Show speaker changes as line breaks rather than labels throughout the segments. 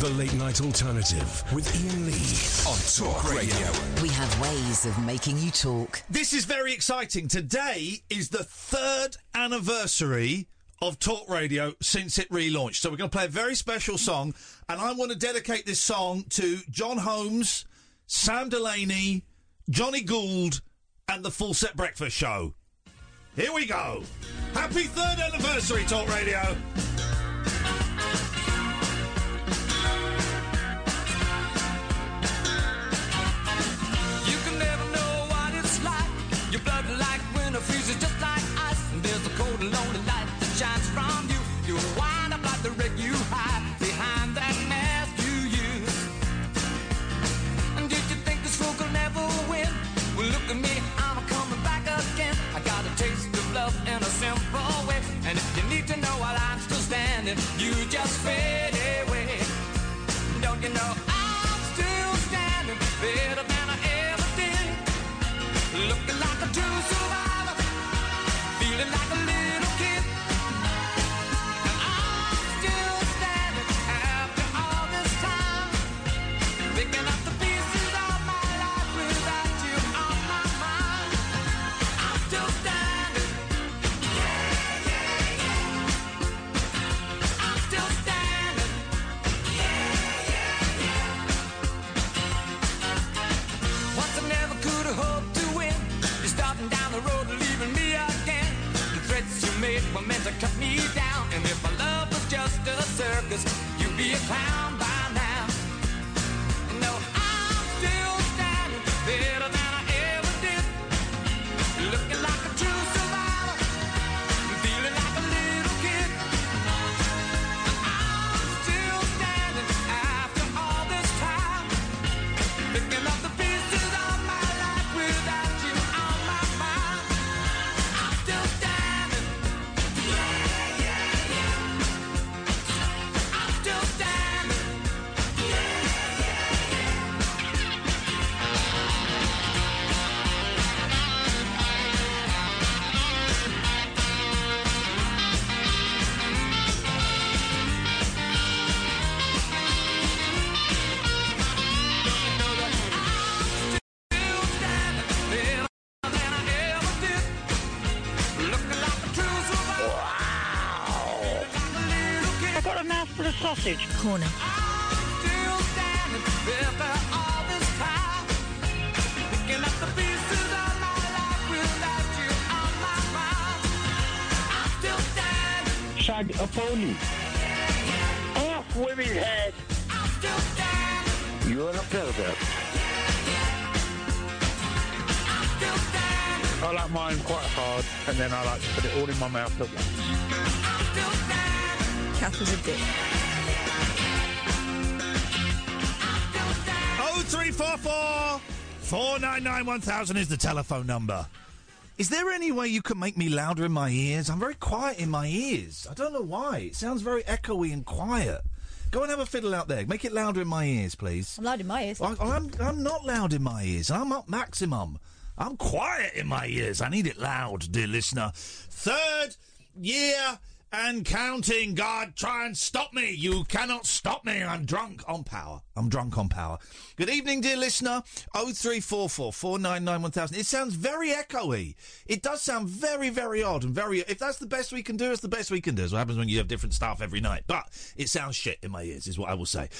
The Late Night Alternative with Ian Lee on Talk Radio.
We have ways of making you talk.
This is very exciting. Today is the third anniversary of Talk Radio since it relaunched. So we're going to play a very special song, and I want to dedicate this song to John Holmes, Sam Delaney, Johnny Gould, and the Full Set Breakfast Show. Here we go. Happy third anniversary, Talk Radio.
You can never know what it's like. Your blood like winter freezes just like ice. And there's a cold and lonely light that shines from you. You wind up like the wreck you hide behind that mask you use. And did you think this fool could never win? Well, look at me, I'm coming back again. I got a taste of love in a simple way. And if you need to know while I'm still standing, you just fade away. Don't you know I'm still standing better than I ever did? Looking like a true survivor, feeling like a little kid. And I'm still standing after all this time, picking up the pieces of my life without you on my mind. I'm still standing, yeah, yeah, yeah. I'm still standing. What I never could have hoped to win. You're starting down the road, leaving me again. The threats you made were meant to cut me down. And if my love was just a circus, you'd be a clown by now. No, I'm still standing better than I ever did. Looking like a true survivor, feeling like a little kid. I'm still standing after all this time. Picking up the pieces of my life without you on my mind. I'm still standing. Yeah, yeah, yeah. I'm still standing. Better than I ever did. Looking like a true survivor. I
got a mouthful of sausage. Corner.
Still standing after all this time. Picking up the pieces of my life without you on my mind. I'm still standing.
Shag a pony. Off with his head.
I'm still standing.
You're a pervert.
I'm still standing.
I like mine quite hard, and then I like to put it all in my mouth at once.
I'm still standing.
Kath was a dick.
0344 499 1000 is the telephone number. Is there any way you can make me louder in my ears? I'm very quiet in my ears. I don't know why. It sounds very echoey and quiet. Go and have a fiddle out there. Make it louder in my ears, please.
I'm loud in my ears.
I, I'm, I'm not loud in my ears. I'm up maximum. I'm quiet in my ears. I need it loud, dear listener. Third year and counting. God, try and stop me. You cannot stop me. I'm drunk on power. I'm drunk on power. Good evening, dear listener. 0344 499 1000. It sounds very echoey. It does sound very, very odd and very. If that's the best we can do, it's the best we can do. It's what happens when you have different staff every night. But it sounds shit in my ears, is what I will say.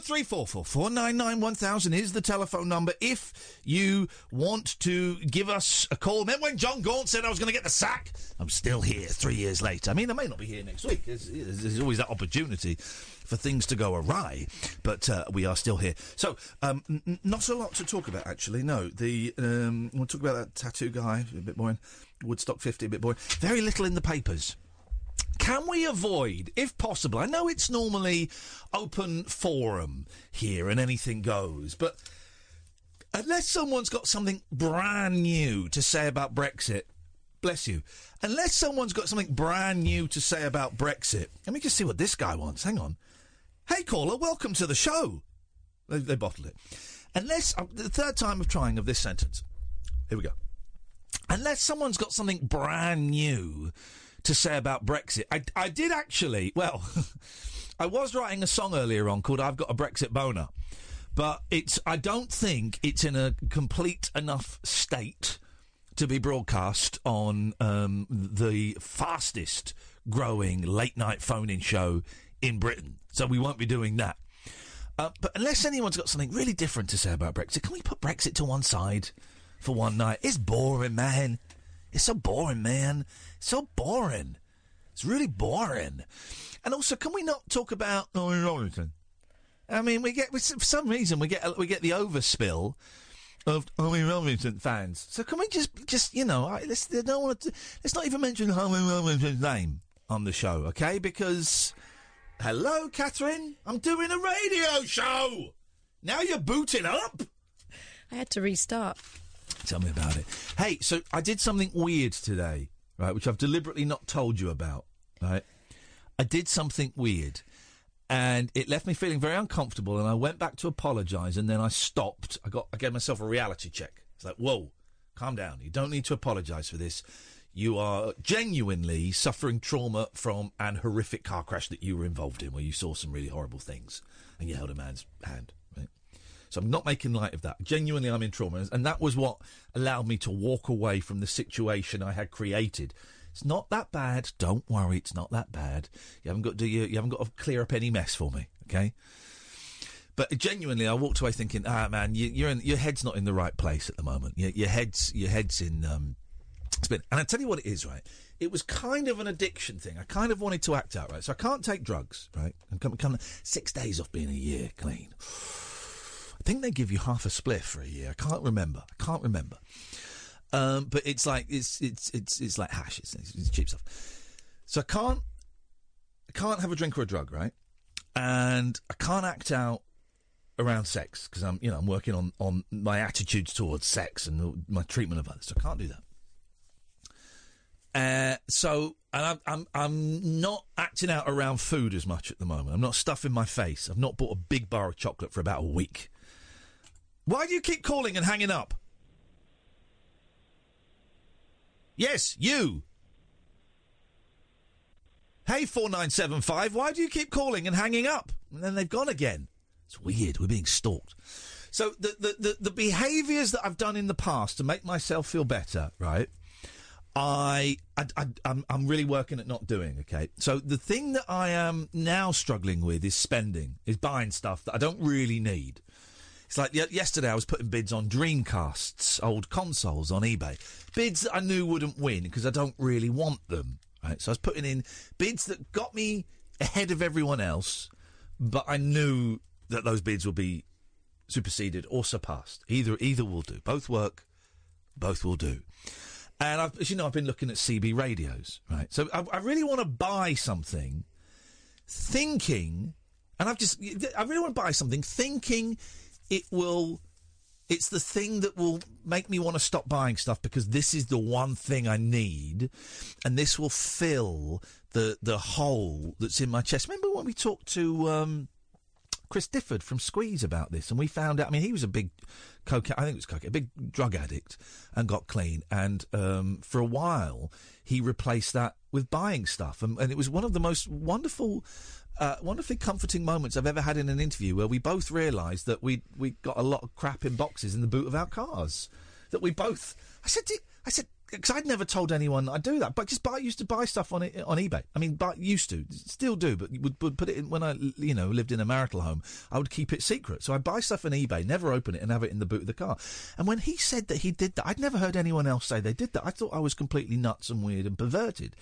0344 499 1000 is the telephone number if you want to give us a call. Remember when John Gaunt said I was going to get the sack? I'm still here three years later. I mean, I may not be here next week. There's, there's there's always that opportunity for things to go awry, but uh, we are still here. So, um, n- n- not a lot to talk about, actually. No, the um, we'll talk about that tattoo guy a bit boring. Woodstock 50 a bit boring. Very little in the papers. Can we avoid, if possible? I know it's normally open forum here and anything goes, but unless someone's got something brand new to say about Brexit, bless you. Unless someone's got something brand new to say about Brexit, let me just see what this guy wants. Hang on. Hey, caller, welcome to the show. They, they bottled it. Unless, uh, the third time of trying of this sentence. Here we go. Unless someone's got something brand new to say about Brexit. I, I did actually, well, I was writing a song earlier on called "I've Got a Brexit Boner," but it's I don't think it's in a complete enough state to be broadcast on um, the fastest growing late night phoning show in Britain. So we won't be doing that. Uh, but unless anyone's got something really different to say about Brexit, can we put Brexit to one side for one night? It's boring, man. It's so boring, man. It's so boring. It's really boring. And also, can we not talk about oh, Norman Robinson? I mean, we get we, for some reason we get we get the overspill of Norman Robinson fans. So can we just just you know I, let's I don't want to let's not even mention Norman Robinson's name on the show, okay? Because hello, Catherine, I'm doing a radio show. Now you're booting up.
I had to restart.
Tell me about it. Hey, so I did something weird today, right? Which I've deliberately not told you about, right? I did something weird and it left me feeling very uncomfortable and I went back to apologise and then I stopped. I got I gave myself a reality check. It's like, whoa, calm down. You don't need to apologise for this. You are genuinely suffering trauma from an horrific car crash that you were involved in where you saw some really horrible things and you held a man's hand, right? So I'm not making light of that. Genuinely, I'm in trauma. And that was what allowed me to walk away from the situation I had created. It's not that bad. Don't worry, it's not that bad. You haven't got to, you, you haven't got to clear up any mess for me, okay? But genuinely, I walked away thinking, ah, man, you, you're in, your head's not in the right place at the moment. Your, your head's your head's in um, spin. And I tell you what, it is right. It was kind of an addiction thing. I kind of wanted to act out, right? So I can't take drugs, right? I'm coming six days off being a year clean. I think they give you half a spliff for a year. I can't remember. I can't remember. Um, but it's like it's it's it's it's like hash. It's, it's, it's cheap stuff. So I can't I can't have a drink or a drug, right? And I can't act out around sex because I'm you know I'm working on on my attitudes towards sex and the- my treatment of others. So I can't do that. Uh, so and I'm, I'm I'm not acting out around food as much at the moment. I'm not stuffing my face. I've not bought a big bar of chocolate for about a week. Why do you keep calling and hanging up? Yes, you. Hey, 4975, why do you keep calling and hanging up? And then they've gone again. It's weird. We're being stalked. So the, the, the, the behaviours that I've done in the past to make myself feel better, right? I, I, I I'm, I'm really working at not doing. Okay, so the thing that I am now struggling with is spending, is buying stuff that I don't really need. It's like y- yesterday I was putting bids on Dreamcasts, old consoles on eBay. Bids that I knew wouldn't win because I don't really want them. Right? So I was putting in bids that got me ahead of everyone else, but I knew that those bids would be superseded or surpassed. Either either will do. Both work. Both will do. And I've, as you know, I've been looking at CB radios, right? So I, I really want to buy something thinking, and I've just, I really want to buy something thinking it will, it's the thing that will make me want to stop buying stuff because this is the one thing I need, and this will fill the the hole that's in my chest. Remember when we talked to um, Chris Difford from Squeeze about this, and we found out. I mean, he was a big cocaine, I think it was cocaine, a big drug addict, and got clean. And um, for a while, he replaced that with buying stuff, and, and it was one of the most wonderful, uh, wonderfully comforting moments I've ever had in an interview, where we both realised that we we got a lot of crap in boxes in the boot of our cars. That we both, I said, to, I said. Because I'd never told anyone I do that, but just buy used to buy stuff on it on eBay. I mean, but used to still do, but would, would put it in when I you know lived in a marital home. I would keep it secret, so I buy stuff on eBay, never open it, and have it in the boot of the car. And when he said that he did that, I'd never heard anyone else say they did that. I thought I was completely nuts and weird and perverted,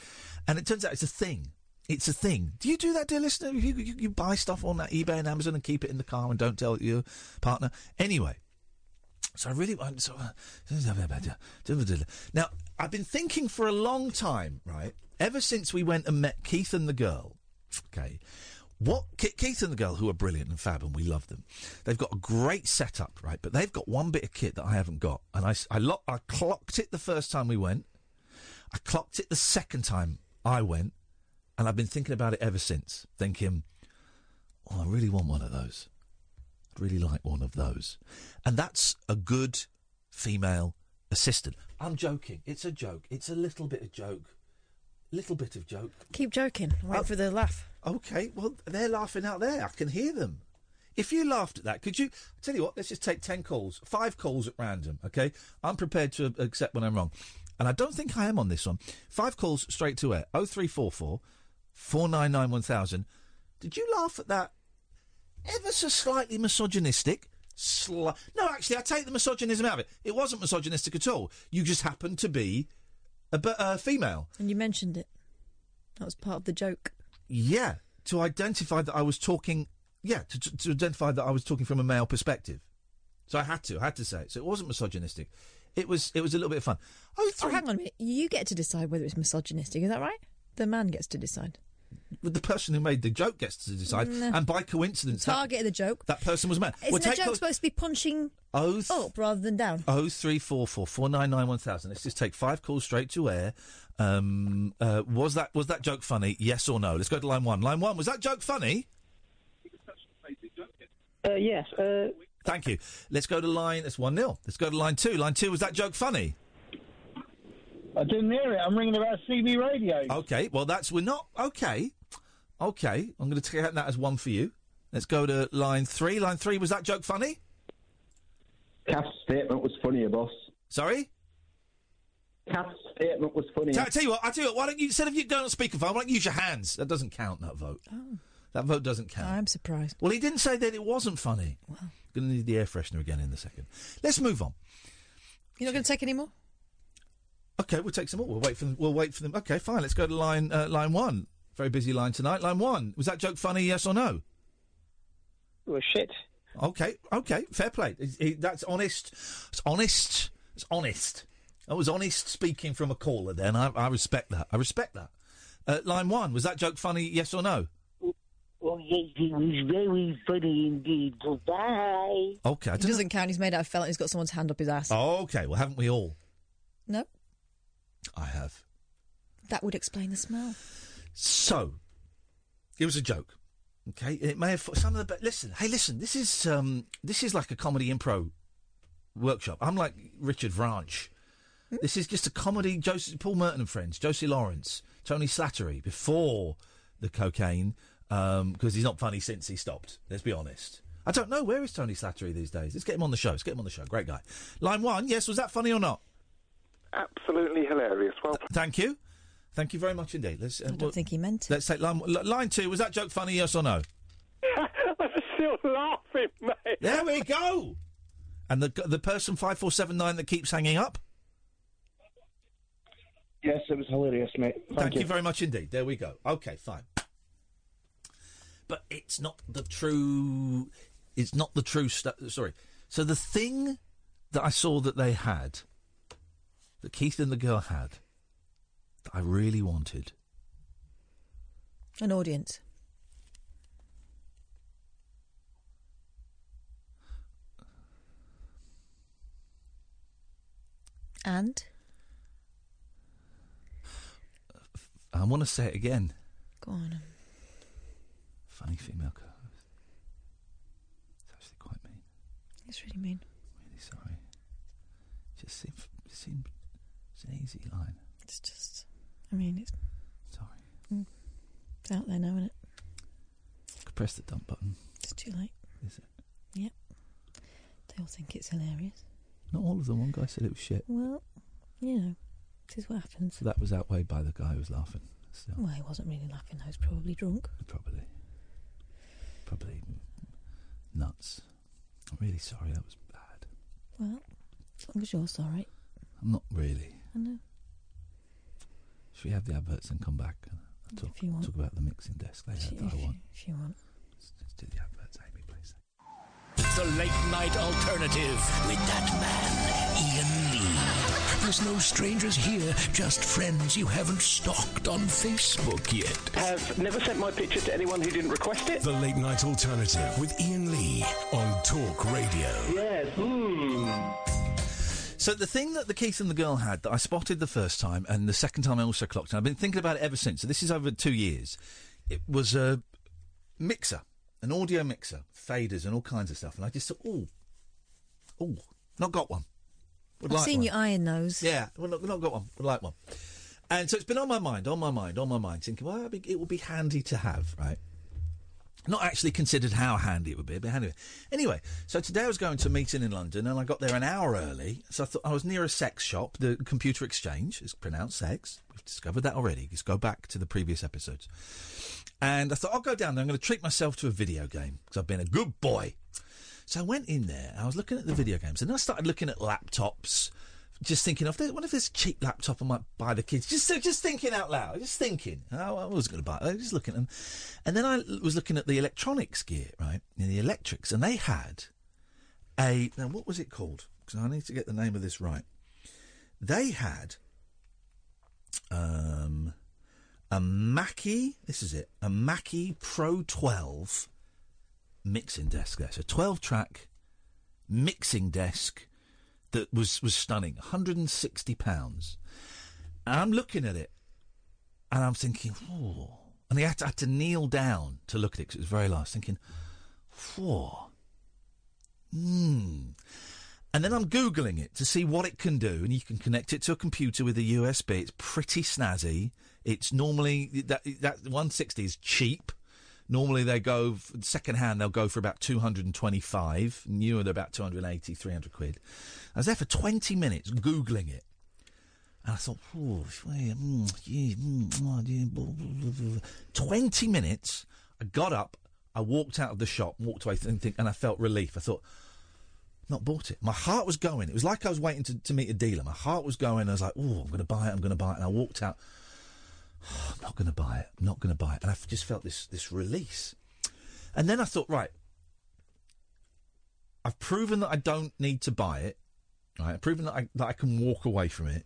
and it turns out it's a thing. It's a thing. Do you do that, dear listener? You, you, you buy stuff on that eBay and Amazon and keep it in the car and don't tell your partner. Anyway, so I really want. So, now, I've been thinking for a long time, right? Ever since we went and met Keith and the girl, okay? What Ke- Keith and the girl, who are brilliant and fab, and we love them. They've got a great setup, right? But they've got one bit of kit that I haven't got, and I s- I, lo- I clocked it the first time we went. I clocked it the second time I went, and I've been thinking about it ever since. Thinking, oh, I really want one of those. I'd really like one of those. And that's a good female assistant. I'm joking. It's a joke. It's a little bit of joke. little bit of joke.
Keep joking. Wait
Oh.
for the laugh.
Okay, well, they're laughing out there. I can hear them. If you laughed at that, could you? I tell you what, let's just take 10 calls, five calls at random, okay? I'm prepared to accept when I'm wrong. And I don't think I am on this one. Five calls straight to air 0344 499 1000. Did you laugh at that? Ever so slightly misogynistic? Sli- no, actually, I take the misogynism out of it. It wasn't misogynistic at all. You just happened to be a, bu- a female.
And you mentioned it. That was part of the joke.
Yeah, to identify that I was talking. Yeah, to, to, to identify that I was talking from a male perspective. So I had to, I had to say it. So it wasn't misogynistic. It was, it was a little bit of fun. Oh,
hang on a minute. You get to decide whether it's misogynistic. Is that right? The man gets to decide.
But The person who made the joke gets to decide,
No.
and by coincidence, that,
Mm. Target of the joke.
that person was a man.
Isn't
We'll
the
take
joke
those-
supposed to be punching
Oh, th-
up rather than down?
Oh three four four four nine nine one thousand. Let's just take five calls straight to air. Um, uh, was that was that joke funny? Yes or no? Let's go to line one. Line one. Was that joke funny?
Uh, yes. Uh,
Thank you. Let's go to line. That's one 0 Let's go to line two. Line two. Was that joke funny?
I didn't hear it. I'm ringing about CB radio.
Okay. Well, that's we're not okay. Okay. I'm going to take out that as one for you. Let's go to line three. Line three. Was that joke funny?
Kath's statement was funnier, boss.
Sorry.
Kath's statement was funnier.
Tell, I tell you what. I tell you what. Why don't you instead of you going on speakerphone, why don't you use your hands? That doesn't count. That vote. That vote doesn't count.
Oh, I'm surprised.
Well, he didn't say that it wasn't funny. Well, going to need the air freshener again in a second. Let's move on.
You're not going to take any more?
Okay, we'll take some more. We'll wait for them. We'll wait for them. Okay, fine. Let's go to line uh, line one. Very busy line tonight. Line one. Was that joke funny? Yes or no?
Well, shit.
Okay, okay. Fair play. It's- it- that's honest. It's honest. It's honest. That was honest speaking from a caller. Then I, I respect that. I respect that. Uh, line one. Was that joke funny? Yes or no?
Oh, yes, it was very funny indeed. Goodbye.
Okay. I
It
don't
doesn't count. He's made out of felt. He's got someone's hand up his ass.
know. Oh, Okay. Well, haven't we all?
No,
I have.
that would explain the smell.
So, it was a joke. Okay, it may have some of the. But listen, hey, listen. This is um, this is like a comedy improv workshop. I'm like Richard Vranch. This is just a comedy. Joseph, Paul Merton and friends. Josie Lawrence, Tony Slattery before the cocaine, because he's not funny since he stopped. Let's be honest. I don't know where is Tony Slattery these days. Let's get him on the show. Let's get him on the show. Great guy. Line one. Yes, was that funny or not?
Absolutely hilarious. Well,
Thank you. Thank you very much indeed. Let's. uh,
I don't think he meant it.
Let's take line li- line two. Was that joke funny? Yes or no?
I'm still laughing, mate.
There we go. And the the person five four seven nine that keeps hanging up.
Yes, it was hilarious, mate.
Thank, you. very much indeed. There we go. Okay, fine. But it's not the true. It's not the true stuff. Sorry. So the thing that I saw that they had, that Keith and the girl had, that I really wanted.
An audience. And
I want to say it again.
go on. um,
Funny female co host. It's actually quite mean.
It's really mean.
Really sorry. Just seemed, seemed it's an easy line.
It's just. I mean, it's, Mm.
Sorry.
it's out there now, isn't it?
Could press the dump button.
It's too late.
Is it?
Yep. They all think it's hilarious.
Not all of them. One guy said it was shit.
Well, you know, this is what happens.
So that was outweighed by the guy who was laughing. So
Well, he wasn't really laughing. though. He was probably drunk.
probably, probably nuts. I'm really sorry. That was bad.
Well, as long as you're all right.
I'm not really.
I know.
Should we have the adverts and come back? and I'll talk,
If you want.
talk about the mixing desk later
If you-
that I
if you-
want.
if you want.
Let's, let's do the adverts, Amy, please.
The late night alternative with that man, Ian Lee. There's no strangers here, just friends you haven't stalked on Facebook yet.
Have never sent my picture to anyone who didn't request it.
The late night alternative with Ian Lee on Talk Radio.
Yes. Mm.
So the thing that the Keith and the girl had that I spotted the first time and the second time I also clocked, and I've been thinking about it ever since. So this is over two years. It was a mixer, an audio mixer, faders and all kinds of stuff. And I just thought, oh, oh, not got one. Would
I've
like
seen
one.
you iron those.
Yeah, well, not, not got one. Would like one. And so it's been on my mind, on my mind, on my mind, thinking, well, that'd be, it would be handy to have, right? Not actually considered how handy it would be, but handy. Anyway, so today I was going to a meeting in London and I got there an hour early. So I thought I was near a sex shop, the Computer Exchange. It's pronounced sex. We've discovered that already. Just go back to the previous episodes. And I thought I'll go down there. I'm going to treat myself to a video game because I've been a good boy. So I went in there. and I was looking at the video games, and then I started looking at laptops, just thinking of what if there's a cheap laptop I might buy the kids. Just so- just thinking out loud, just thinking. Oh, I was going to buy. It. I was just looking at them, and then I l- was looking at the electronics gear, right? And the electrics, and they had a now what was it called? Because I need to get the name of this right. They had um, a Mackie. This is it. A Mackie Pro 12 mixing desk. There, so 12 track mixing desk that was was stunning. 160 pounds. And I'm looking at it, and I'm thinking, whoa. And I had, to, I had to kneel down to look at it because it was very large. Thinking, whoa. Hmm. And then I'm Googling it to see what it can do. And you can connect it to a computer with a USB. It's pretty snazzy. It's normally, that, that 160 is cheap. Normally they go, f- second hand, they'll go for about 225. Newer, they're about 280, 300 quid. I was there for 20 minutes Googling it. And I thought, "Ooh, yeah, mm, yeah, mm, oh, yeah, blah, blah, blah, blah, blah." 20 minutes. I got up, I walked out of the shop, walked away, and, think, and I felt relief. I thought, not bought it. My heart was going. It was like I was waiting to, to meet a dealer. My heart was going. I was like, oh, I'm going to buy it. I'm going to buy it. And I walked out. I'm not going to buy it. I'm not going to buy it. And I just felt this this release. And then I thought, right, I've proven that I don't need to buy it. Right, I've proven that I, that I can walk away from it.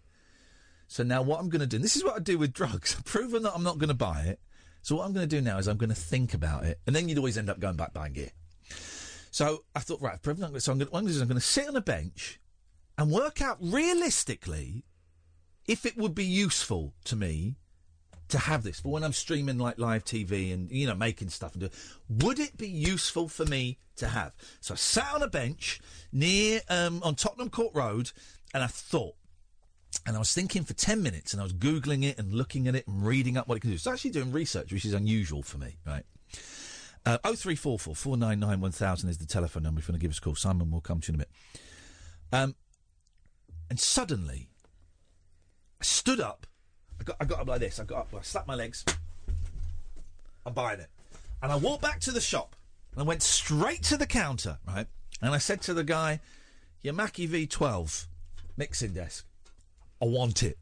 So now what I'm going to do, and this is what I do with drugs. I've proven that I'm not going to buy it. So what I'm going to do now is I'm going to think about it. And then you'd always end up going back buying gear. So I thought, right, I've proven that- so I'm going, to, what I'm going to do is I'm going to sit on a bench and work out realistically if it would be useful to me to have this for when I'm streaming like live TV and you know making stuff and do would it be useful for me to have? So I sat on a bench near um, on Tottenham Court Road and I thought and I was thinking for 10 minutes and I was googling it and looking at it and reading up what it could do. So actually doing research which is unusual for me, right? Uh, 0344 499 1000 is the telephone number if you want to give us a call. Simon will come to you in a bit. Um, and suddenly, I stood up. I got, I got up like this. I got up. I slapped my legs. I'm buying it. And I walked back to the shop and I went straight to the counter, right? And I said to the guy, Your Mackie V12 mixing desk, I want it.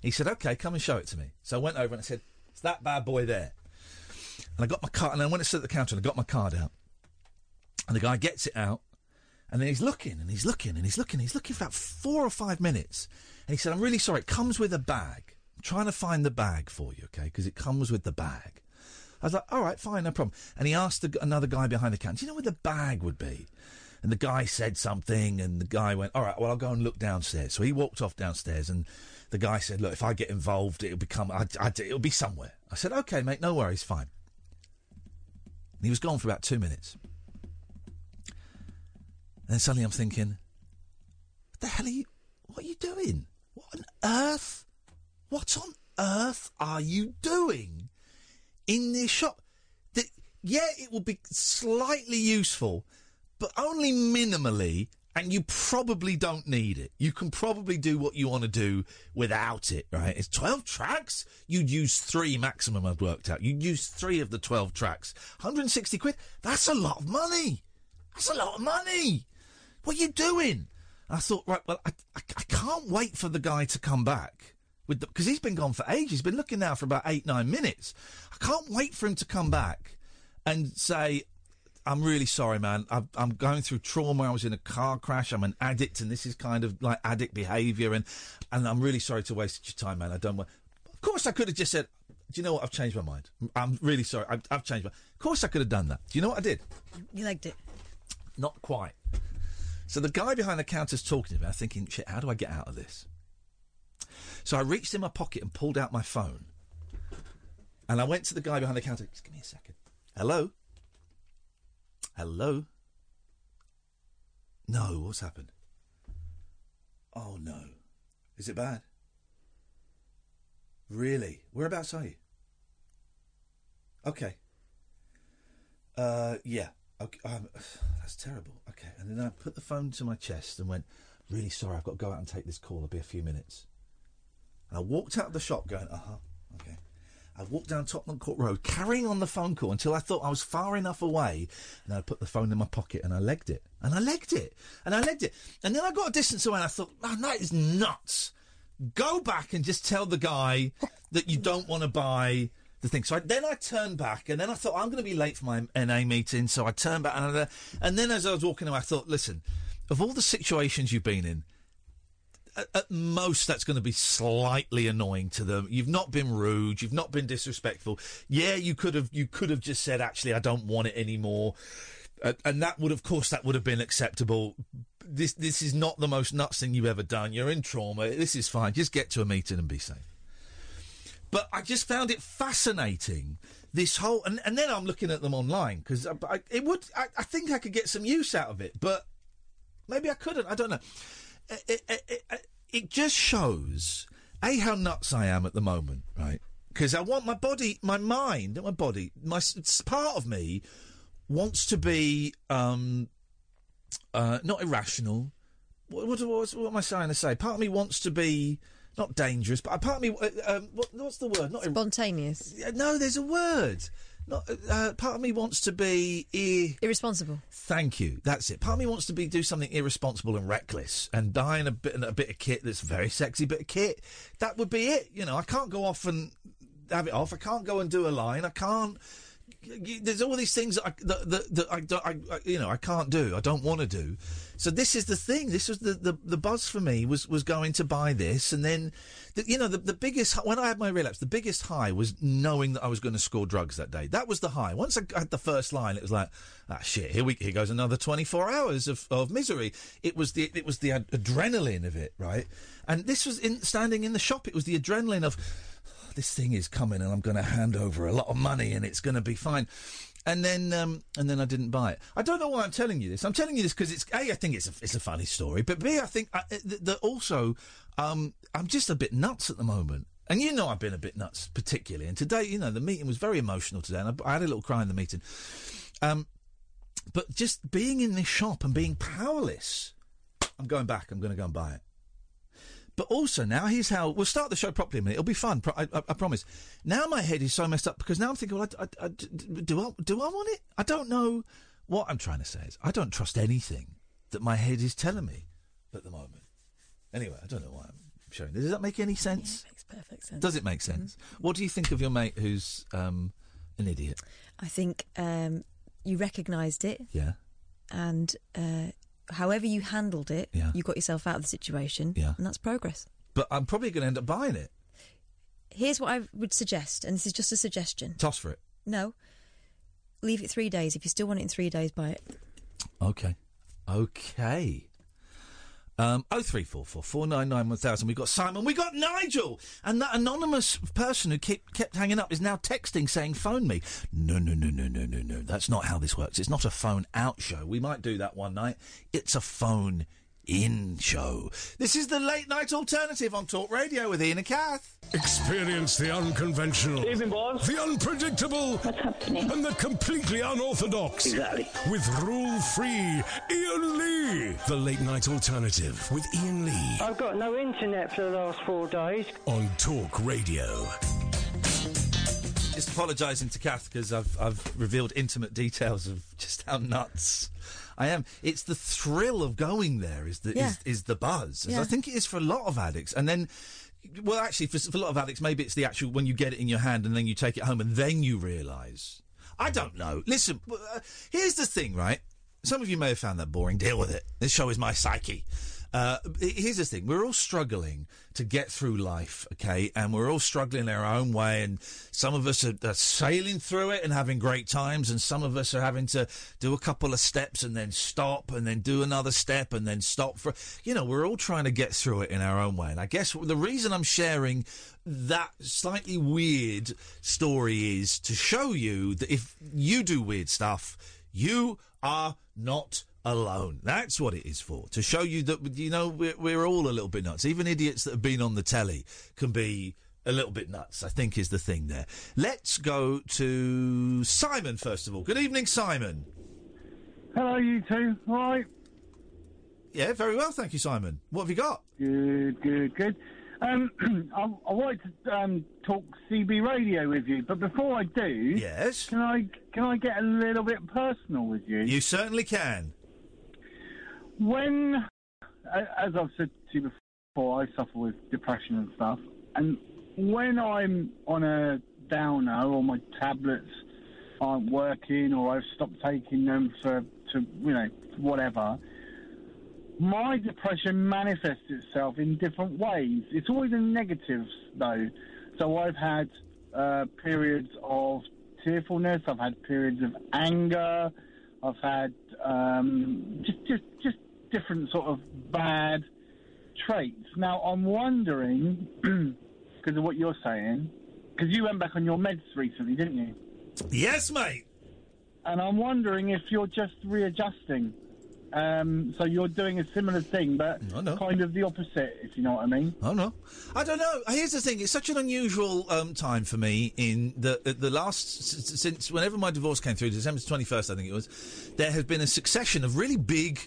He said, Okay, come and show it to me. So I went over and I said, It's that bad boy there. And I got my card, and I went to sit at the counter and I got my card out. And the guy gets it out, and then he's looking and he's looking and he's looking. He's looking for about four or five minutes. And he said, I'm really sorry. It comes with a bag. I'm trying to find the bag for you, okay? Because it comes with the bag. I was like, all right, fine, no problem. And he asked the, another guy behind the counter, do you know where the bag would be? And the guy said something, and the guy went, all right, well, I'll go and look downstairs. So he walked off downstairs, and the guy said, look, if I get involved, it'll become, I, I, it'll be somewhere. I said, okay, mate, no worries, fine. And he was gone for about two minutes. And then suddenly I'm thinking, what the hell are you, what are you doing? What on earth, what on earth are you doing in this shop? That, yeah, it will be slightly useful, but only minimally, and you probably don't need it. You can probably do what you want to do without it, right? It's 12 tracks. You'd use three maximum, I've worked out. You'd use three of the 12 tracks. 160 quid, that's a lot of money. That's a lot of money. What are you doing? And I thought, right, well, I, I, I can't wait for the guy to come back with because he's been gone for ages. He's been looking now for about eight, nine minutes. I can't wait for him to come back and say, I'm really sorry, man. I've, I'm going through trauma. I was in a car crash. I'm an addict, and this is kind of like addict behaviour. And and I'm really sorry to waste your time, man. I don't want. Of course, I could have just said, "Do you know what? I've changed my mind. I'm really sorry. I've, I've changed my." Of course, I could have done that. Do you know what I did?
You liked it.
Not quite. So the guy behind the counter's talking to me. I'm thinking, shit, how do I get out of this? So I reached in my pocket and pulled out my phone. And I went to the guy behind the counter. Just give me a second. Hello? Hello? No, what's happened? Oh, no. Is it bad? Really? Whereabouts are you? Okay. Uh, yeah. Okay. Um, that's terrible. Okay. And then I put the phone to my chest and went, really sorry, I've got to go out and take this call. It'll be a few minutes. And I walked out of the shop going, uh huh. Okay. I walked down Tottenham Court Road carrying on the phone call until I thought I was far enough away. And I put the phone in my pocket and I legged it. And I legged it. And I legged it. And then I got a distance away and I thought, oh, that is nuts. Go back and just tell the guy that you don't want to buy the thing. So I, then I turned back and then I thought, I'm going to be late for my NA meeting. So I turned back and, I, and then as I was walking away, I thought, listen, of all the situations you've been in, at- at most that's going to be slightly annoying to them. You've not been rude, you've not been disrespectful. Yeah, you could have you could have just said actually I don't want it anymore. Uh, and that would of course that would have been acceptable. This this is not the most nuts thing you've ever done. You're in trauma. This is fine. Just get to a meeting and be safe. But I just found it fascinating. This whole and, and then I'm looking at them online because I, I, it would I, I think I could get some use out of it, but maybe I couldn't. I don't know. It, it, it- it- eh, it just shows a how nuts I am at the moment, right? Because I want my body, my mind, not my body, my s- s- part of me wants to be um, uh, not irrational. What, what, what, what am I trying to say? Part of me wants to be not dangerous, but part of me, uh, um, what, what's the word? Not ir-
Spontaneous.
no, there's a word. Not, uh, part of me wants to be
irresponsible.
Thank you. That's it. Part of me wants to be do something irresponsible and reckless and die in a bit in a bit of kit that's a very sexy bit of kit. That would be it. You know, I can't go off and have it off. I can't go and do a line. I can't. y- y- There's all these things that I, that, that, that I, don't, I, I- you know, I can't do. I don't want to do. So this is the thing. This was the, the, the buzz for me was, was going to buy this, and then, the, you know, the, the biggest hi- when I had my relapse, the biggest high was knowing that I was going to score drugs that day. That was the high. Once I had the first line, it was like, ah, shit. Here we here goes another 24 hours of, of misery. It was the it was the ad- adrenaline of it, right? And this was in standing in the shop. It was the adrenaline of this thing is coming and I'm going to hand over a lot of money and it's going to be fine. And then, um, and then I didn't buy it. I don't know why I'm telling you this. I'm telling you this because it's a. I think it's a, it's a funny story, but b. I think I, th- that also um, I'm just a bit nuts at the moment. And you know I've been a bit nuts, particularly. And today, you know, the meeting was very emotional today, and I, I had a little cry in the meeting. Um, but just being in this shop and being powerless, I'm going back. I'm going to go and buy it. But also now, here's how we'll start the show properly. In a minute, it'll be fun. Pro- I, I, I promise. Now my head is so messed up because now I'm thinking, well, I, I- I- d- d- do I do I want it? I don't know. What I'm trying to say is, I don't trust anything that my head is telling me at the moment. Anyway, I don't know why I'm showing. this. Does that make any sense?
Makes perfect sense. Mm-hmm.
Does it make sense? What do you think of your mate who's um, an idiot?
I think um, you recognised it,
Yeah,
and uh, however you handled it,
Yeah.
you got yourself out of the situation,
Yeah.
and that's progress.
but I'm probably going to end up buying it.
Here's what I would suggest, and this is just a suggestion.
Toss for it.
No, leave it three days. If you still want it in three days, buy it.
Okay. Okay. Um, oh three four four four nine nine one thousand. We got Simon. We got Nigel, and that anonymous person who kept kept hanging up is now texting saying, "Phone me." No, no, no, no, no, no, no. That's not how this works. It's not a phone out show. We might do that one night. It's a phone in show. This is the late night alternative on Talk Radio with Ian and Kath.
Experience the unconventional.
Evening,
The unpredictable. And the completely unorthodox.
Exactly.
With rule free Ian Lee. The late night alternative with Ian Lee
I've got no internet for the last four days.
on Talk Radio.
Just apologising to Kath because I've I've revealed intimate details of just how nuts I am. It's the thrill of going there is the
Yeah.
is, is the buzz. as
Yeah.
I think it is for a lot of addicts, and then. Well, actually, for, for a lot of addicts, maybe it's the actual when you get it in your hand and then you take it home and then you realise. I don't know. Listen, w- uh, here's the thing, right? Some of you may have found that boring. Deal with it. This show is my psyche. Uh, here's the thing: we're all struggling to get through life, okay? And we're all struggling in our own way. And some of us are, are sailing through it and having great times, and some of us are having to do a couple of steps and then stop, and then do another step, and then stop. For you know, we're all trying to get through it in our own way. And I guess the reason I'm sharing that slightly weird story is to show you that if you do weird stuff, you are not alone. That's what it is for. To show you that, you know, we're, we're all a little bit nuts. Even idiots that have been on the telly can be a little bit nuts, I think is the thing there. Let's go to Simon, first of all. Good evening, Simon.
Hello, you two. Right.
Yeah, very well, thank you, Simon. What have you got?
Good, good, good. Um, I, I wanted to um, talk CB radio with you, but before I do,
yes,
can I can I get a little bit personal with you?
You certainly can.
When, a- as I've said to you before, I suffer with depression and stuff, and when I'm on a downer or my tablets aren't working or I've stopped taking them for to you know whatever, my depression manifests itself in different ways. It's always in negatives, though. So I've had uh, periods of tearfulness. I've had periods of anger. I've had um, just just just different sort of bad traits. Now I'm wondering because of what you're saying, because you went back on your meds recently, didn't you?
Yes, mate.
And I'm wondering if you're just readjusting. Um, so you're doing a similar thing, but kind of the opposite, if you know what I mean.
Oh no. I don't know. Here's the thing: it's such an unusual um, time for me. In the uh, the last s- s- since whenever my divorce came through, December twenty first, I think it was, there has been a succession of really big,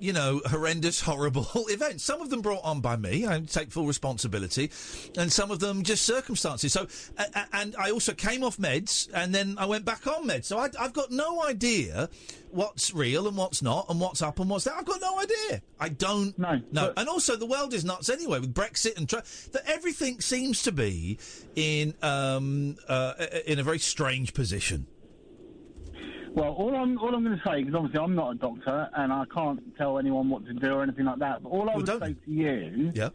you know, horrendous, horrible events. Some of them brought on by me. I take full responsibility, and some of them just circumstances. So, a- a- and I also came off meds, and then I went back on meds. So I, I've got no idea what's real and what's not, and what's up and what's down. I've got no idea. I don't
no,
no. And also, the world is nuts anyway with Brexit and Trump. That everything seems to be in um, uh, in a very strange position.
Well, all I'm all I'm going to say, because obviously I'm not a doctor and I can't tell anyone what to do or anything like that. But all I would say to you,
yeah.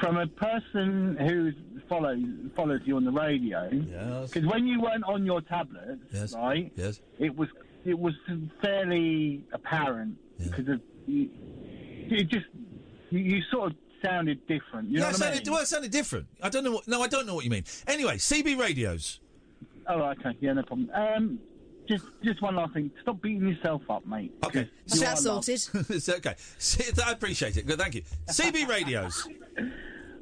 from a person who follows follows you on the radio, because when you weren't on your tablets,
Yes.
right?
Yes.
It was it was fairly apparent because of you, you just you, you sort of sounded different. You
yeah,
know
it
what I mean?
sounded, well, it uh, sounded different. I don't know. What, no, I don't know what you mean. Anyway, CB radios.
Oh, okay. Yeah, no problem. Um, just, just one last thing. Stop beating yourself up, mate.
Okay,
You are loved.
it's okay. See, I appreciate it. Good, thank you. CB radios.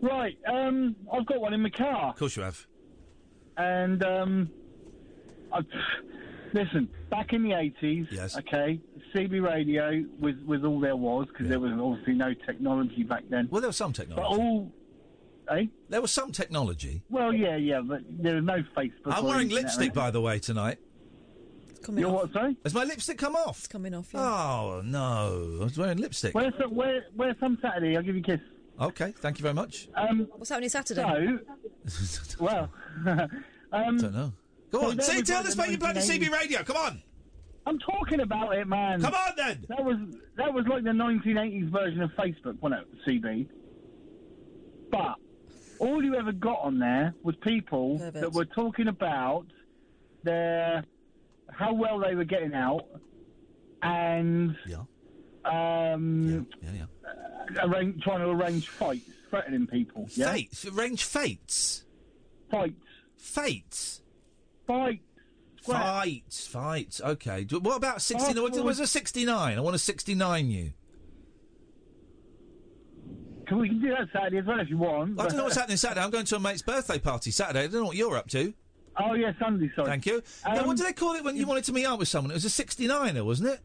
Right. Um, I've got one in my car,
Of course you have.
and um, I, listen. Back in the eighties,
Yes.
okay, CB radio was was all there was because there was obviously no technology back then.
Well, there was some technology.
But all, eh?
There was some technology.
Well, yeah, yeah, but there was no Facebook.
I'm
or
wearing
internet or
lipstick, by the way, tonight.
coming
Your off. what, sorry?
Has my lipstick come off? It's
coming off, yeah.
Oh no! I was wearing lipstick.
Where's the, where, where's some Saturday? I'll give you a kiss.
Okay, thank you very much.
Um,
What's happening Saturday?
So, well, um,
don't know. Go on, say, tell us about your bloody CB radio. Come on.
I'm talking about it, man.
Come on, then.
That was that was like the 1980s version of Facebook, wasn't it? CB. But all you ever got on there was people that were talking about their how well they were getting out and um, uh, arrange- trying to arrange fights, threatening people. Yeah?
Fates. Arrange fates.
Fights.
Fates.
Fights.
Fights. Fights. Okay. Do- What about 69?
Oh,
What was
boy.
a 69? I want to 69 you.
Can we can do that Saturday as well if you want.
I don't know what's happening Saturday. I'm going to a mate's birthday party Saturday. I don't know what you're up to.
Oh, yeah, Sunday, sorry.
Thank you. now,
Um,
what do they call it when you wanted to meet up with someone? It was a 69er, wasn't it?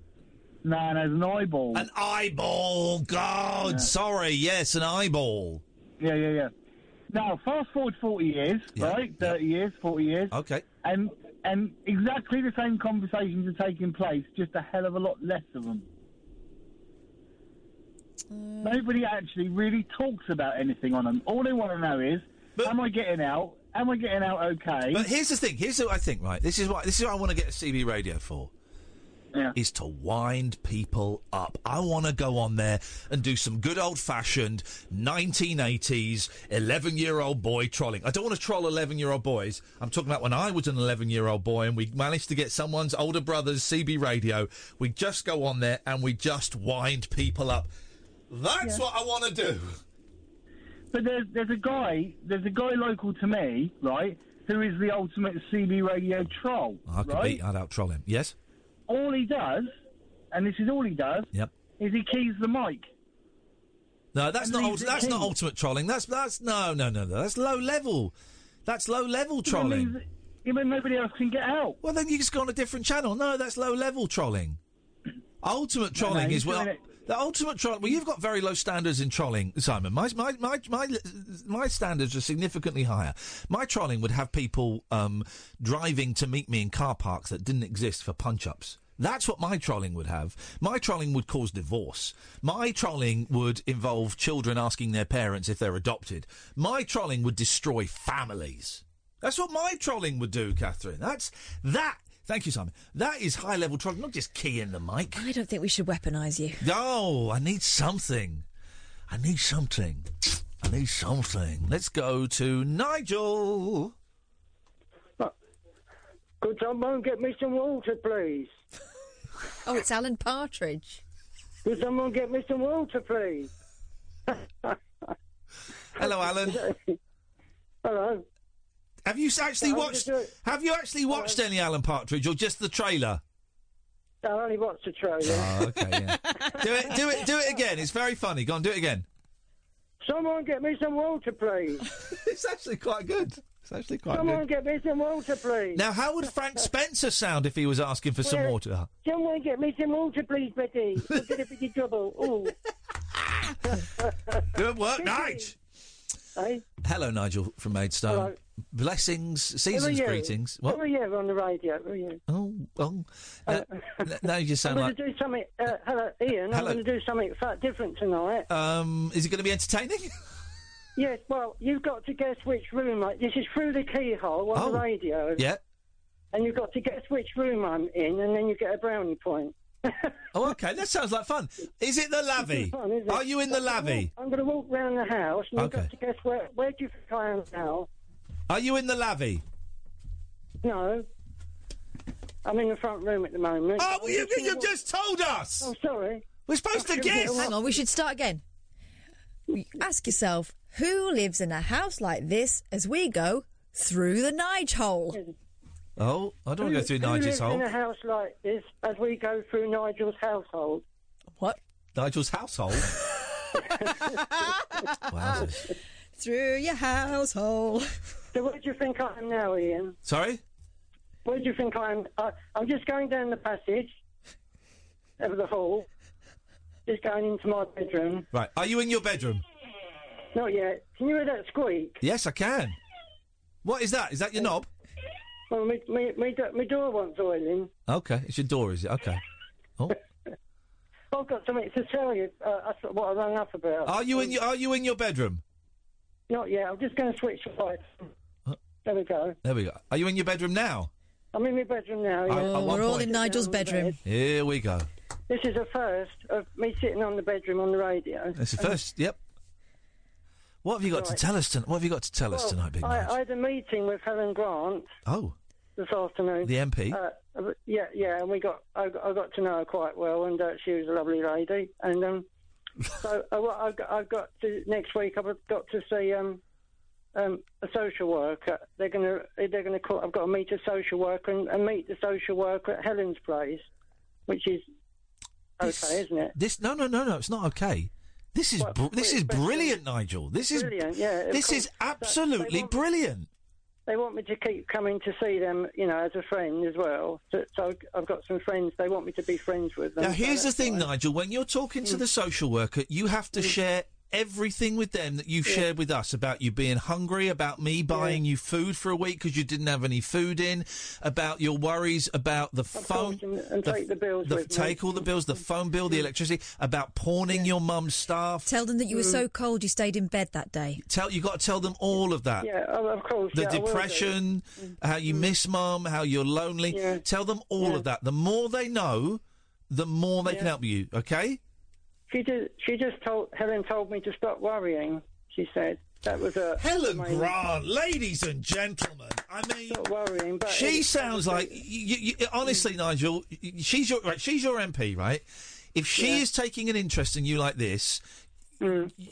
No, no, it was an eyeball.
An eyeball. God, sorry. Yes, an eyeball.
Yeah, yeah, yeah. Now, fast forward 40 years, right? 30 years, 40 years.
Okay.
And and exactly the same conversations are taking place, just a hell of a lot less of them. Nobody actually really talks about anything on them. All they want to know is, am I getting out? Am I getting out okay?
But here's the thing. Here's what I think. Right, this is what this is what I want to get a CB radio for. Is to wind people up. I want to go on there and do some good old fashioned 1980s 11 year old boy trolling. I don't want to troll 11 year old boys. I'm talking about when I was an 11 year old boy and we managed to get someone's older brother's CB radio. We just go on there and we just wind people up. That's what I want to do.
But there's there's a guy there's a guy local to me, right, who is the ultimate CB radio troll.
I could
right?
beat. I'd out troll him. Yes.
All he does, and this is all he does,
Yep.
is he keys the mic.
No, that's
And
not
leave
ult-
the
that's not
key.
ultimate trolling. That's that's no no no no. That's low level. That's low level
but leave
trolling. You mean nobody else can get out? Well, then you just go on a different channel. No, that's low level trolling. Ultimate
No, no,
trolling
you're
is well.
doing it-
The ultimate troll. Well, you've got very low standards in trolling, Simon. My my my my, my standards are significantly higher. My trolling would have people um, driving to meet me in car parks that didn't exist for punch ups. That's what my trolling would have. My trolling would cause divorce. My trolling would involve children asking their parents if they're adopted. My trolling would destroy families. That's what my trolling would do, Catherine. That's that. Thank you, Simon. That is high level trolling, not just key in the mic.
I don't think we should weaponise you.
No, I need something. I need something. I need something. Let's go to Nigel.
Could someone get me some water, please?
Oh, it's Alan Partridge.
Could someone get me some water, please?
Hello, Alan.
Hello.
Have you s- actually
How you
watched?
doing?
Have you actually watched any Alan Partridge or just the trailer?
I only watched the trailer.
Oh, okay. Yeah. do it. Do it. Do it again. It's very funny. Go on. Do it again.
Someone get me some water, please.
it's actually quite good. It's actually quite
someone
good.
get me some water, please.
Now, how would Frank Spencer sound if he was asking for some
Yeah.
water?
Someone get me some water, please, Betty. We're going to be in trouble. Ooh.
Good work, Nige.
Hey,
Hello, Nigel from Maidstone.
Hello.
Blessings,
who are
seasons,
you?
greetings.
Who are you on the radio? Who are you?
Oh, oh. Uh, n- now you just
I'm going
sound like.
to do something. Uh, hello, Ian.
Hello.
I'm going to do something fat different tonight.
Um, is it going to be entertaining?
Yes, well, you've got to guess which room. I, this is through the keyhole on the radio.
Oh. yeah.
And you've got to guess which room I'm in, and then you get a brownie point.
Oh, okay. That sounds like fun. Is it the lavvy?
Fun, isn't it?
Are you in the lavvy?
I'm going to walk round the house, and
Okay.
you've got to guess where. Where do you think I am now?
Are you in the lavvy?
No. I'm in the front room at the moment.
Oh, well, you, you just told us.
I'm sorry.
We're supposed
to guess.
Hang on, we should start again. Ask yourself who lives in a house like this as we go through the Nige hole.
Oh, I don't want
Who-
to go through
who
Nigel's
lives in
hole.
a house like this as we go through Nigel's household?
What?
Nigel's household. Wowzers.
Through your household.
So where do you think I am now, Ian?
Sorry.
Where do you think I am? I I'm just going down the passage of the hall. Just going into my bedroom.
Right. Are you in your bedroom?
Not yet. Can you hear that squeak?
Yes, I can. What is that? Is
Uh,
that your knob?
Well, my, my, my, do- my door wants oiling.
Okay. It's your door, is it? Okay.
I've got something to tell you. Uh, that's what I rang up about.
Are you in your Are you in your bedroom?
Not yet. I'm just going to switch the lights. There we go.
There we go. Are you in your bedroom now?
I'm in my bedroom now.
Oh,
yeah.
at one We're all point- in
Nigel's
Sitting on the
bedroom.
bed.
Here we go.
This is a first of me sitting on the bedroom on the radio.
That's the
And-
first. Yep. What have you got
Oh. Right.
to tell us tonight? What have you got to tell us
Well,
tonight, Big
I,
Nige?
I had a meeting with Helen Grant
Oh,
this afternoon.
The MP?
Uh, uh, yeah, yeah, and we got I, got I got to know her quite well, and uh, she was a lovely lady. And um, so uh, well, I've, got, I've got to next week. I've got to see um, um, a social worker. They're gonna they're gonna call. I've got to meet a social worker and, and meet the social worker at Helen's place, which is okay, isn't it?
this no, no, no, no. It's not okay. This is br- this is brilliant, Nigel. This is
Brilliant, yeah, of
This
course.
is absolutely brilliant.
They want me to keep coming to see them, you know, as a friend as well. So, so I've got some friends. They want me to be friends with them.
Now,
so
here's the
that's
thing,
fine.
Nigel. When you're talking
Hmm.
to the social worker, you have to share everything with them that
Hmm.
you've shared with us about you being hungry, about me buying you food for a week because you didn't have any food in, about your worries about the phone,
and- and take the bills with me. Hmm.
take all the bills, the phone bill, the electricity, about pawning your mum's stuff.
Tell them that you were so
Mm. Hmm.
cold you stayed in bed that day.
Tell you got to tell them all of that.
Yeah, oh, of course.
The
yeah, I will do. Mm.
depression, how you miss mum, how you're lonely. Tell them all of that. The more they know, the more they can
Yeah.
help you. Okay.
She just, she just told Helen told me to stop worrying. She said that was a
Helen
amazing-
Grant, ladies and gentlemen, I mean,
stop worrying. But
she
it-
sounds like you, you,
Mm.
honestly, Nigel. y- y- She's your right, she's your MP, right? If she
Yeah. Mm.
is taking an interest in you like this,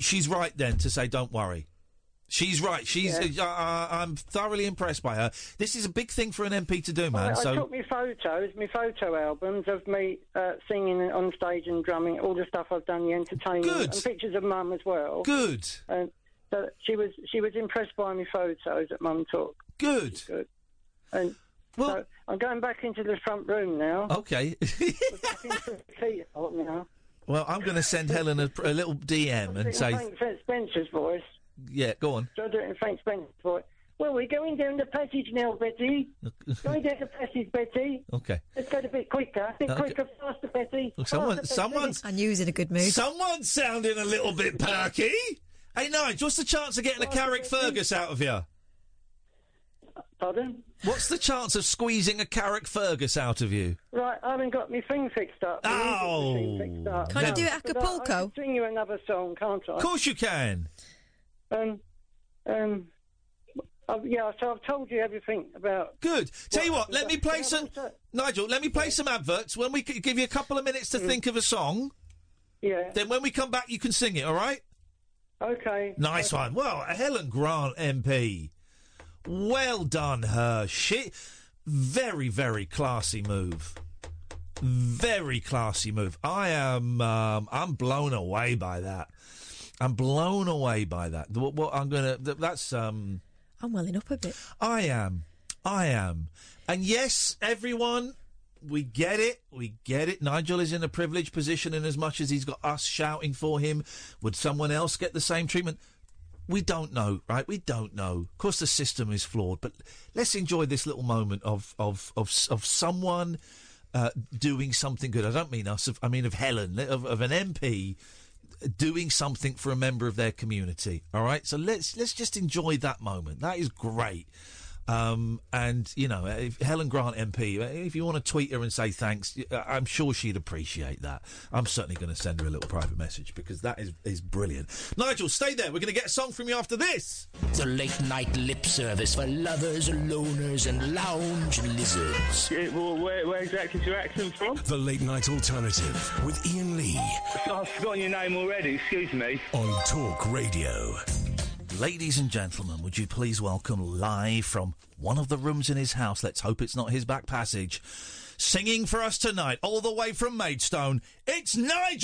she's right then to say, "Don't worry." She's right. She's.
Yeah.
Uh, I- I'm thoroughly impressed by her. This is a big thing for an MP to do,
Oh,
man.
I,
so
I took my photos, my photo albums of me uh, singing on stage and drumming, all the stuff I've done, the entertainment,
Good.
and pictures of Mum as well.
Good.
And so she was she was impressed by my photos that Mum took.
Good.
Good. And well, so I'm going back into the front room now.
okay.
Back into the keyhole now.
well, I'm going to send Helen a, a little DM and say,
Frank Spencer's voice.
yeah, go on.
So I do it in Frank Spencer's voice. Well, we're going down the passage now, Betty. going down the passage, Betty.
Okay.
Let's go a bit quicker. A bit
Okay.
quicker, faster, Betty.
Oh,
Look, someone, someone's.
I knew he was in a good mood.
Someone's sounding a little bit perky. Hey, Nige, what's the chance of getting a Carrick Fergus out of you?
Pardon?
What's the chance of squeezing a Carrick Fergus out of you?
Right, I haven't got my thing fixed up. My music
Oh.
machine Fixed up.
Can't you do it
But I- I
Acapulco?
can sing you another song, can't I?
Of course you can.
Um, um, I've, yeah, so I've told you everything about.
Good. Tell you what, let me play some. Nigel, let me play some adverts. When we c- give you a couple of minutes to think of a song,
Mm. Yeah.
then when we come back, you can sing it. All right?
Okay.
Nice one. Well, Helen Grant MP. Well done, her. She very, very classy move. Very classy move. I am. Um, I'm blown away by that. I'm blown away by that. What, what I'm gonna. th- That's. Um,
I'm welling up a bit.
I am. I am. And yes, everyone, we get it. We get it. Nigel is in a privileged position, and as much as he's got us shouting for him, would someone else get the same treatment? We don't know, right? We don't know. Of course, the system is flawed, but let's enjoy this little moment of of of s- of someone uh, doing something good. I don't mean us. Of, I mean of Helen, of, of an MP doing something for a member of their community. All right, so let's let's just enjoy that moment. That is great. Um, and you know, if Helen Grant MP, if you want to tweet her and say thanks, y- uh, I'm sure she'd appreciate that. I'm certainly going to send her a little private message because that is is brilliant. Nigel, stay there. We're going to get a song from you after this.
The late night lip service for lovers, loners, and lounge lizards.
well, where, where exactly is your accent from?
The Late Night Alternative with Ian Lee
I've forgotten your name already, excuse me.
on Talk Radio.
Ladies and gentlemen, would you please welcome live from one of the rooms in his house? Let's hope it's not his back passage. Singing for us tonight, all the way from Maidstone, it's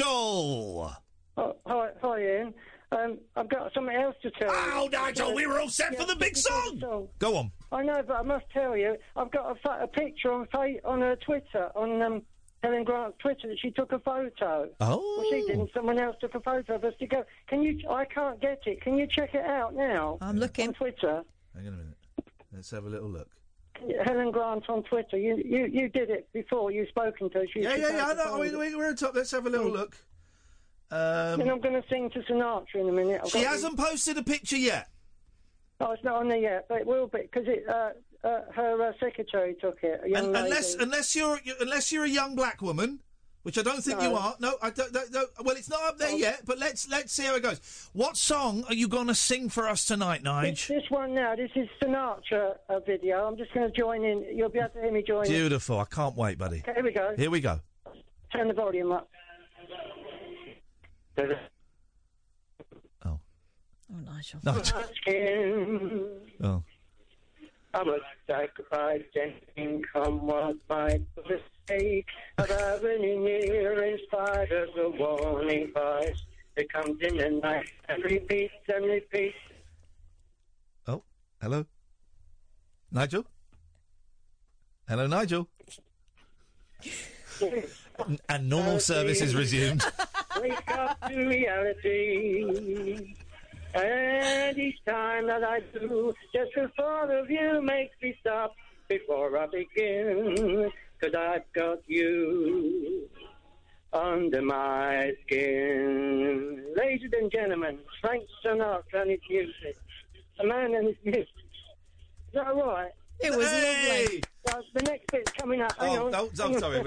Nigel!
Oh, hi, hi, Ian. Um, I've got something else to tell you.
Oh, Nigel, we were all set for the big
song.
Go on.
I know, but I must tell you, I've got a, pho- a picture on fa- on her Twitter, on um, Helen Grant's Twitter, that she took a photo.
Oh.
Well, she didn't. Someone else took a photo of us to go. Can you? I can't get it. Can you check it out now? I'm looking. On Twitter.
Hang on a minute. Let's have a little look.
Helen Grant on Twitter. You you, you did it before. You've spoken to her. She,
Yeah,
she
yeah,
found
yeah. I
the
know.
phone.
We, we, we're on top. Let's have a little look. Um,
Then I'm going to sing to Sinatra in a minute. I've
she
got
hasn't posted a picture yet.
The, oh, it's not on there yet, but it will be because it. Uh, uh, her uh, secretary took it. A young
Un-
lady.
unless, unless you're, you unless you're a young black woman, which I don't think you
No.
are. No, I don't, don't, don't- Well, it's not up there yet. But let's let's see how it goes. What song are you going to sing for us tonight, Nige?
This one now, this is Sinatra uh, video. I'm just going to join in. You'll be able to hear me join in.
Beautiful. I can't wait, buddy.
Okay, here we go.
Here we go.
Turn the volume up.
Oh, Nigel.
No.
Skin.
Oh.
I'm a sacrifice and come was my mistake. But I've been in here in spite of the warning voice. It comes in the night and repeats and repeats.
Oh, hello, Nigel. Hello, Nigel. and normal service is resumed.
Wake up to reality. And each time that I do, just the thought of you makes me stop before I begin. Cause I've got you under my skin. Ladies and gentlemen, Frank Sinatra and his music. A man and his music. Is that all right?
It was
Hey! lovely.
Well, the next bit's coming up. Hang
Oh,
on.
no, I'm sorry, uh,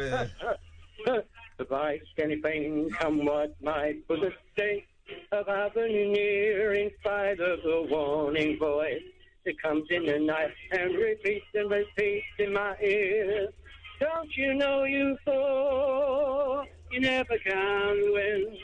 we're-
Device anything come what might for the sake of having near in spite of the warning voice that comes in the night and repeats and repeats in my ear. Don't you know you fall? You never can win.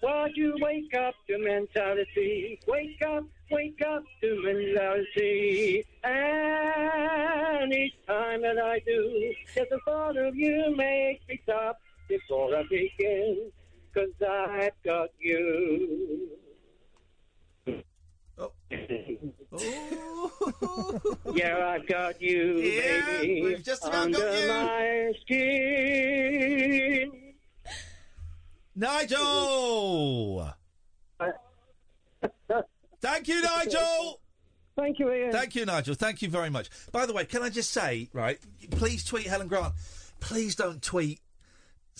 Why'd you wake up to mentality? Wake up, wake up to mentality. And each time that I do, just the thought of you makes me stop before I begin. Cause I've got you.
Oh.
yeah, I've got you,
Yeah,
baby.
we've just about
under
got you.
my skin.
Nigel! Thank you, Nigel!
Thank you, Ian.
Thank you, Nigel. Thank you very much. By the way, can I just say, right, please tweet Helen Grant. Please don't tweet.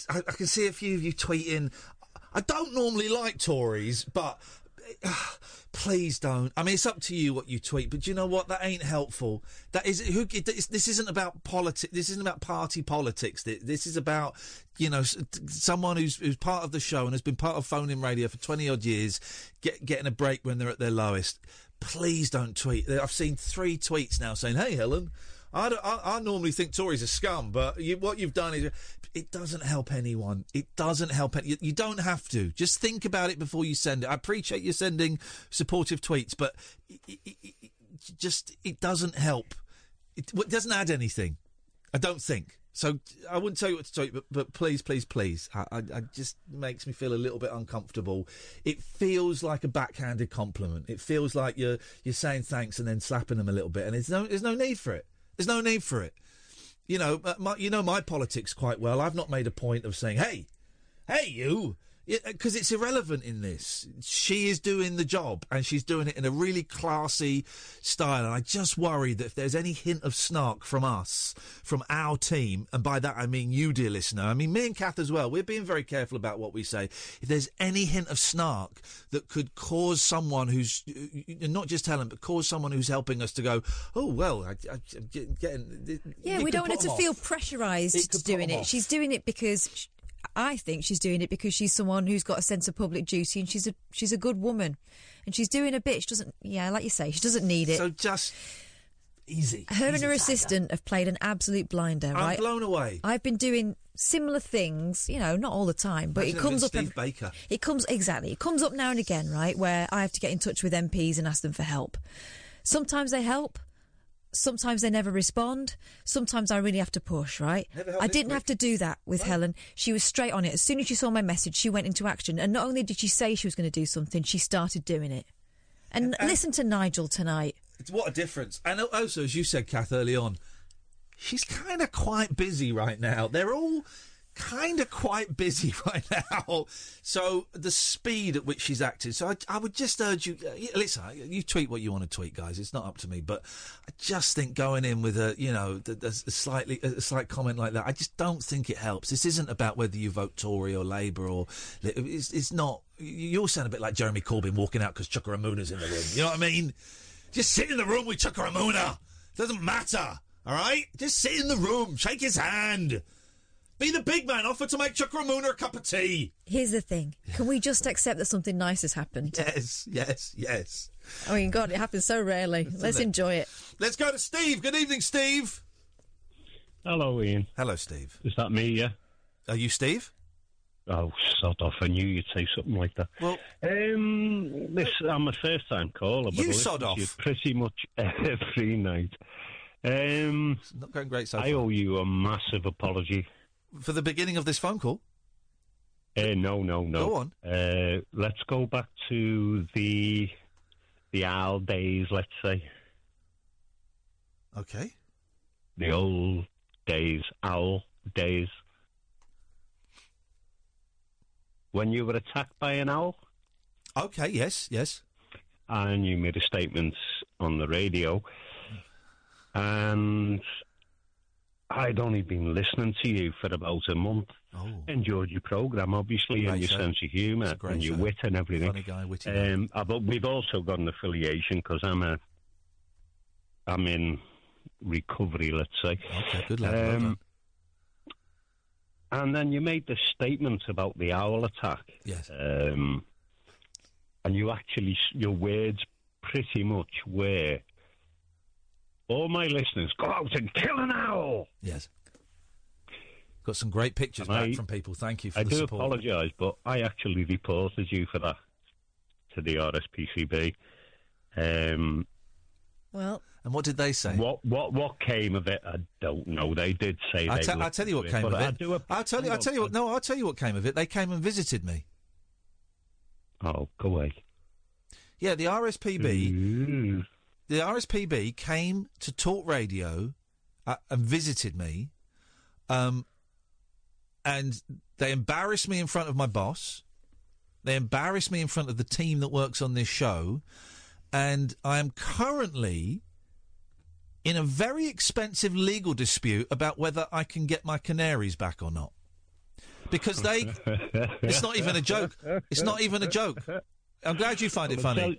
I, I can see a few of you tweeting. I don't normally like Tories, but please don't. I mean, it's up to you what you tweet, but do you know what? That ain't helpful. That is who. It, it's- this isn't about politics. This isn't about party politics. Thi- This is about you know s- t- someone who's who's part of the show and has been part of phone in radio for twenty odd years, get, getting a break when they're at their lowest. Please don't tweet. I've seen three tweets now saying, "Hey, Helen." I, don't- I, I normally think Tories are scum, but you, what you've done is it doesn't help anyone. It doesn't help. Any, you, you don't have to. Just think about it before you send it. I appreciate you sending supportive tweets, but i i i- i- just it doesn't help. It, well, it doesn't add anything. I don't think. So I wouldn't tell you what to tweet, but, but please, please, please. I, I, I just makes me feel a little bit uncomfortable. It feels like a backhanded compliment. It feels like you're you're saying thanks and then slapping them a little bit, and there's no there's no need for it. There's no need for it. You know, uh, my, you know my politics quite well. I've not made a point of saying, "Hey, hey, you," because it's irrelevant in this. She is doing the job, and she's doing it in a really classy style. And I just worry that if there's any hint of snark from us, from our team, and by that I mean you, dear listener, I mean me and Kath as well. We're being very careful about what we say. If there's any hint of snark that could cause someone who's not just Helen, but cause someone who's helping us to go, "Oh well, I, I, I'm getting." getting-
Yeah,
it
we
could
don't want
put
her to
them off."
feel pressurised to doing
them
it.
off.
She's doing it because sh I think she's doing it because she's someone who's got a sense of public duty and she's a she's a good woman, and she's doing a bit. She doesn't. Yeah, like you say, she doesn't need it.
So just easy.
Her and
easy
her
as that.
assistant have played an absolute blinder.
I'm
right?
blown away.
I've been doing similar things, you know, not all the time, but
Imagine
it comes
been
up.
Steve
every-
Baker.
It comes exactly. It comes up now and again, right? Where I have to get in touch with MPs and ask them for help. Sometimes they help. Sometimes they never respond. Sometimes I really have to push, right?
Never helped
I
this
didn't
week.
have to do that with Helen. She was straight on it. As soon as she saw my message, she went into action. And not only did she say she was going to do something, she started doing it. And, listen to Nigel tonight.
It's- What a difference. And al- also, as you said, Kath, early on, she's kind of quite busy right now. They're all kind of quite busy right now. So the speed at which she's acting. So I, I would just urge you, uh, y- listen, I- you tweet what you want to tweet, guys. It's not up to me. But I just think going in with a, you know, th- there's a, slightly, a slight comment like that, I just don't think it helps. This isn't about whether you vote Tory or Labour or, li- it's, it's not, y- you all sound a bit like Jeremy Corbyn walking out because Chucker Ramuna's in the room. You know what I mean? Just sit in the room with Chukaramuna. Doesn't matter. All right? Just sit in the room. Shake his hand. Be the big man. Offer to make Chukaramuna a cup of tea.
Here's the thing. Can we just accept that something nice has happened?
Yes, yes, yes.
I mean, God, it happens so rarely. Let's
it?
enjoy it.
Let's go to Steve. Good evening, Steve.
Hello, Ian.
Hello, Steve.
Is that me, yeah?
Are you Steve?
Oh, sod off. I knew you'd say something like that.
Well,
um, this I'm a first time caller. but
You
I listen
sod
to
off.
you Pretty much every night. Um,
not going great so
I owe you a massive apology.
For the beginning of this phone call?
Uh, no, no, no.
Go on.
Uh, let's go back to the the owl days, let's say.
Okay.
The old days, owl days. When you were attacked by an owl?
Okay, yes, yes.
And you made a statement on the radio. And I'd only been listening to you for about a month. Enjoyed your programme, obviously, and your
Oh. show.
sense of humour,
great
and your
show.
wit and everything.
Funny guy, witty guy.
Um, I've, al- we've also got an affiliation because I'm a, I'm in recovery, let's say. Um,
Okay, good lad. well done.
and then you made this statement about the owl attack.
Yes.
Um, and you actually, s- your words pretty much were, all my listeners, go out and kill an owl.
Yes. Got some great pictures
And
back
I-
from people. Thank you for
I
the
do
support.
apologise, but I actually reported you for that to the RSPCB. Um,
Well,
and what did they say?
What what what came of it? I don't know. They did say.
I,
they
te- I
looked
tell you what
into
came
but
of
I
it.
do ap-
I'll tell you. I
hang
tell you what. No, I'll tell you what came of it. They came and visited me.
Oh, go away.
Yeah, the RSPB. The RSPB came to Talk Radio uh, and visited me, um, and they embarrassed me in front of my boss. They embarrassed me in front of the team that works on this show, and I am currently in a very expensive legal dispute about whether I can get my canaries back or not. Because they, it's not even a joke. It's not even a joke. I'm glad you find it
I'll
funny.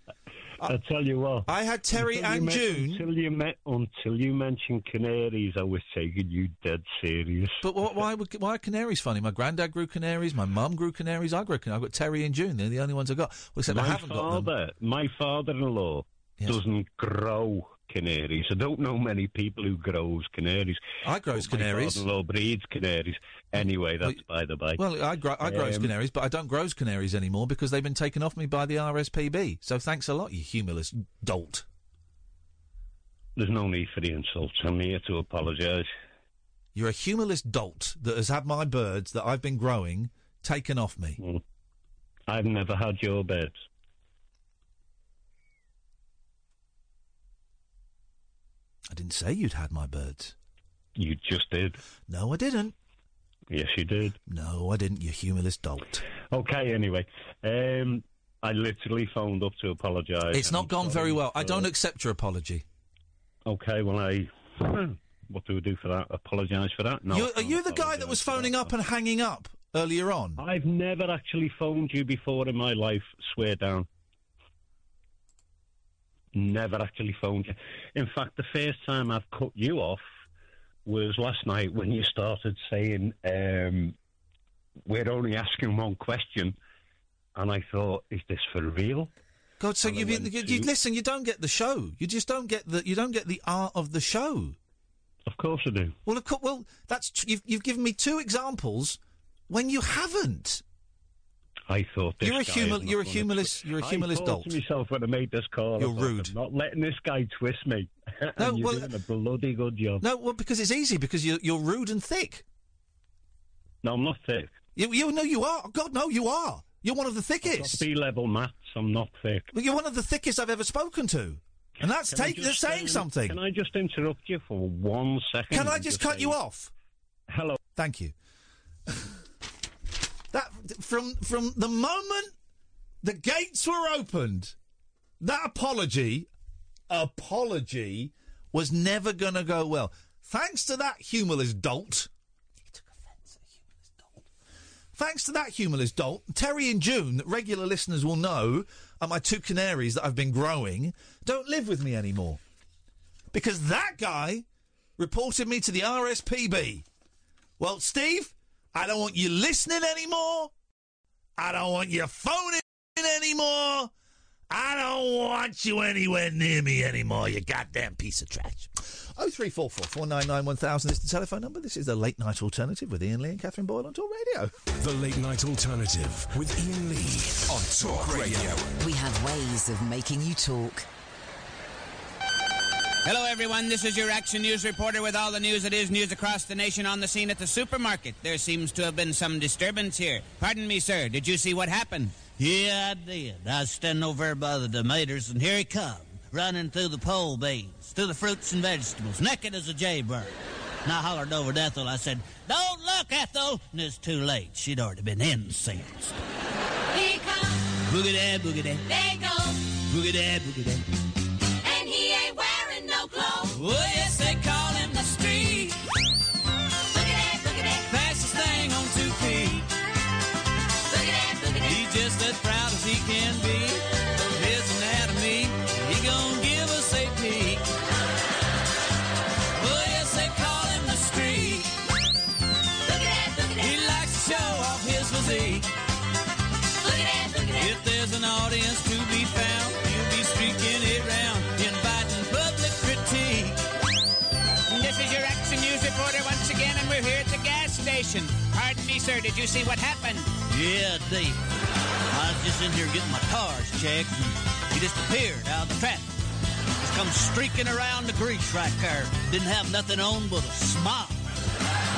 I tell you what.
I had Terry
until you
and
men-
June.
Until you met, until you mentioned canaries, I was taking you dead serious.
But wh- why would, why are canaries funny? My granddad grew canaries. My mum grew canaries. I grew canaries. I've got Terry and June. They're the only ones I got. Well, except
my
I haven't got them.
father, my father-in-law doesn't grow canaries. I don't know many people who grows canaries.
I grows
My
canaries. Mm.
father-in-law breeds canaries. Anyway, that's by the by.
Well, I grow I grows
Um,
canaries, but I don't grows canaries anymore because they've been taken off me by the RSPB. So thanks a lot, you humorless dolt.
There's no need for the insults. I'm here to apologise.
You're a humorless dolt that has had my birds that I've been growing taken off me.
Mm. I've never had your birds.
I didn't say you'd had my birds.
You just did.
No, I didn't.
Yes, you did.
No, I didn't. You humorless dolt.
Okay, anyway. Um, I literally phoned up to apologise.
it's not
I'm
gone
sorry
very well. I
for-
don't accept your apology.
Okay, well, I. What do we do for that? Apologise for that? No.
you, are you the guy that was phoning up and hanging up earlier on?
I've never actually phoned you before in my life, swear down. Never actually phoned you. In fact, the first time I've cut you off was last night when you started saying, um, We're only asking one question. And I thought, Is this for real?
God, so you've, you, you, listen. You don't get the show. You just don't get the. You don't get the art of the show.
Of course, I do.
Well, of course. Well, that's tr- you've you've given me two examples when you haven't.
I thought this
You're a
guy
humor-
is not
you're a
gonna
humorless-
twi-
you're a
I
humorless
thought
dolt.
To myself when I made this call, I
You're
thought,
rude.
I'm not letting this guy twist me. And
No,
you're
well-
doing a bloody good job.
No, well, because it's easy because you're you're rude and thick.
No, I'm not thick.
You you no, you are. God, no, you are. You're one of the thickest.
B level maths. I'm not thick.
Well, you're one of the thickest I've ever spoken to, and that's
Can I
take,
just,
that's saying
um,
something.
Can I just interrupt you for one second?
Can I
and
just cut
say-
you off?
Hello.
Thank you. that from from the moment the gates were opened, that apology apology was never going to go well. Thanks to that humorless dolt. Thanks to that humorless dolt, Terry and June, that regular listeners will know, are my two canaries that I've been growing, don't live with me anymore. Because that guy reported me to the RSPB. Well, Steve, I don't want you listening anymore. I don't want you phoning anymore. I don't want you anywhere near me anymore, you goddamn piece of trash. Oh, 0344 499 1000 is the telephone number. This is the late night alternative with Ian Lee and Catherine Boyle on Talk Radio.
The Late Night Alternative with Ian Lee on Talk Radio.
We have ways of making you talk.
Hello, everyone. This is your Action News reporter with all the news that is news across the nation on the scene at the supermarket. There seems to have been some disturbance here. Pardon me, sir. Did you see what happened?
Yeah, I did. I was standing over there by the tomatoes, and here he come, running through the pole beans, through the fruits and vegetables, naked as a jaybird. And I hollered over to Ethel. I said, "Don't look, Ethel!" And it's too late. She'd already been incensed.
He comes,
Boogie da, boogie da,
they go,
boogie da, boogie da.
and he ain't wearing no clothes.
Oh, yes, they call him the street.
Look at that, look at that,
Fastest thing on two feet.
look at that, look at that.
He's just as proud as he can be. His anatomy, he gonna give us a peek. Oh, yes, they call him the street.
Look at that, look at
He likes to show off his physique.
that, look at that, look at that.
If there's an audience to be found, he'll be streaking it round, inviting public critique. This is your Action News reporter once again, and we're here at the gas station. me, sir. Did you see what happened?
Yeah, deep. I was just in here getting my cars checked, and he just appeared out of the traffic. Just come streaking around the grease right there. Didn't have nothing on but a smile.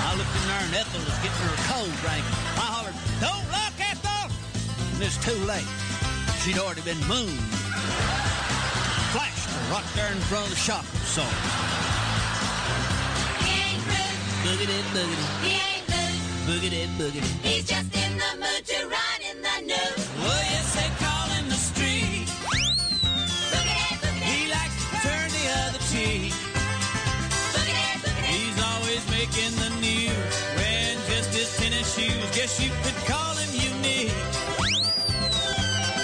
I looked in there, and Ethel was getting her cold drink. I hollered, "Don't look, Ethel!" And it's too late. She'd already been mooned. Flashed her right there in front of the shop. So. Look at it, look at it.
He ain't blue.
Look at it, look at it.
He's just in the mood to run in the news.
Well, Oh, yes, they call him the street.
Look at that, look at
He likes to turn the other cheek.
Look at that, look at
He's always making the news. Wearing just his tennis shoes. Guess you could call him unique.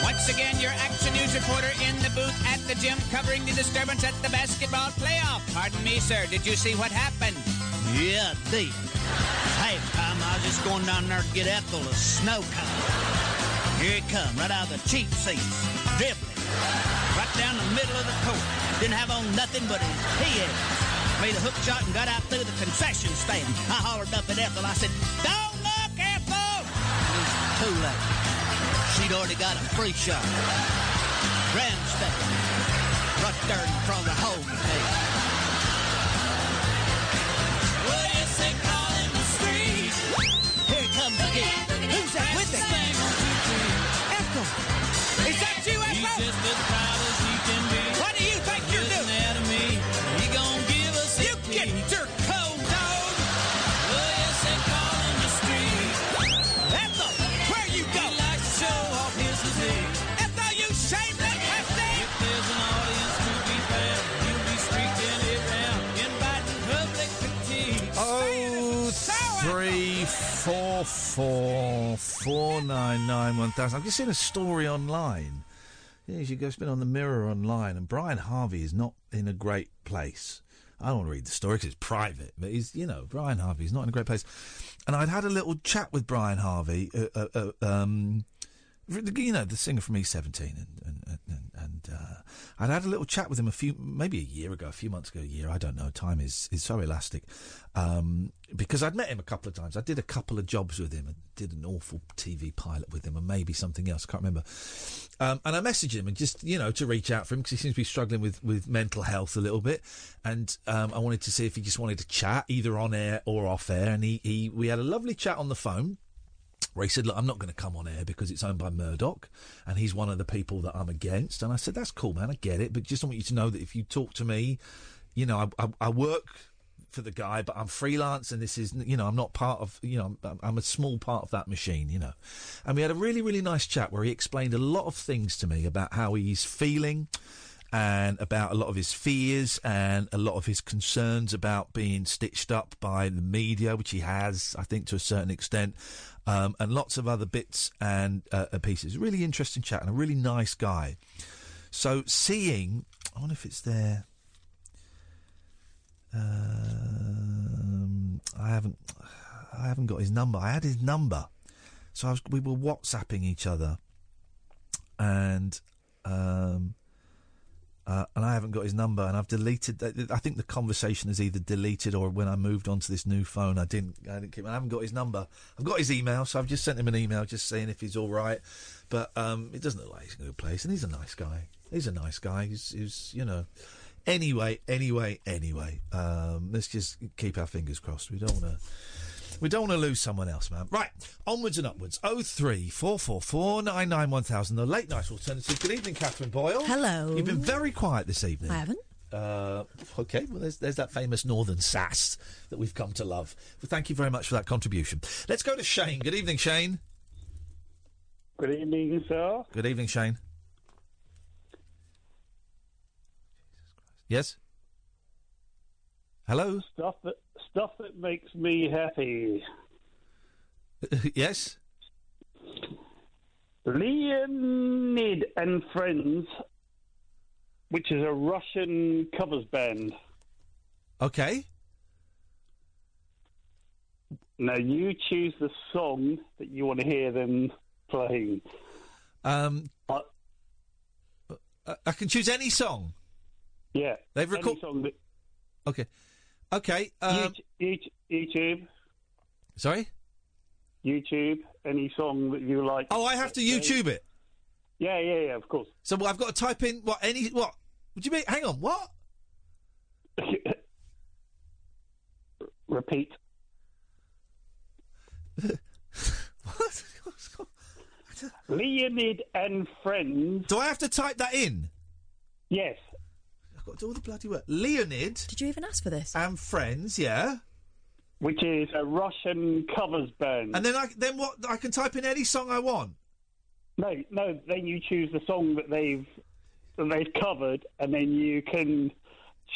Once again, your action news reporter in the booth at the gym covering the disturbance at the basketball playoff. Pardon me, sir. Did you see what happened?
Yeah, deep. Hey, time I was just going down there to get Ethel a snow cone. Here he come, right out of the cheap seats, dribbling, right down the middle of the court. Didn't have on nothing but his heels. Made a hook shot and got out through the concession stand. I hollered up at Ethel. I said, "Don't look, Ethel!" It was too late. She'd already got a free shot. Grand step, right there in front of the home team. What is they calling the street? Here it comes again. Who's that with it? Ethel.
Is that you, Ethel?
He's just as proud as he can be.
What do you think you're
Listen
doing?
out of me. He gonna give us a
You get your cold dog.
Well, yes, they call him the street.
Ethel, where you go?
He likes to show off his physique.
Ethel, you shameless hussy!
If there's an audience to be found, he'll be streaking it round, inviting public critique.
Oh, three, four, four, four, nine, nine, one thousand. I've just seen a story online. Yeah, you should go spin on the mirror online. And Brian Harvey is not in a great place. I don't want to read the story because it's private, but he's, you know, Brian Harvey's not in a great place. And I'd had a little chat with Brian Harvey, uh, uh, uh, um, you know, the singer from E17 and, and, and, and, and uh, I'd had a little chat with him a few, maybe a year ago, a few months ago, a year, I don't know. Time is, is so elastic. Um, because I'd met him a couple of times. I did a couple of jobs with him. I did an awful TV pilot with him and maybe something else. I can't remember. Um, and I messaged him and just, you know, to reach out for him because he seems to be struggling with, with mental health a little bit. And um, I wanted to see if he just wanted to chat either on air or off air. And he, he we had a lovely chat on the phone where he said, Look, I'm not going to come on air because it's owned by Murdoch and he's one of the people that I'm against. And I said, That's cool, man. I get it. But just want you to know that if you talk to me, you know, I, I, I work for the guy, but I'm freelance and this is, you know, I'm not part of, you know, I'm, I'm a small part of that machine, you know. And we had a really, really nice chat where he explained a lot of things to me about how he's feeling and about a lot of his fears and a lot of his concerns about being stitched up by the media, which he has, I think, to a certain extent, um, and lots of other bits and uh, and pieces. Really interesting chat and a really nice guy. So seeing, I wonder if it's there. Um, I haven't, I haven't got his number. I had his number, so I was, we were WhatsApping each other, and um, uh, and I haven't got his number, and I've deleted. I I think the conversation is either deleted or when I moved on to this new phone, I didn't. I didn't keep. I haven't got his number. I've got his email, so I've just sent him an email just saying if he's all right. But um, it doesn't look like he's in a good place, and he's a nice guy. He's a nice guy. He's, he's you know. Anyway, anyway, anyway. Um, let's just keep our fingers crossed. We don't want to. We don't want to lose someone else, man. Right, onwards and upwards. Oh three four four four nine nine one thousand. The late night alternative. Good evening, Catherine Boyle.
Hello.
You've been very quiet this evening.
I haven't.
Uh, okay, well, there's, there's that famous northern sass that we've come to love. Well, thank you very much for that contribution. Let's go to Shane. Good evening, Shane.
Good evening, sir.
Good evening, Shane. Yes? Hello?
Stuff that stuff that makes me happy.
yes?
Leonid and Friends, which is a Russian covers band.
Okay.
Now you choose the song that you want to hear them playing.
Um, I, I can choose any song.
Yeah,
They've
any
record-
song that
Okay. Okay. Um,
YouTube, YouTube,
Sorry?
YouTube any song that you like.
Oh, I have to YouTube it.
Yeah, yeah, yeah. Of course.
So what, I've got to type in what any what? What do you mean? Hang on, what?
Repeat. Leonid and friends.
Do I have to type that in?
Yes.
I've got to do all the bloody work. Leonid. Did
you even ask for this?
And friends, yeah.
Which is a Russian covers band.
And then I then what? I can type in any song I want.
No, no. Then you choose the song that they've that they've covered, and then you can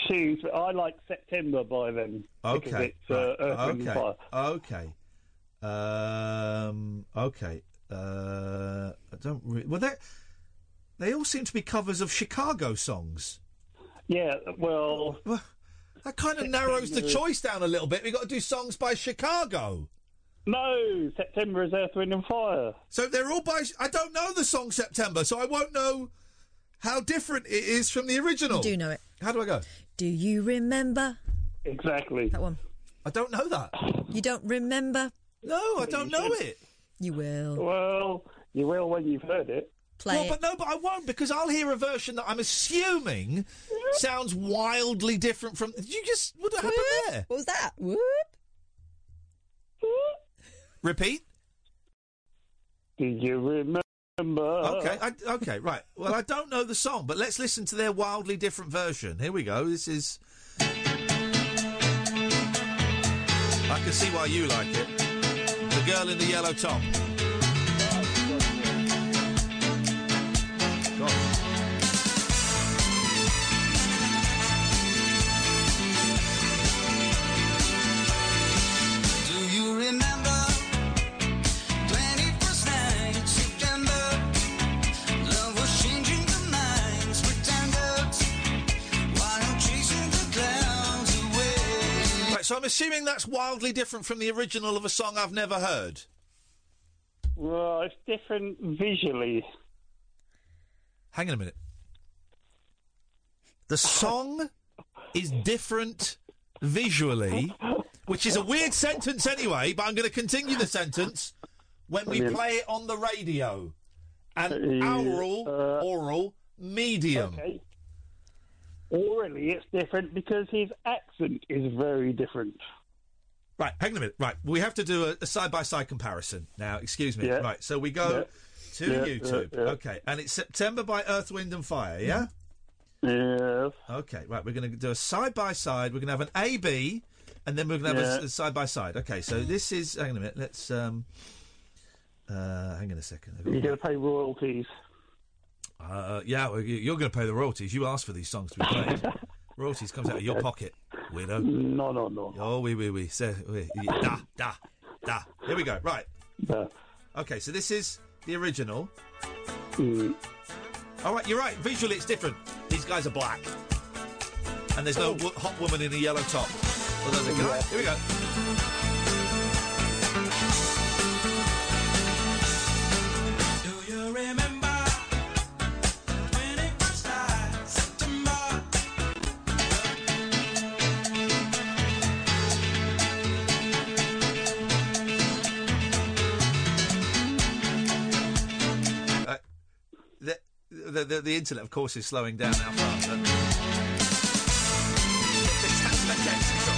choose. I like September by them. because
Okay.
it's, uh,
right,
Earth, Wind and
okay.
Fire.
Okay. Um. Okay. Uh. I don't. Re- well, they they all seem to be covers of Chicago songs.
Yeah. Well.
That kind of narrows the
September-
choice down a little bit. We've got to do songs by Chicago.
No, September is Earth, Wind and Fire.
So they're all by. I don't know the song September, so I won't know how different it is from the original.
You do know it.
How do I go?
Do you remember?
Exactly.
That one.
I don't know that.
You don't remember?
No, I don't know it.
You will.
Well, you will when you've heard it.
Play
well, but no, but I won't because I'll hear a version that I'm assuming sounds wildly different from. Did you just what happened there?
What was that? Whoop.
Repeat.
Do you remember?
Okay, I, okay, right. Well, I don't know the song, but let's listen to their wildly different version. Here we go. This is. I can see why you like it. The girl in the yellow top.
Do you remember 21st night in September? Love was changing the minds, pretenders, while chasing the clouds away.
Right, so I'm assuming that's wildly different from the original of a song I've never heard.
Well, it's different visually.
Hang on a minute. The song is different visually, which is a weird sentence anyway, but I'm going to continue the sentence when we
Brilliant.
play it on the radio. An
Uh,
oral, oral medium.
Okay. Orally, it's different because his accent is very different.
Right, hang on a minute. Right, we have to do a- a side by side comparison now. Excuse me.
Yeah.
Right, so we go
Yeah.
to
Yeah,
YouTube.
yeah, yeah.
Okay, and it's September by Earth, Wind, and Fire, yeah?
Yes.
Okay, right, we're going to do a side by side. We're going to have an A B, and then we're going to have
Yeah.
a side by side. Okay, so this is. Hang on a minute. Let's. um uh, Hang on a second. I've got-
You're going to pay royalties.
Uh, yeah, well, you- you're going to pay the royalties. You asked for these songs to be played. royalties comes out of your pocket, weirdo.
No, no, no.
Oh, we, we, we. So, we yeah, da, da, da. Here we go. Right. Okay, so this is the original.
Mm.
All right, you're right. Visually, it's different. These guys are black, and there's
Oh.
no w- hot woman in a yellow top. Although there's a guy. Here we go.
Do you remember 21st night, September?
Uh, the, the, the, the internet, of course, is slowing down now fast. but- It sounds like Mexico.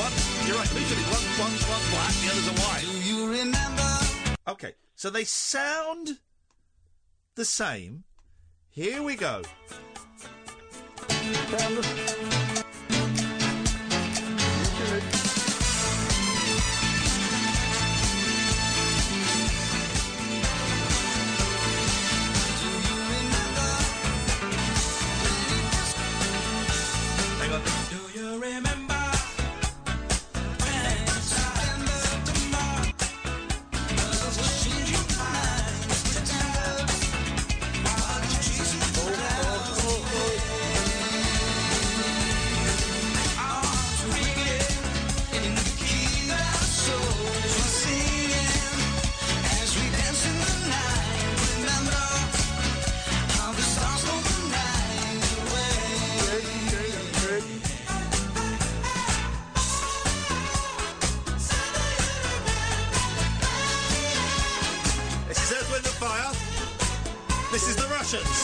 One, you're right. Visually, one, one, one black, the others are white. Do you remember? Okay, so they sound the same. Here we go. Hang on.
Do you remember when September? Love was changing minds, pretenders, while chasing the clouds away.
This is the Russians.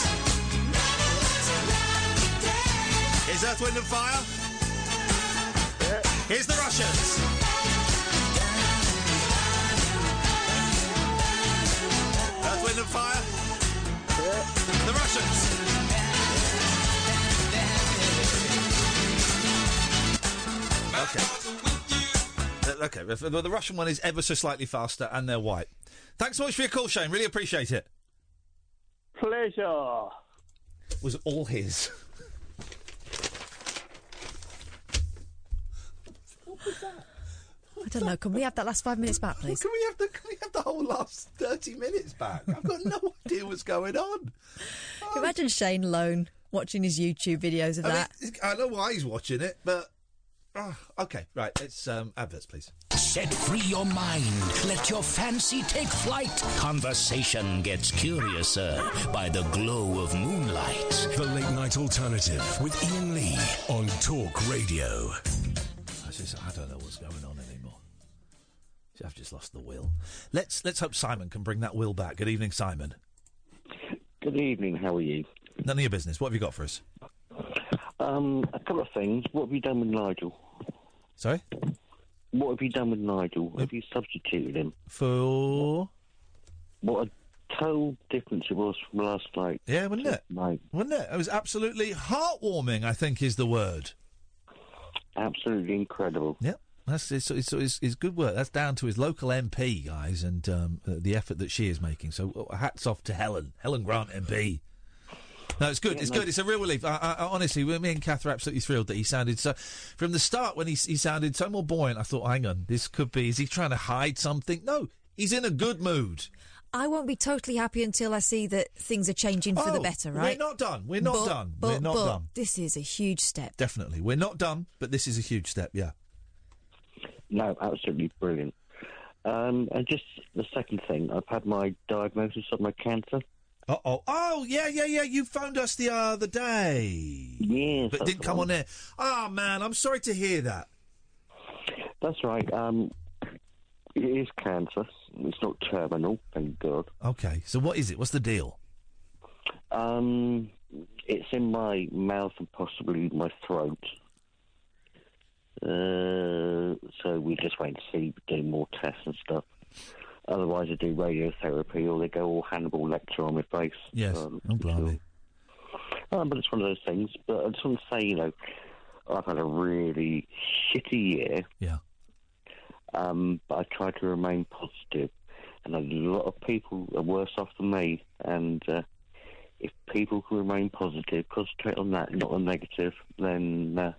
Here's Earth, Wind and Fire. Here's the Russians. Earth, Wind and Fire. The Russians. Okay.
Uh, Okay, the, the- the Russian one is ever so slightly faster, and they're white. Thanks so much for your call, Shane. Really appreciate it.
Pleasure.
Was all his.
I don't know. Can we have that last five minutes back, please?
Can we have the Can we have the whole last thirty minutes back? I've got no idea what's going on.
Imagine Shane Lone watching his YouTube videos of
I, mean,
that.
I know why he's watching it, but ah, okay, right. It's um, adverts, please.
Set free your mind. Let your fancy take flight. Conversation gets curiouser by the glow of moonlight.
The Late Night Alternative with Ian Lee on Talk Radio.
I, just, I don't know what's going on anymore. See, I've just lost the will. Let's let's hope Simon can bring that will back. Good evening, Simon.
Good evening. How are you?
None of your business. What have you got for us?
Um, a couple of things. What have you done with Nigel?
Sorry?
What have you done with Nigel? Have you substituted him?
For
What a total difference it was from last night.
yeah, wasn't it?
Night.
Wasn't it? It was absolutely heartwarming. I think is the word.
Absolutely incredible.
Yep. That's it's, it's, it's, it's good work. That's down to his local MP, guys, and um, uh, the effort that she is making. So uh, hats off to Helen, Helen Grant MP. No, it's good.
Yeah,
it's
no.
good. It's a real relief. I, I, I, honestly, we- me and Kath are absolutely thrilled that he sounded so. From the start, when he, he sounded so more buoyant, I thought, hang on, this could be. Is he trying to hide something? No, he's in a good mood.
I won't be totally happy until I see that things are changing for the
Oh,
better,
we're
right?
not done. We're not
But-
done.
But,
We're not
but
done.
This is a huge step.
Definitely. We're not done, but this is a huge step, yeah.
No, absolutely brilliant. Um, and just the second thing, I've had my diagnosis of my cancer.
Uh oh. Oh yeah, yeah, yeah. You phoned us the other day.
Yes,
but
that's
didn't come
the
on
one.
air. Ah man, I'm sorry to hear that.
That's right. Um, it is cancer. It's not terminal, thank God.
Okay, so what is it? What's the deal?
Um, it's in my mouth and possibly my throat. Uh, so we just wait and see, do more tests and stuff. Otherwise, I do radiotherapy, or they go all Hannibal Lecter on my face.
Yes,
Um,
oh blimey.
um, but it's one of those things. But I just want to say, you know, I've had a really shitty year.
Yeah.
Um, but I try to remain positive, and a lot of people are worse off than me. And uh, if people can remain positive, concentrate on that, not on negative, then uh,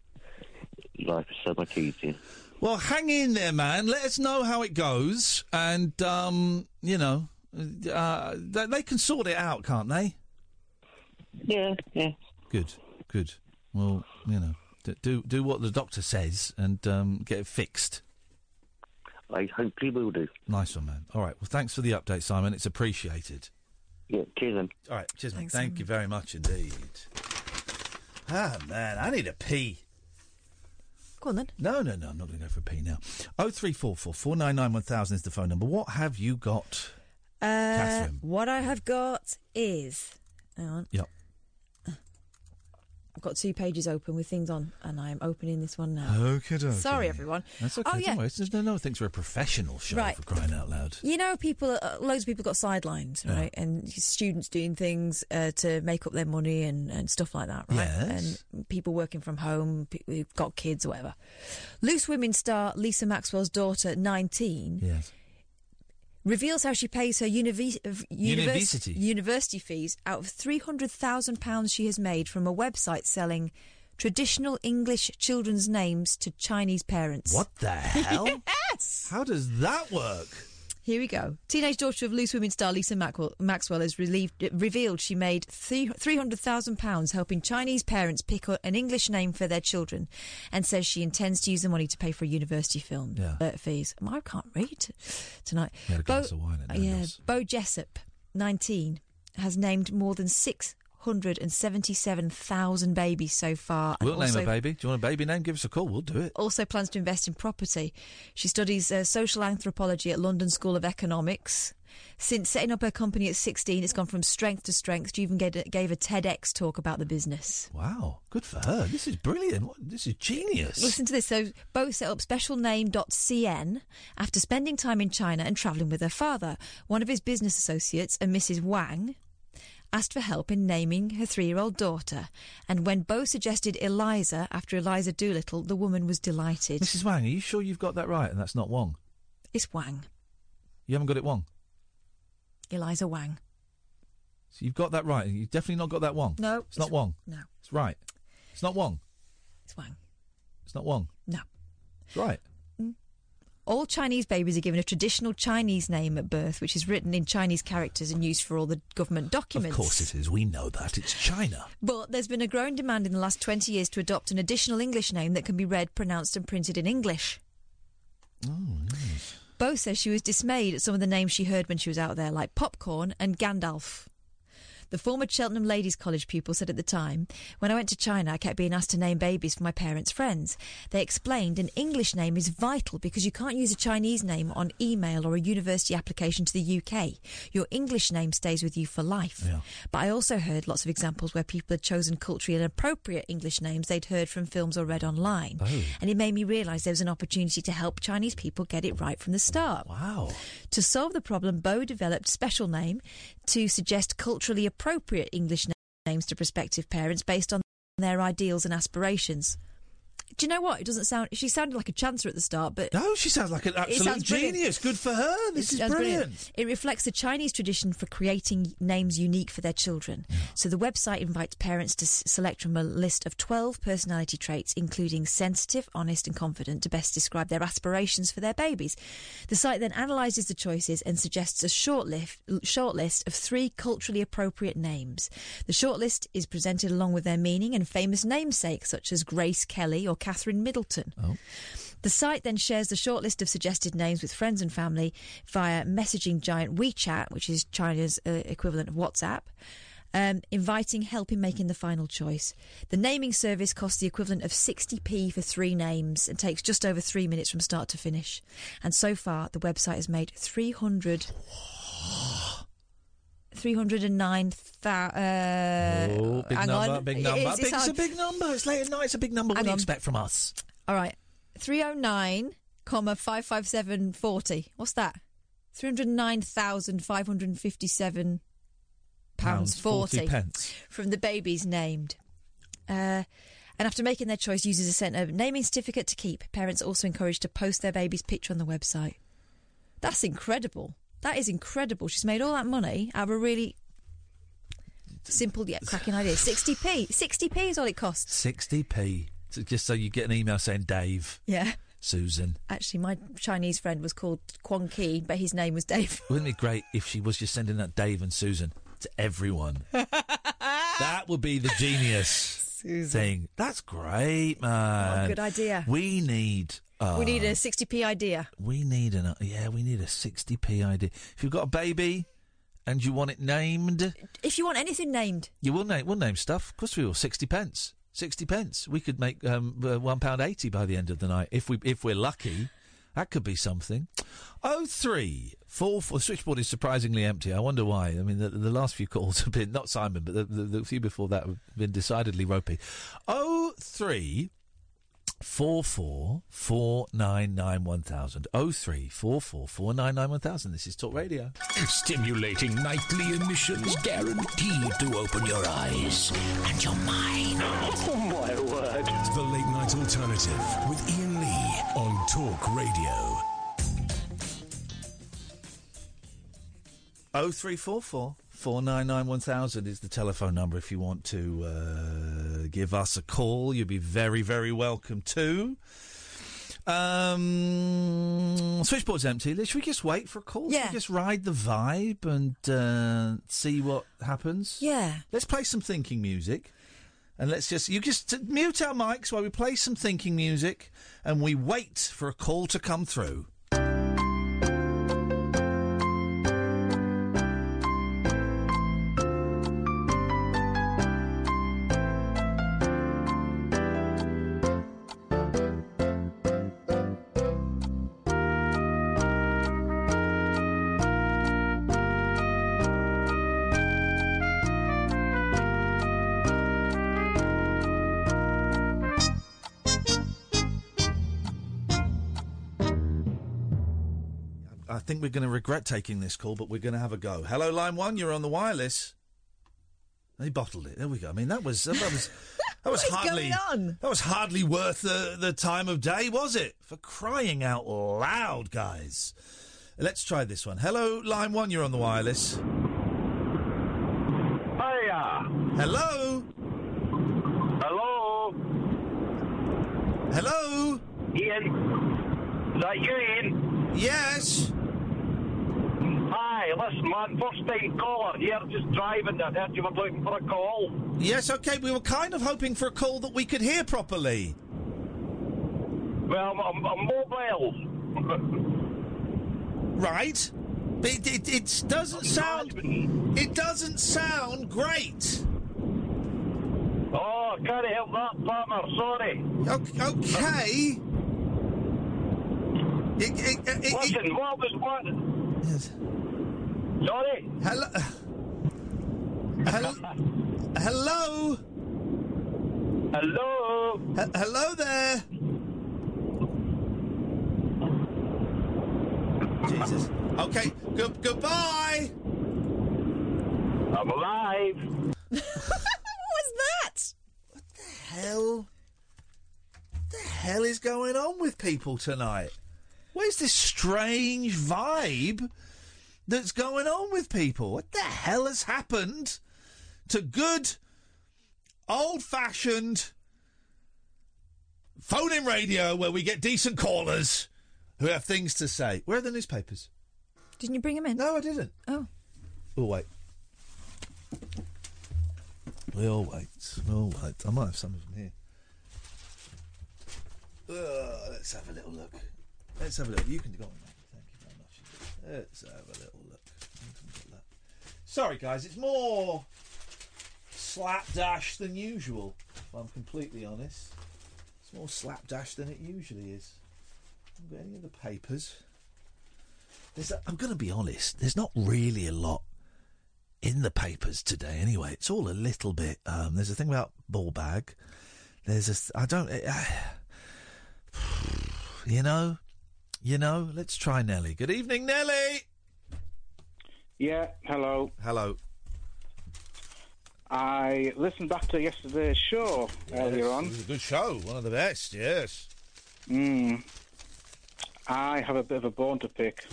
life is so much easier.
Well, hang in there, man. Let us know how it goes, and um, you know, uh, they, they can sort it out, can't they?
Yeah, yeah.
Good, good. Well, you know, d- do do what the doctor says and um, get it fixed.
I hopefully will do.
Nice one, man. All right. Well, thanks for the update, Simon. It's appreciated.
Yeah, cheers then.
All right, cheers, mate.
Thanks,
Thank
Simon.
you very much indeed. Ah, man, I need a pee.
Go on then.
No, no, no, I'm not going to go for a pee now. 0344 499 1000 is the phone number. What have you got?
Uh,
Catherine.
what I have got is. Hang on.
Yep.
I've got two pages open with things on, and I am opening this one now.
Okey-dokey.
Sorry, everyone.
That's okay.
Oh,
don't
yeah.
worry. It's- There's no, no thanks for a professional show
Right.
for crying out loud.
You know, people, uh, loads of people got sidelined, right? And students doing things uh, to make up their money and, and stuff like that, right?
Yes.
And people working from home, pe- who've got kids or whatever. Loose Women star Lisa Maxwell's daughter, 19,
Yes.
reveals how she pays her univi- of univers-
University.
university fees out of £300,000 she has made from a website selling traditional English children's names to Chinese parents.
What the hell?
yes!
How does that work?
Here we go. Teenage daughter of Loose Women star Lisa Maxwell, Maxwell has relieved, revealed she made three- £300,000 helping Chinese parents pick out an English name for their children and says she intends to use the money to pay for university film
Yeah.
uh, fees. I can't read tonight.
We had a glass of wine at
yeah,
Nando's.
Bo Jessup, 19, has named more than 677,000 babies so far. and
We'll name
also-
a baby. Do you want a baby name? Give us a call. We'll do it.
also plans to invest in property. She studies uh, social anthropology at London School of Economics. Since setting up her company at 16, it's gone from strength to strength. She even gave a, gave a TEDx talk about the business.
Wow, good for her. This is brilliant. What, this is genius.
Listen to this. So both set up specialname.cn after spending time in China and travelling with her father. One of his business associates, a Mrs. Wang, asked for help in naming her three-year-old daughter. And when Bo suggested Eliza after Eliza Doolittle, the woman was delighted.
Mrs. Wang, are you sure you've got that right and that's not Wong?
It's Wang,
You haven't got it wrong.
Eliza Wang.
So you've got that right. and You've definitely not got that Wong.
No,
It's not Wong.
No,
It's right. It's not Wong.
it's Wang.
It's not Wong.
No.
It's right.
All Chinese babies are given a traditional Chinese name at birth, which is written in Chinese characters and used for all the government
Of
documents.
course it is. We know that. It's China.
But there's been a growing demand in the last 20 years to adopt an additional English name that can be read, pronounced, and printed in English. Bo says she was dismayed at some of the names she heard when she was out there, like Popcorn and Gandalf. The former Cheltenham Ladies College pupil said at the time, When I went to China, I kept being asked to name babies for my parents' friends. They explained an English name is vital because you can't use a Chinese name on email or a university application to the UK. Your English name stays with you for life. But I also heard lots of examples where people had chosen culturally inappropriate English names they'd heard from films or read online.
Oh.
And it made me realise there was an opportunity to help Chinese people get it right from the start.
Wow.
To solve the problem, Bo developed special name to suggest culturally appropriate English na- names to prospective parents based on their ideals and aspirations. Do you know what? It doesn't sound. She sounded like a chancer at the start, but
No, she sounds like an
It
absolute
sounds brilliant.
genius. Good for her. This
it
is
sounds
brilliant.
It reflects the Chinese tradition for creating names unique for their children. So the website invites parents to s- select from a list of 12 personality traits, including sensitive, honest, and confident, to best describe their aspirations for their babies. The site then analyzes the choices and suggests a short, lif- short list of three culturally appropriate names. The shortlist is presented along with their meaning and famous namesakes such as Grace Kelly or Catherine Middleton. The site then shares the shortlist of suggested names with friends and family via messaging giant WeChat, which is China's uh, equivalent of WhatsApp, um, inviting help in making the final choice. The naming service costs the equivalent of 60p for three names and takes just over three minutes from start to finish. And so far, the website has made 300. 309 uh,
Oh, big
hang
number,
on.
big
It
number.
is,
Big- it's a
hard.
big number. It's late at night. It's a big number. What
Hang
do you
on.
expect from us?
All right. 309, comma 55740. What's that? 309,557 pounds 40
pence.
from the babies named. Uh, and after making their choice, users are sent a naming certificate to keep. Parents are also encouraged to post their baby's picture on the website. That's incredible. That is incredible. She's made all that money out of a really simple yet cracking idea. 60p. 60p is all it costs.
60p. So just so you get an email saying, Dave,
Yeah.
Susan.
Actually, my Chinese friend was called Kwon Ki, but his name was Dave.
Wouldn't it be great if she was just sending that Dave and Susan to everyone? that would be the genius thing. That's great, man.
good idea.
We need. Uh,
we need a 60p idea.
We need an. uh, Yeah, we need a 60p idea. If you've got a baby and you want it named,
If you want anything named,
you will name. We'll name stuff. Of course, we will. Sixty pence. Sixty pence. We could make um, uh, one pound eighty by the end of the night if we if we're lucky. That could be something. Oh three four four. The switchboard is surprisingly empty. I wonder why. I mean, the, the last few calls have been not Simon, but the, the, the few before that have been decidedly ropey. Oh three four four four nine nine one thousand. Oh three four four four nine nine one thousand. This is Talk Radio.
Stimulating nightly emissions guaranteed to open your eyes and your mind. Oh my word.
The Late Night Alternative with Ian Lee on Talk Radio.
Oh three four four four nine nine one thousand is the telephone number if you want to uh, give us a call. You'll be very, very welcome to. Um, switchboard's empty. Should we just wait for a call? Should
Yeah.
we just ride the vibe and uh, see what happens?
Yeah.
Let's play some thinking music. And let's just, you just t- mute our mics while we play some thinking music and we wait for a call to come through. think we're going to regret taking this call, but we're going to have a go. Hello, line one. You're on the wireless. They bottled it. There we go. I mean, that was that was that was
What is
hardly
going on?
that was hardly worth the the time of day, was it? For crying out loud, guys. Let's try this one. Hello, line one. You're on the wireless.
Hiya.
Hello.
Hello.
Hello.
Ian. Is that you, Ian?
Yes.
Hi, listen, man, first time caller here, just driving. I heard you were looking for a call.
Yes. Okay. We were kind of hoping for a call that we could hear properly.
Well, I'm, I'm, I'm mobile.
Right. But it, it, it doesn't sound. It doesn't sound great.
Oh, I can't help that, Palmer, sorry.
Okay.
listen, what was what? Sorry?
Hello? Hello? Hello?
Hello?
hello there. Jesus. Okay. Good. Goodbye.
I'm alive.
what was
hell? What the hell is going on with people tonight? Where's this strange vibe that's going on with people? What the hell has happened to good, old fashioned phone in radio where we get decent callers who have things to say? Where are the newspapers?
Didn't you bring him in?
No, I didn't.
Oh.
We'll wait. We'll wait. We'll wait. I might have some of them here. Uh, let's have a little look. Let's have a look. You can go on, mate. Thank you very much. Let's have a little look. Sorry, guys. It's more slapdash than usual, if I'm completely honest. It's more slapdash than it usually is. Haven't got any of the papers. There's a, I'm going to be honest. There's not really a lot in the papers today. Anyway, it's all a little bit. Um, there's a thing about ball bag. There's a. th- I don't. eh, you know. You know. Let's try Nelly. Good evening, Nelly.
Yeah, hello.
Hello.
I listened back to yesterday's show earlier on.
It was a good show. One of the best. Yes.
Mm. I have a bit of a bone to pick.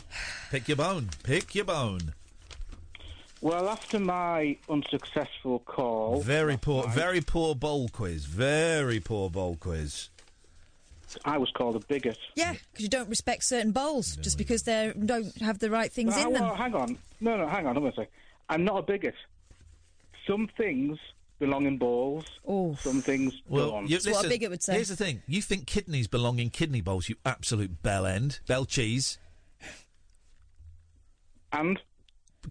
Pick your bone. Pick your bone.
Well, after my unsuccessful call,
Very poor. Very poor bowl quiz. Very poor bowl quiz.
I was called a bigot.
Yeah, because you don't respect certain bowls just because they don't have the right things
Well,
in them.
Ah, well, hang on. No, no, hang on. I'm going to say, I'm not a bigot. Some things belong in bowls. Some things
Well,
don't.
you, listen, Here's the thing: you think kidneys belong in kidney bowls? You absolute bell end, bell cheese.
And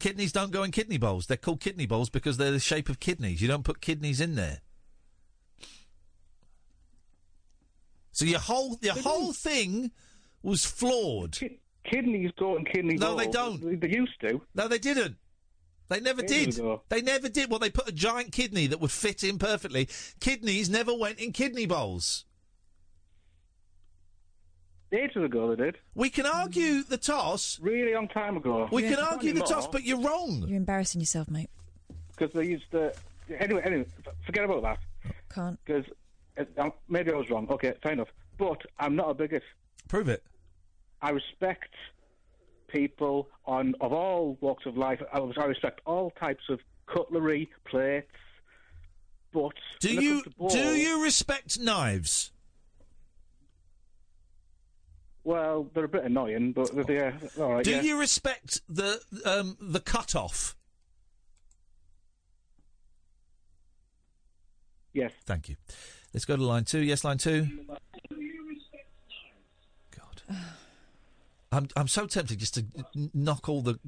kidneys don't go in kidney bowls. They're called kidney bowls because they're the shape of kidneys. You don't put kidneys in there. So your whole your whole thing was flawed.
Kidneys go in kidney
no, they
bowls.
don't.
They used to.
No, they didn't. They never
Years
did.
ago.
They never did. Well, they put a giant kidney that would fit in perfectly. Kidneys never went in kidney bowls.
Ages ago, they did.
We can argue the toss.
Really long time ago.
We can argue the toss, but you're wrong.
You're embarrassing yourself, mate.
because they used the anyway. Anyway, f- forget about that.
Can't.
Because maybe I was wrong. Okay, fair enough. But I'm not a bigot.
Prove it.
I respect people on of all walks of life. I, I respect all types of cutlery, plates. But
Do
when it
you
comes to balls-
do you respect knives?
Well, they're a bit annoying, but yeah, all right.
do
yeah.
you respect the um, the cut off?
Yes.
Thank you. Let's go to line two. Yes, line two. I'm I'm so tempted just to n- knock all the.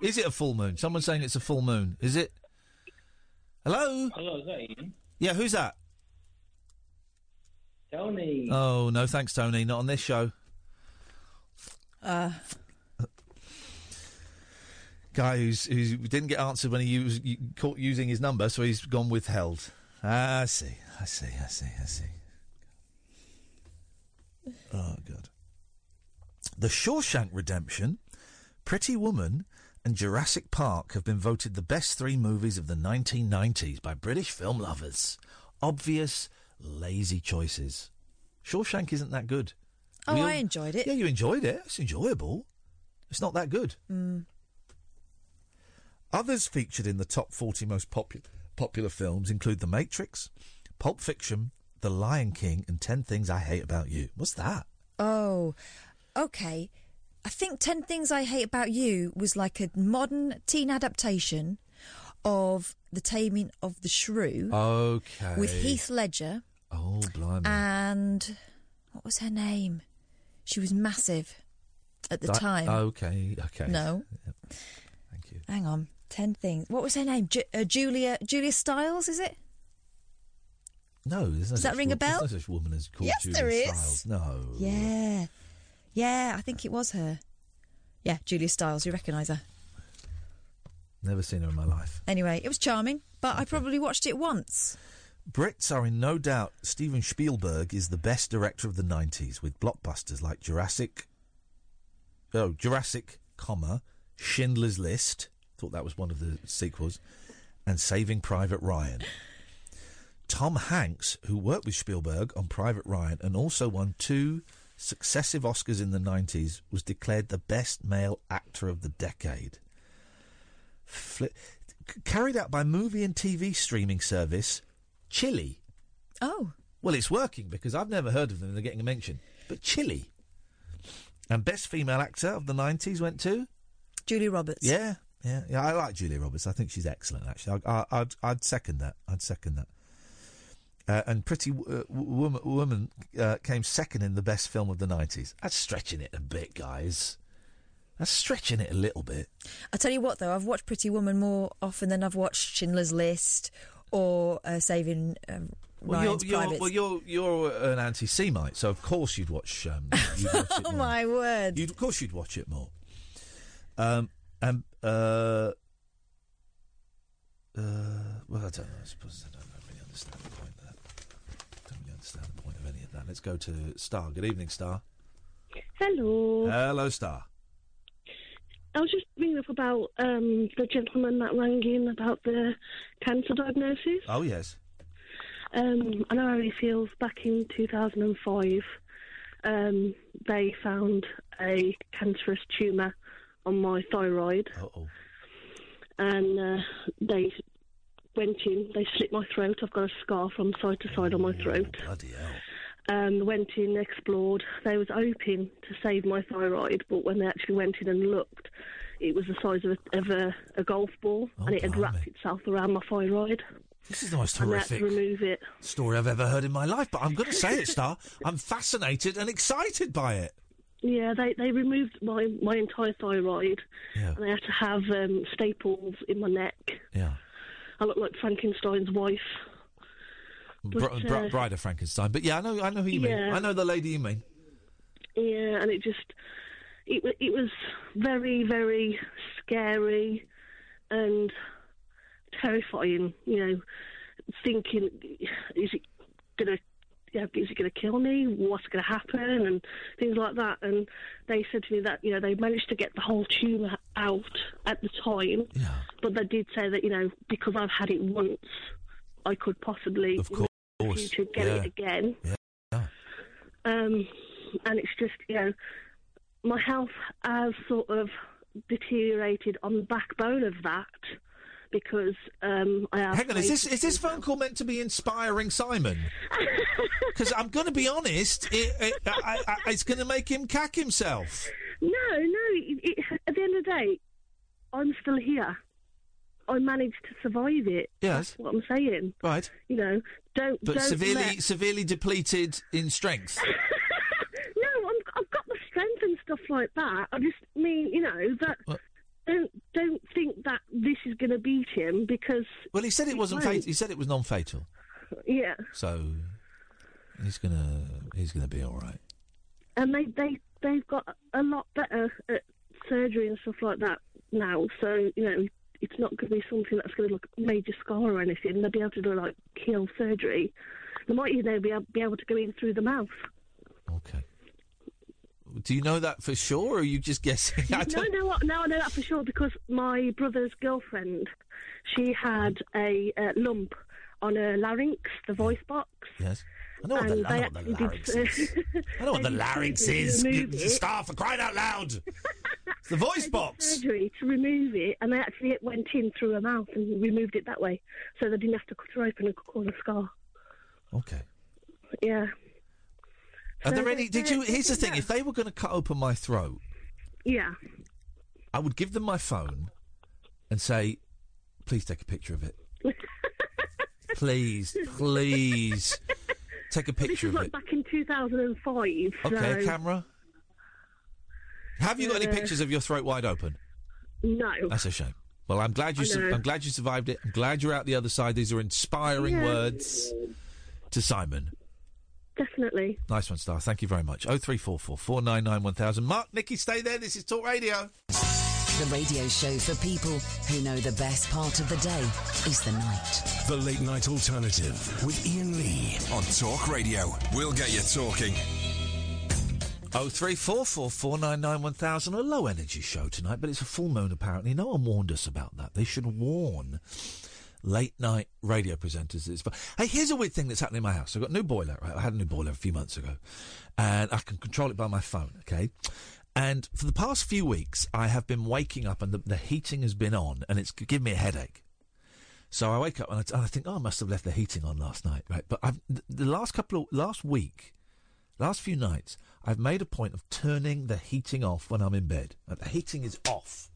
Is it a full moon? Someone's saying it's a full moon. Is it? Hello.
Hello, is that Ian?
Yeah, who's that?
Tony.
Oh no, thanks, Tony. Not on this show,
Uh,
guy who's who didn't get answered when he used you caught using his number, so he's gone withheld. Ah, I see. I see. I see. I see. Oh god. The Shawshank Redemption Pretty Woman and Jurassic Park have been voted the best three movies of the 1990s by British film lovers. Obvious, lazy choices. Shawshank isn't that good.
Oh,
We all-
I enjoyed it.
Yeah, you enjoyed it. It's enjoyable. It's not that good.
Mm.
Others featured in the top 40 most popu- popular films include The Matrix, Pulp Fiction, The Lion King, and 10 Things I Hate About You. What's that?
Oh, okay. I think 10 Things I Hate About You was like a modern teen adaptation of The Taming of the Shrew
Okay.
with Heath Ledger
Oh,
Uh,
blimey.
and what was her name? She was massive at the
That-
time.
oh, Okay, okay.
No. Thank
you.
Hang on. 10 Things. What was her name? Ju- uh, Julia Julia Styles, is it?
No, there's no
Does that
such
ring a
wo- there's
bell?
no such woman as called
Yes,
Julia
there is.
Stiles. No.
Yeah. Yeah, I think it was her. Yeah, Julia Stiles. You recognise her.
Never seen her in my life.
Anyway, it was charming, but I probably watched it once.
Brits are in no doubt Steven Spielberg is the best director of the 90s with blockbusters like Jurassic oh Jurassic, comma Schindler's List. Thought that was one of the sequels and Saving Private Ryan. Tom Hanks, who worked with Spielberg on Private Ryan and also won two successive Oscars in the 90s, was declared the best male actor of the decade. Fli c- carried out by movie and TV streaming service Chili.
Oh.
Well, it's working because I've never heard of them. They're getting a mention. But Chili. And best female actor of the 90s went to?
Julia Roberts.
Yeah, yeah, yeah. I like Julia Roberts. I think she's excellent. Actually, I, I, I'd, I'd second that. I'd second that. Uh, and Pretty W- uh, W- Woman, woman uh, came second in the best film of the nineties. That's stretching it a bit, guys. That's stretching it a little bit.
I tell you what, though, I've watched Pretty Woman more often than I've watched Schindler's List or uh, Saving um, Ryan's
you're,
Private.
you're, well, you're you're an anti-Semite, so of course you'd watch. Um, you'd watch it
oh
more.
my word!
You'd, of course, you'd watch it more. Um, and uh, uh, well, I don't know. I suppose I don't, I don't really understand the point of that. Don't really understand the point of any of that. Let's go to Star. Good evening, Star.
Hello.
Hello, Star.
I was just ringing up about um, the gentleman that rang in about the cancer diagnosis.
Oh yes.
Um, I know how he feels. Back in 2005, um, they found a cancerous tumour on my thyroid.
Uh-oh.
And uh, they went in, they slit my throat. I've got a scar from side to side on my throat.
Bloody hell.
um, went in, explored. They was hoping to save my thyroid, but when they actually went in and looked, it was the size of a, of a, a golf ball, and it had wrapped itself around my thyroid.
This is the most
and they had to
horrific
remove it.
story I've ever heard in my life. But I'm going to say it, Star. I'm fascinated and excited by it.
Yeah, they, they removed my, my entire thyroid, and I had to have um, staples in my neck.
Yeah.
I looked like Frankenstein's wife.
Br-
But,
br-
uh,
Bride of Frankenstein. But yeah, I know. I know who you mean.
Yeah.
I know the lady you mean.
Yeah, and it just it wa- it was very very scary and terrifying. You know, thinking is it gonna you know, is it going to kill me? What's going to happen? And things like that. And they said to me that you know they managed to get the whole tumour out at the time, but they did say that you know because I've had it once, I could possibly of
course.
to get
Yeah.
it again. Um, and it's just, you know, my health has sort of deteriorated on the backbone of that because um, I have.
Hang on, is this is this phone call meant to be inspiring Simon? Because I'm going to be honest, it, it, I, I, it's going to make him cack himself.
No, no. It, it, at the end of the day, I'm still here. I managed to survive it.
Yes.
That's what I'm saying.
Right.
You know, don't.
But
don't
severely
let-
severely depleted in strength.
No, I'm, I've got the strength and stuff like that. I just mean, you know, that don't don't think that this is going to beat him because.
Well, he said it wasn't
won't.
fatal. He said it was non-fatal.
Yeah,
So he's gonna he's gonna be all right.
and they they they've got a lot better at surgery and stuff like that now. So you know, it's not going to be something that's going to look major scar or anything. They'll be able to do like keel surgery. They might even be able, be able to go in through the mouth.
Do you know that for sure, or are you just guessing? I
No,
don't-
no, what- no, I know that for sure because my brother's girlfriend, she had a uh, lump on her larynx, the voice box.
Yes. I know what the,
and
I
they
know what the
actually did
larynx
sur-
is. I know what the
they did
larynx
surgery to
is.
remove
You-
it.
Star for crying out loud. It's the
They
voice
did
box.
surgery to remove it, and they actually it went in through her mouth and removed it that way, so they didn't have to cut her open and call a scar.
Okay.
Yeah.
Are
So
there
they-
any? Did
they-
you?
they
Here's the
did
thing: if they were going to cut open my throat,
Yeah.
I would give them my phone and say, "Please take a picture of it. Please, please, take a
This
picture
was
of
like
it."
back in 2005.
Okay,
so-
camera. Have you got any
Yeah.
pictures of your throat wide open?
No.
That's a shame. Well, I'm glad you.
I
Su-
know.
I'm glad you survived it. I'm glad you're out the other side. These are inspiring
Yeah.
words to Simon.
Definitely.
Nice one, Star. Thank you very much. Oh three four four four nine nine one thousand. Mark, Nikki, stay there. This is Talk Radio.
The radio show for people who know the best part of the day is the night.
The Late Night Alternative with Ian Lee.
On Talk Radio, we'll get you talking.
Oh three four four four nine nine one thousand. A low energy show tonight, but it's a full moon apparently. No one warned us about that. They should warn late night radio presenters. That it's... But hey, here's a weird thing that's happening in my house. I've got a new boiler. Right, I had a new boiler a few months ago, and I can control it by my phone. Okay. And for the past few weeks, I have been waking up and the, the heating has been on, and it's giving me a headache. So I wake up and I, and I think, oh, I must have left the heating on last night, right? But I've, th- the last couple of last week, last few nights, I've made a point of turning the heating off when I'm in bed. Like, the heating is off,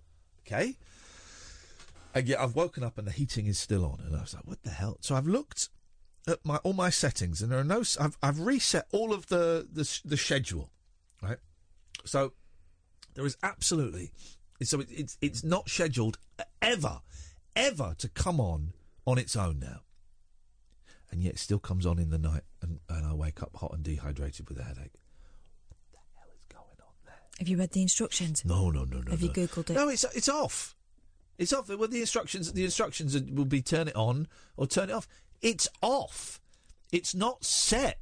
okay? And yet I've woken up and the heating is still on, and I was like, what the hell? So I've looked at my all my settings, and there are no. s- I've I've reset all of the the, s- the schedule, right? So there is absolutely so it, it's it's not scheduled ever, ever to come on on its own now, and yet it still comes on in the night, and, and I wake up hot and dehydrated with a headache.
Have you read the instructions?
No, no, no, no.
Have you
no.
Googled it?
No, it's it's off. It's off. Well, the instructions the instructions are- will be turn it on or turn it off. It's off. It's not set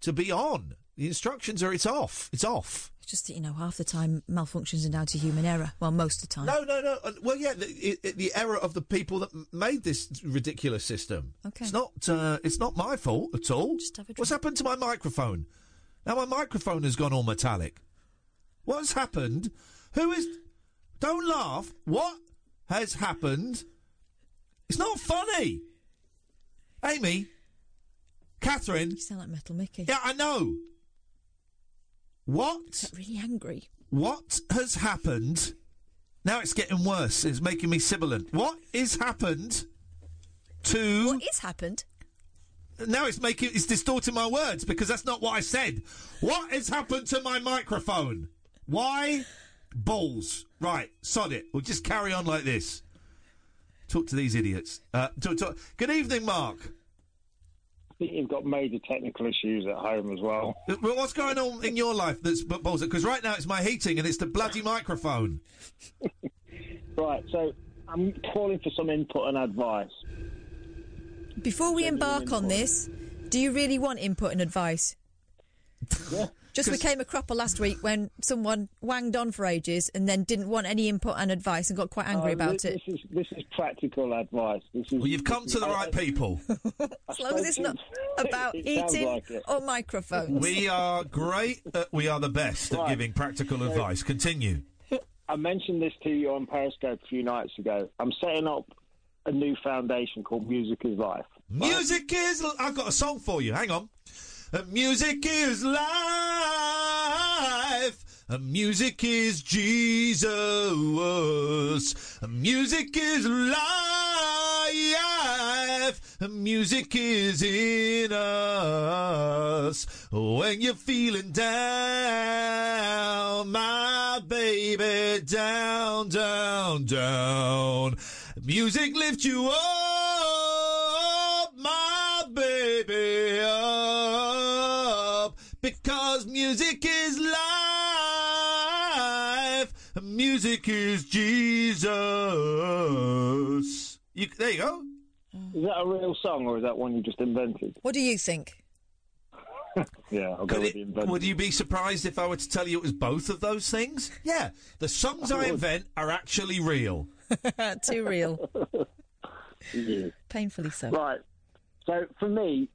to be on. The instructions are it's off. It's off.
It's just that, you know, half the time malfunctions are down to human error. Well, most of the time.
No, no, no. Uh, Well, yeah, the, it, it- the error of the people that m- made this ridiculous system.
Okay.
It's not. Uh, it's not my fault at all. What's happened to my microphone? Now my microphone has gone all metallic. What's happened? Who is? Don't laugh. What has happened? It's not funny. Amy, Catherine. You
sound like Metal Mickey.
Yeah, I know. What?
really angry.
What has happened? Now it's getting worse. It's making me sibilant. What is happened to? What
is happened?
Now it's making it's distorting my words because that's not what I said. What has happened to my microphone? Why balls? Right, sod it. We'll just carry on like this. Talk to these idiots. Uh, talk, talk. Good evening, Mark.
I think you've got major technical issues at home as well.
Uh, Well, what's going on in your life that's b- balls? Because right now it's my heating and it's the bloody microphone.
Right, so I'm calling for some input and advice.
Before we embark on this, do you really want input and advice? Just became a cropper last week when someone wanged on for ages and then didn't want any input and advice and got quite angry
Uh,
about
this,
it.
This is, this is practical advice. This is, well,
you've come to the right people.
As long as it's not about
It sounds
eating
like it.
or microphones.
We are great. At, we are the best at giving practical advice. Continue.
I mentioned this to you on Periscope a few nights ago. I'm setting up a new foundation called Music is Life.
Music is. L- I've got a song for you. Hang on. Uh, music is life. Uh, music is Jesus. Uh, music is life. Uh, music is in us. When you're feeling down, my baby, down, down, down. Music lifts you up, my baby, up. Because music is life. Music is Jesus. You, there you go.
Is that a real song or is that one you just invented?
What do you think?
yeah, I'll
Could it- would you be surprised if I were to tell you it was both of those things? Yeah, the songs I invent are actually real.
Too real.
Yeah.
Painfully so.
Right. So for me,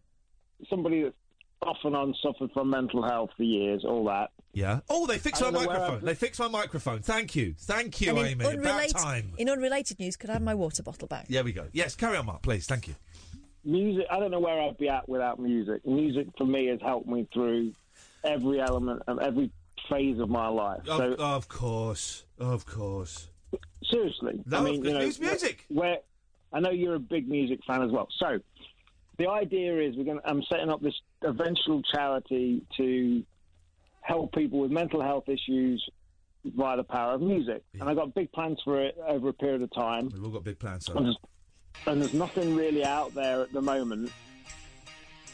somebody that's off and on suffered from mental health for years, all that.
Yeah. Oh, they fixed
I
my
don't know where
microphone.
I've-
They fixed my microphone. Thank you. Thank you,
And in,
Amy. About
unrelated,
time.
in unrelated news, could I have my water bottle back?
There we go. Yes, carry on, Mark, please. Thank you.
Music. I don't know where I'd be at without music. Music for me has helped me through every element of every phase of my life.
Of,
so
of course. Of course.
Seriously.
No,
I mean,
of
you
course,
know,
it's music.
Where I know you're a big music fan as well. So the idea is we're going. I'm setting up this eventual charity to help people with mental health issues via the power of music, and I've got big plans for it over a period of time.
We've all got big plans.
And there's, and there's nothing really out there at the moment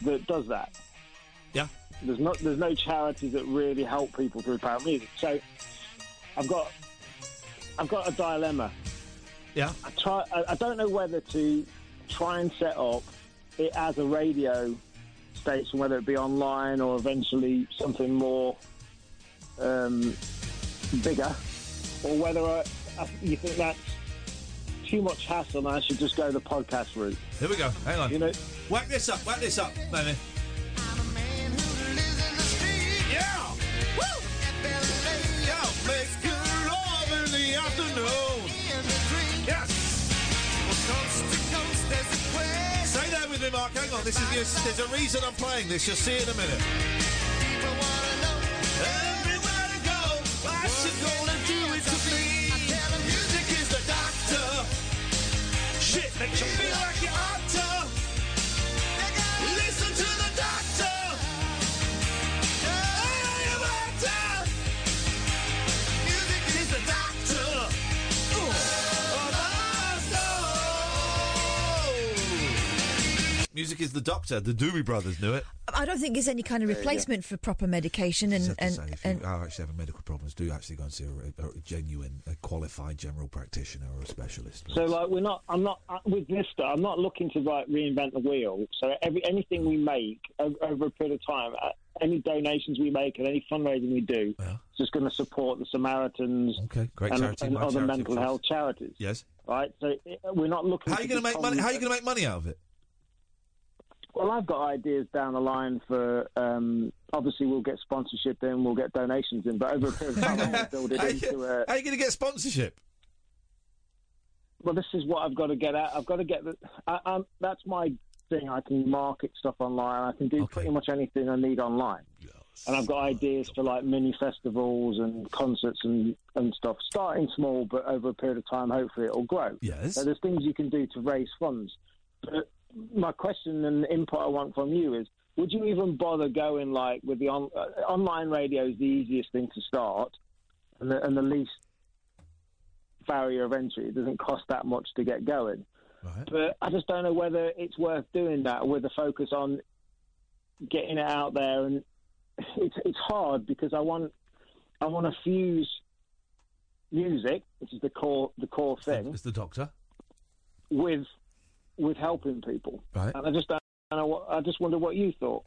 that does that.
Yeah.
There's not. There's no charities that really help people through power of music. So I've got. I've got a dilemma.
Yeah.
I try. I, I don't know whether to try and set up it as a radio station, whether it be online or eventually something more um, bigger, or whether I, I, you think that's too much hassle and I should just go the podcast route.
Here we go. Hang on.
You know,
Whack this up. Whack this up, Amy. Yeah! Woo! Yeah, make good love in the afternoon. Yes! Stay there with me, Mark. Hang on. This is the, there's a reason I'm playing this. You'll see in a minute. Everywhere I go, what's it gonna do it to me? Music is the doctor. Shit makes you feel like you ought to. Listen to the doctor. I am out to. Music is the doctor. Ooh, of our soul. Music is the doctor. The Doobie Brothers knew it.
I don't think there's any kind of
Yeah, yeah.
replacement for proper medication and, and,
say, if you
and
are actually having medical problems, do actually go and see a, a genuine, a qualified general practitioner or a specialist.
So like we're not. I'm not uh, with this stuff. I'm not looking to like reinvent the wheel. So every anything we make over, over a period of time, uh, any donations we make and any fundraising we do, it's just going to support the Samaritans.
Okay, great
and,
charity,
and
my
other
charity,
mental
of course.
health charities.
Yes.
Right. So it, uh, we're not looking.
How are you
to
going to make
become-
money? How are you going to make money out of it?
Well, I've got ideas down the line for. Um, obviously, we'll get sponsorship in, we'll get donations in, but over a period of time, I'm going to build it into uh, a.
How are you going to get sponsorship?
well, this is what I've got to get at. I've got to get the. I, um, that's my thing. I can market stuff online. I can do pretty much anything I need online. And I've got ideas for like mini festivals and concerts and, and stuff. Starting small, but over a period of time, hopefully it'll grow.
Yes.
So there's things you can do to raise funds. But my question and input I want from you is: Would you even bother going like with the on, uh, online radio is the easiest thing to start, and the, and the least barrier of entry. It doesn't cost that much to get going. But I just don't know whether it's worth doing that with a focus on getting it out there. And it's it's hard because I want I want to fuse music, which is the core the core thing,
It's the doctor.
with with helping people.
Right.
And I just don't know. What, I just wonder what you thought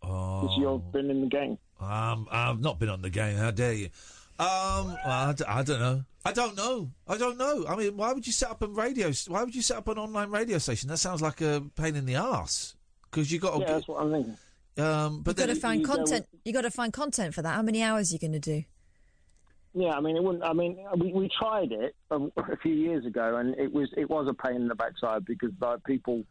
because
Oh.
you've been in the game.
Um, I've not been on the game. How dare you? Um, well, I, d- I don't know. I don't know. I don't know. I mean, why would you set up a radio? s- Why would you set up an online radio station? That sounds like a pain in the ass. Because you got to.
Yeah, that's what I'm thinking.
Um,
you've got
but then
to
it-
find
you go with-
content. You've got to find content for that. How many hours are you going to do?
Yeah, I mean, it wouldn't. I mean, we, we tried it a, a few years ago, and it was it was a pain in the backside because like people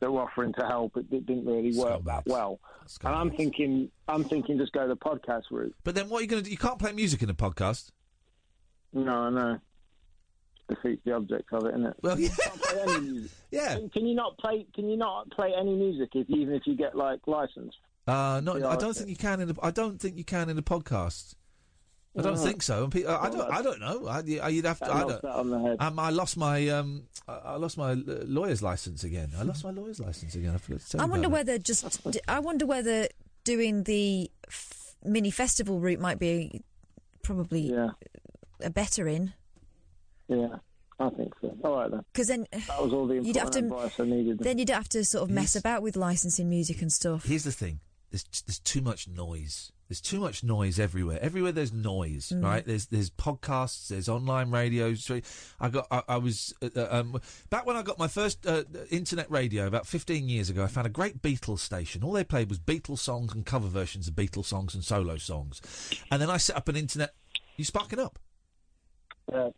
that were offering to help, it, it didn't really work that well. And I'm thinking, I'm thinking, just go the podcast route.
But then what are you going to do? You can't play music in a podcast.
No, no, defeats the object of it, isn't it?
Well, yeah.
yeah. Can, can you not play? Can you not play any music if, even if you get like licensed?
Uh, not,
Yeah,
I
I
don't think you can in. A, I don't think you can in a podcast. I don't
No.
think so. And pe- I
Well,
don't. I don't know. I, you- you'd have to.
that
I
knocks
don't.
that on the head.
Um, I lost my. Um, I, I lost my uh, lawyer's license again. I lost my lawyer's license again. I forgot to tell
I
you
wonder
about that.
whether just. I wonder whether doing the f- mini festival route might be probably a better in
Yeah, I think so. All right then.
because then
That was all the
You'd have
important
to-
advice I needed.
then you'd have to sort of mess about with licensing music and stuff.
Here's the thing. there's there's too much noise. There's too much noise everywhere. Everywhere there's noise,
Mm.
right? There's there's podcasts, there's online radio. stre- I got I, I was uh, uh, um, back when I got my first uh, internet radio about 15 years ago. I found a great Beatles station. All they played was Beatles songs and cover versions of Beatles songs and solo songs. And then I set up an internet. You sparking up?
Uh,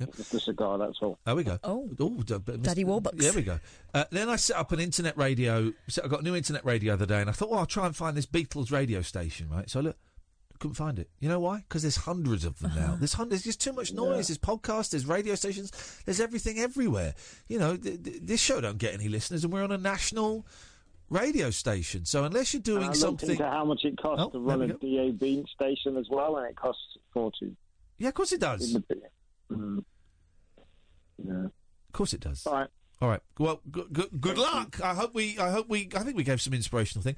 It's just a cigar, that's all.
There we go.
Oh,
d- but-
Daddy Warbucks.
There we go. Uh, then I set up an internet radio. So I got a new internet radio the other day, and I thought, well, I'll try and find this Beatles radio station, right? So I look, couldn't find it. You know why? Because there's hundreds of them
Uh-huh.
now. There's hundreds. There's just too much noise. There's podcasts. There's radio stations. There's everything everywhere. You know, th- th- this show don't get any listeners, and we're on a national radio station. So unless you're
And I
doing
looked
something,
into how much it costs
Oh,
to run a
there
DAB station as well, and it costs forty.
Yeah, of course it does.
Mm. Yeah.
Of course it does. All right. All right. Well, good, good, good luck. I hope we. I hope we. I think we gave some inspirational thing.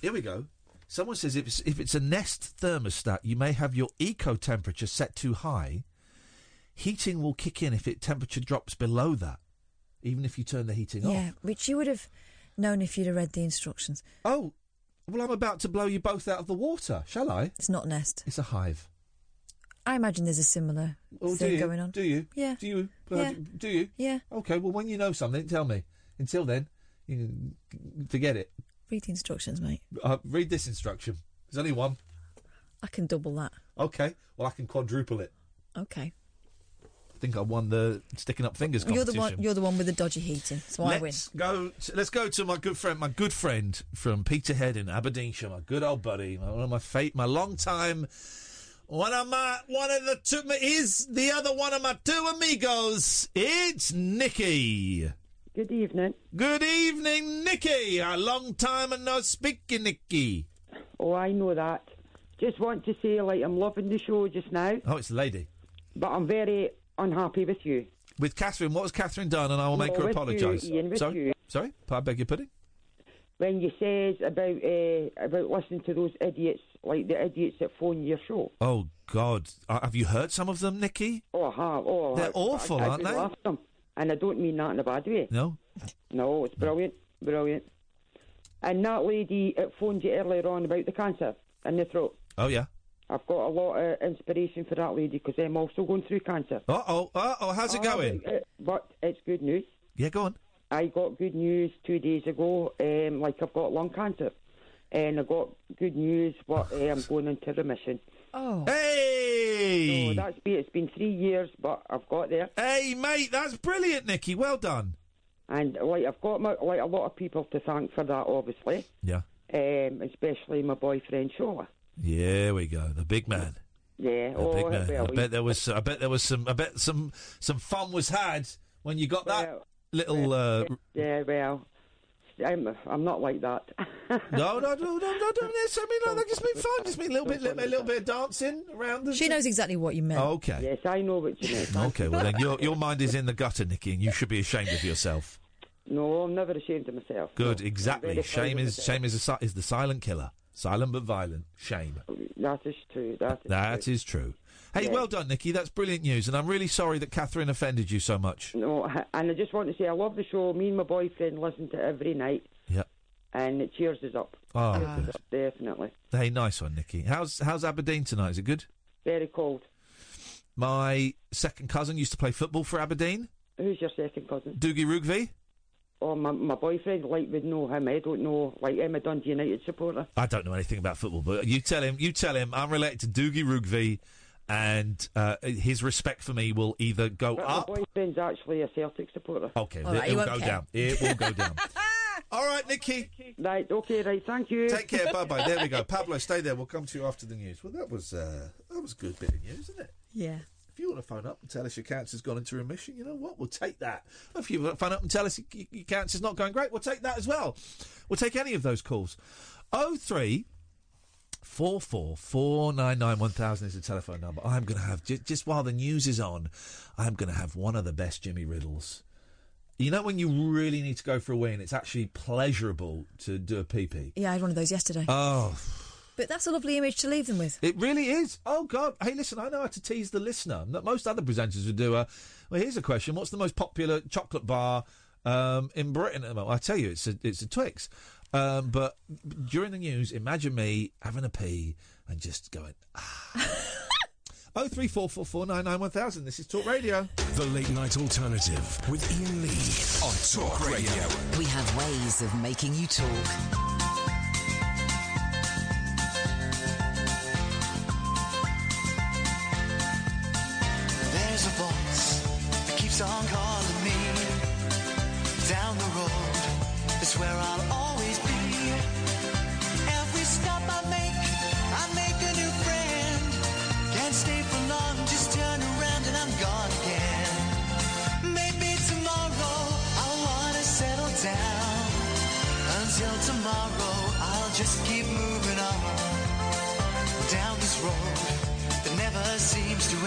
Here we go. Someone says if it's, if it's a Nest thermostat, you may have your eco temperature set too high. Heating will kick in if it temperature drops below that, even if you turn the heating off.
Yeah, which you would have known if you'd have read the instructions.
Oh, well, I'm about to blow you both out of the water. Shall I?
It's not Nest.
It's a hive.
I imagine there's a similar
Oh, do
thing
you?
going on.
Do you?
Yeah.
Do you? Uh,
Yeah.
Do you?
Yeah.
Okay. Well, when you know something, tell me. Until then, you can forget it.
Read the instructions, mate.
Uh, read this instruction. There's only one.
I can double that.
Okay. Well, I can quadruple it.
Okay.
I think I won the sticking up fingers
You're
competition.
the one. You're the one with the dodgy heating, so I win.
let's go. To, let's go to my good friend, my good friend from Peterhead in Aberdeenshire, my good old buddy, my, one of my fate, my long time, one of my one of the two. Is the other one of my two amigos? It's Nikki.
Good evening.
Good evening, Nikki. A long time and no speaking, Nikki.
Oh, I know that. Just want to say, like, I'm loving the show just now,
Oh, it's the lady
but I'm very unhappy with you.
with Catherine. What has Catherine done? And I will make
No,
her
with you,
apologise.
Ian, with
Sorry,
you.
sorry. I beg your pardon.
When you says about uh, about listening to those idiots, like the idiots that phone your show.
Oh God, Uh, have you heard some of them, Nikki?
Oh, I have. Oh,
They're
I-
awful,
I, I
aren't
do
they?
love them. And I don't mean that in a bad way.
No.
No, it's brilliant. Brilliant. And that lady that phoned you earlier on about the cancer in the throat.
Oh yeah.
I've got a lot of inspiration for that lady because I'm also going through cancer.
Uh oh. Uh oh. How's it
Ah,
going?
But, uh, but it's good news.
Yeah, go on.
I got good news two days ago. Um, like I've got lung cancer, and I got good news. But uh, I'm going into remission.
Oh.
Hey.
So that's been, it's been three years, but I've got there.
Hey, mate, that's brilliant, Nicky. Well done.
And like I've got my, like a lot of people to thank for that, obviously.
Yeah.
Um, especially my boyfriend Shola.
Here we go. The big man.
Yeah.
The big
oh,
man.
well,
I bet there was. I bet there was some. I bet some. Some fun was had when you got that little. Uh,
yeah. Well, I'm, I'm not like that.
no, no, no, no, no, don't this. I mean, like, just been fun. Just been a little bit, little, a little bit of dancing around. The Oh,
She knows exactly what you meant.
Okay.
Yes, I know what you mean.
Okay, well then your your mind is in the gutter, Nicky, and you should be ashamed of yourself.
No, I'm never ashamed of myself.
Good, exactly.
very proud
Shame
of
is shame is a, si- is the silent killer. Silent but violent. Shame.
That is true. That is
That is Oh, true. Hey, well done, Nicky. That's brilliant news, and I'm really sorry that Catherine offended you so much.
No, and I just want to say I love the show. Me and my boyfriend listen to it every night.
Yeah.
And it cheers us up.
Oh,
Cheers us
good.
up, definitely.
Hey, nice one, Nicky. How's how's Aberdeen tonight? Is it good?
Very cold.
My second cousin used to play football for Aberdeen.
Who's your second cousin?
Doogie Rugby.
Oh, my, my boyfriend like would know him. I don't know. Like I'm a Dundee United supporter.
I don't know anything about football, but you tell him. You tell him I'm related to Doogie Rugby, and uh, his respect for me will either go
But
up.
my boyfriend's actually a Celtic supporter.
Oh, ah. Okay, it will go down. It will go down. All right, Nikki.
Right. Okay. Right. Thank you.
Take care. Bye bye. There we go. Pablo, stay there. We'll come to you after the news. Well, that was uh, that was a good bit of news, isn't it?
Yeah.
If you want to phone up and tell us your cancer's gone into remission, you know what? We'll take that. If you want to phone up and tell us your, your cancer's not going great, we'll take that as well. We'll take any of those calls. Oh three four four four nine nine one thousand is the telephone number. I'm going to have just, just while the news is on, I'm going to have one of the best Jimmy Riddles. You know when you really need to go for a wee and it's actually pleasurable to do a pee pee.
Yeah, I had one of those yesterday.
Oh,
But that's a lovely image to leave them with.
it really is. Oh God! Hey, listen, I know how to tease the listener. That most other presenters would do. Uh, well, here's a question: What's the most popular chocolate bar um, in Britain? at the moment? I tell you, it's a, it's a Twix. Um, but during the news, imagine me having a pee and just going, ah. 03444991000. This is Talk Radio.
The Late Night Alternative with Ian Lee on Talk Radio.
We have ways of making you talk.
There's a voice that keeps on calling me. Down the road is where I'll always be. Every stop I make, I make a new friend. Can't stay for long, just turn around and I'm gone again. Maybe tomorrow I'll wanna settle down. Until tomorrow, I'll just keep moving on. Down this road that never seems to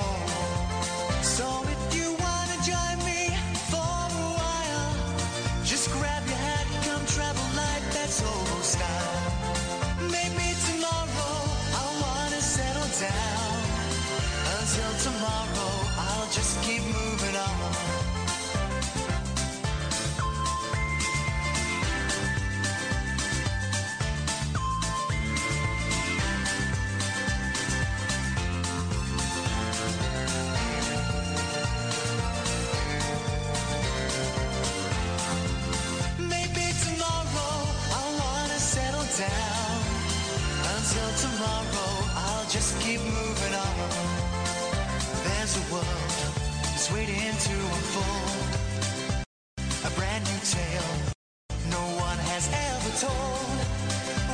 home. So if you wanna join me for a while, just grab your hat, come travel light, that's hobo style. Maybe tomorrow I wanna settle down. Until tomorrow, I'll just keep moving on. Maybe tomorrow I wanna settle down. Until tomorrow, I'll just keep moving on. There's a world that's waiting to unfold. A brand new tale no one has ever told.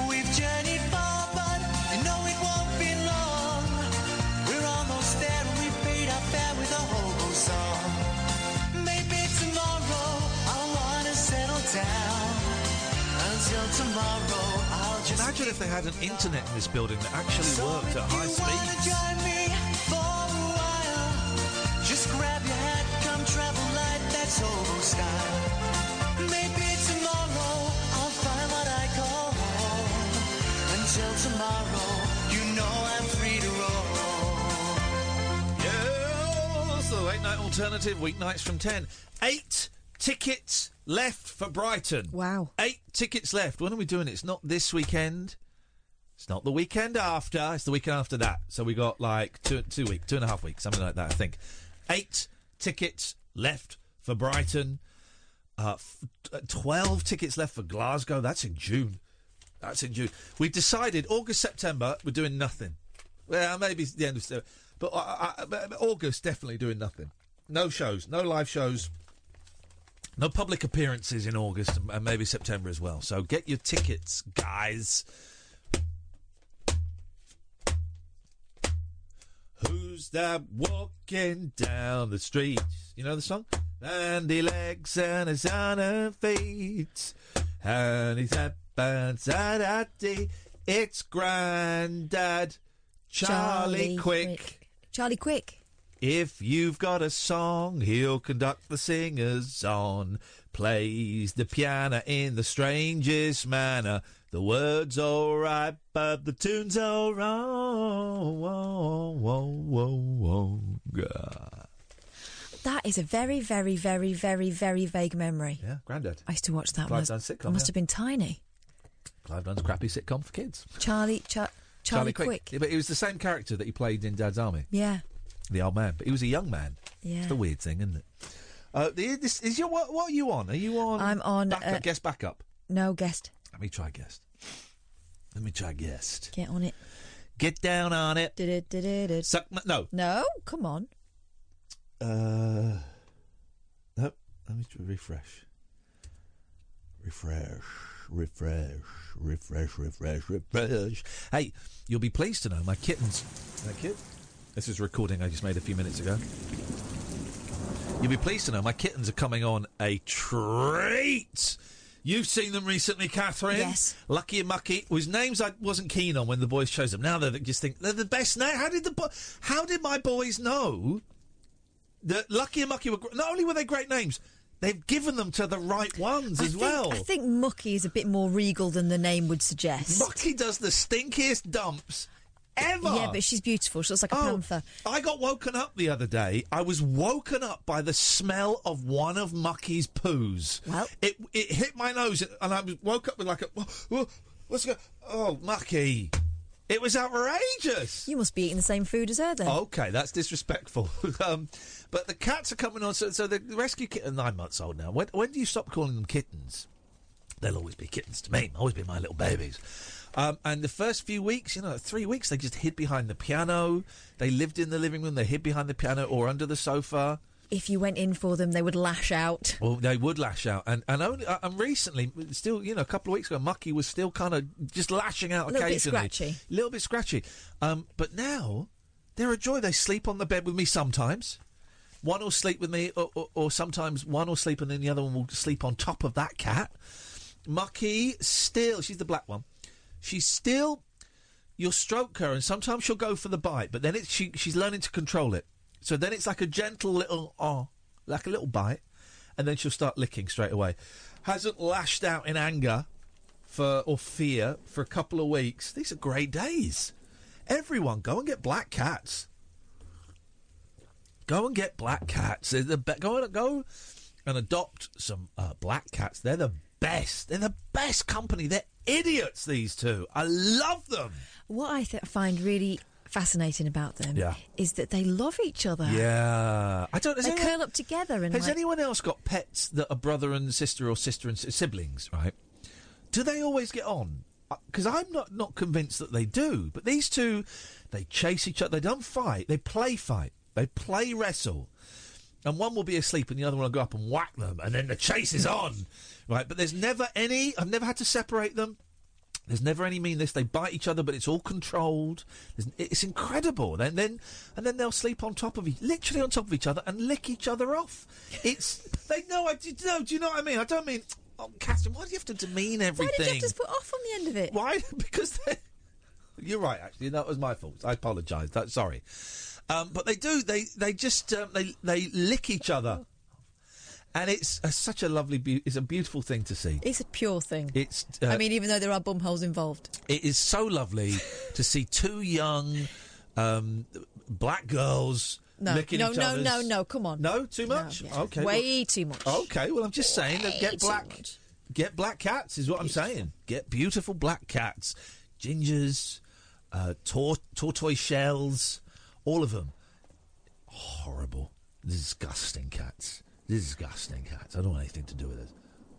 We've journeyed far, but you know it won't be long. We're almost there and we paid our fare with a hobo song. Maybe tomorrow I wanna settle down. Until tomorrow I'll just
Imagine if they had an internet in this building that actually worked at high speed.
join me for a while. Just grab your hat, come travel light, that's hobo style. Maybe tomorrow I'll find what I call home. Until tomorrow, you know I'm free to roll.
Yes, the late night alternative, weeknights from 10. Eight tickets left for Brighton.
Wow.
Eight tickets left. When are we doing it? It's not this weekend. It's not the weekend after. It's the weekend after that. So we got like two, two week, two and a half weeks, something like that, I think. Eight tickets left for Brighton. Uh, f- uh, 12 tickets left for Glasgow. That's in June. That's in June. We've decided August, September, we're doing nothing. Well, maybe it's the end of September. But I, I, but August, definitely doing nothing. No shows, no live shows, no public appearances in August and- and maybe September as well. So get your tickets, guys. Who's that walking down the street? You know the song? Bandy legs and his on her feet. And he's up and daddy. It's Grandad Charlie, Quick.
Charlie Quick.
If you've got a song, he'll conduct the singers on. Plays the piano in the strangest manner. The words all right, but the tune's all wrong. Whoa, whoa, whoa, whoa.
That is a very, very, very, very, very vague memory.
Yeah, Grandad.
I used to watch that.
Clive
one.
Dunn's sitcom,
I must
yeah.
have been tiny.
Clive Dunn's crappy sitcom for kids.
Charlie, Cha- Charlie, Quick.
Yeah, but it was the same character that he played in Dad's Army.
Yeah.
The old man, but he was a young man.
Yeah.
It's the weird thing, isn't it? Uh, the, this is your what, what are you on? Are you on?
I'm on,
Backup,
uh,
guest backup.
No guest.
Let me try guest. Let me try guest.
Get on it.
Get down on it.
Did it? Did it? Did
Suck my, no.
No, come on.
Uh, nope. Let me try refresh. Refresh, refresh, refresh, refresh, refresh. Hey, you'll be pleased to know my kittens. My kit. This is a recording I just made a few minutes ago. You'll be pleased to know my kittens are coming on a treat. You've seen them recently, Catherine.
Yes.
Lucky and Mucky, whose names I wasn't keen on when the boys chose them. Now they just think they're the best name. How did the bo- How did my boys know the Lucky and Mucky were gr- not only were they great names, they've given them to the right ones
I
as
think,
well.
I think Mucky is a bit more regal than the name would suggest.
Mucky does the stinkiest dumps ever. Oh.
Yeah, but she's beautiful. She looks like a panther.
I got woken up the other day. I was woken up by the smell of one of Mucky's poos. Well, it it hit my nose, and I was woke up with like a "Whoa, whoa, what's going? Oh, Mucky! It was outrageous.
You must be eating the same food as her then.
Okay, that's disrespectful. um, but the cats are coming on. So, so the the rescue kitten, nine months old now. When, when do you stop calling them kittens? They'll always be kittens to me. Always be my little babies. Um, and the first few weeks, you know, three weeks, they just hid behind the piano. They lived in the living room. They hid behind the piano or under the sofa.
If you went in for them, they would lash out.
Well, they would lash out, and and only uh, and recently, still, you know, a couple of weeks ago, Mucky was still kind of just lashing out
Little bit
occasionally,
scratchy.
little bit scratchy. Um, but now they're a joy. They sleep on the bed with me sometimes. One will sleep with me, or, or, or sometimes one will sleep, and then the other one will sleep on top of that cat. Mucky still, she's the black one. She's still you'll stroke her, and sometimes she'll go for the bite, but then it's she, she's learning to control it. So then it's like a gentle little oh, like a little bite, and then she'll start licking straight away. Hasn't lashed out in anger for or fear for a couple of weeks. These are great days. Everyone, go and get black cats. Go and get black cats. They're the be- go and go and adopt some uh, black cats. They're the best. They're the best company. They're idiots. These two. I love them.
What I th- find really fascinating about them
Yeah.
is that they love each other.
Yeah, I don't. has
They
anyone-
curl up together and
Has
like,
anyone else got pets that are brother and sister or sister and s- siblings? Right? Do they always get on? Because I'm not not convinced that they do. But these two, they chase each other. They don't fight. They play fight. They play wrestle. And one will be asleep, and the other one will go up and whack them, and then the chase is on, right? But there's never any. I've never had to separate them. There's never any meanness. They bite each other, but it's all controlled. There's, it's incredible. Then, then, and then they'll sleep on top of each, literally on top of each other, and lick each other off. It's they know. I do, no, do you know what I mean? I don't mean, oh, Catherine. Why do you have to demean
why
everything?
did you have to put off on the end of it?
Why? Because they, You're right. Actually, that was my fault. I apologise. That sorry, um, but they do. They they just um, they they lick each other, and it's uh, such a lovely. Be- it's a beautiful thing to see.
It's a pure thing.
It's. Uh,
I mean, even though there are bum holes involved.
it is so lovely to see two young um, black girls
No,
licking
no,
each
no,
other's-
no, no. Come on.
No, too much.
yeah.
Okay,
way too much.
Okay, well, I'm just saying that
Way
get
too
black, get black cats is what I'm saying. Get beautiful black cats, gingers, uh, tor- tortoise shells, all of them. Horrible, disgusting cats. Disgusting cats. I don't want anything to do with it.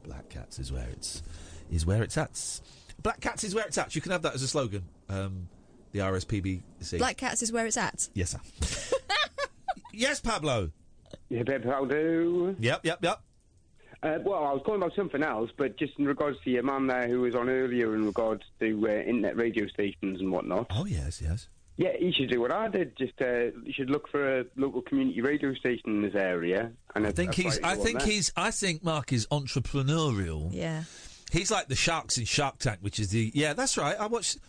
Black cats is where it's is where it's at. Black cats is where it's at. You can have that as a slogan. Um, the RSPBC.
Black cats is where it's at.
Yes, sir. yes, Pablo.
Yeah, Pep, how do?
Yep, yep, yep.
Uh, well, I was calling about something else, but just in regards to your man there who was on earlier in regards to uh, internet radio stations and whatnot.
Oh, yes, yes.
Yeah, he should do what I did. Just uh, he should look for a local community radio station in his area. And
I think he's. I think he's. I think Mark is entrepreneurial.
Yeah.
He's like the sharks in Shark Tank, which is the. Yeah, that's right. I watched.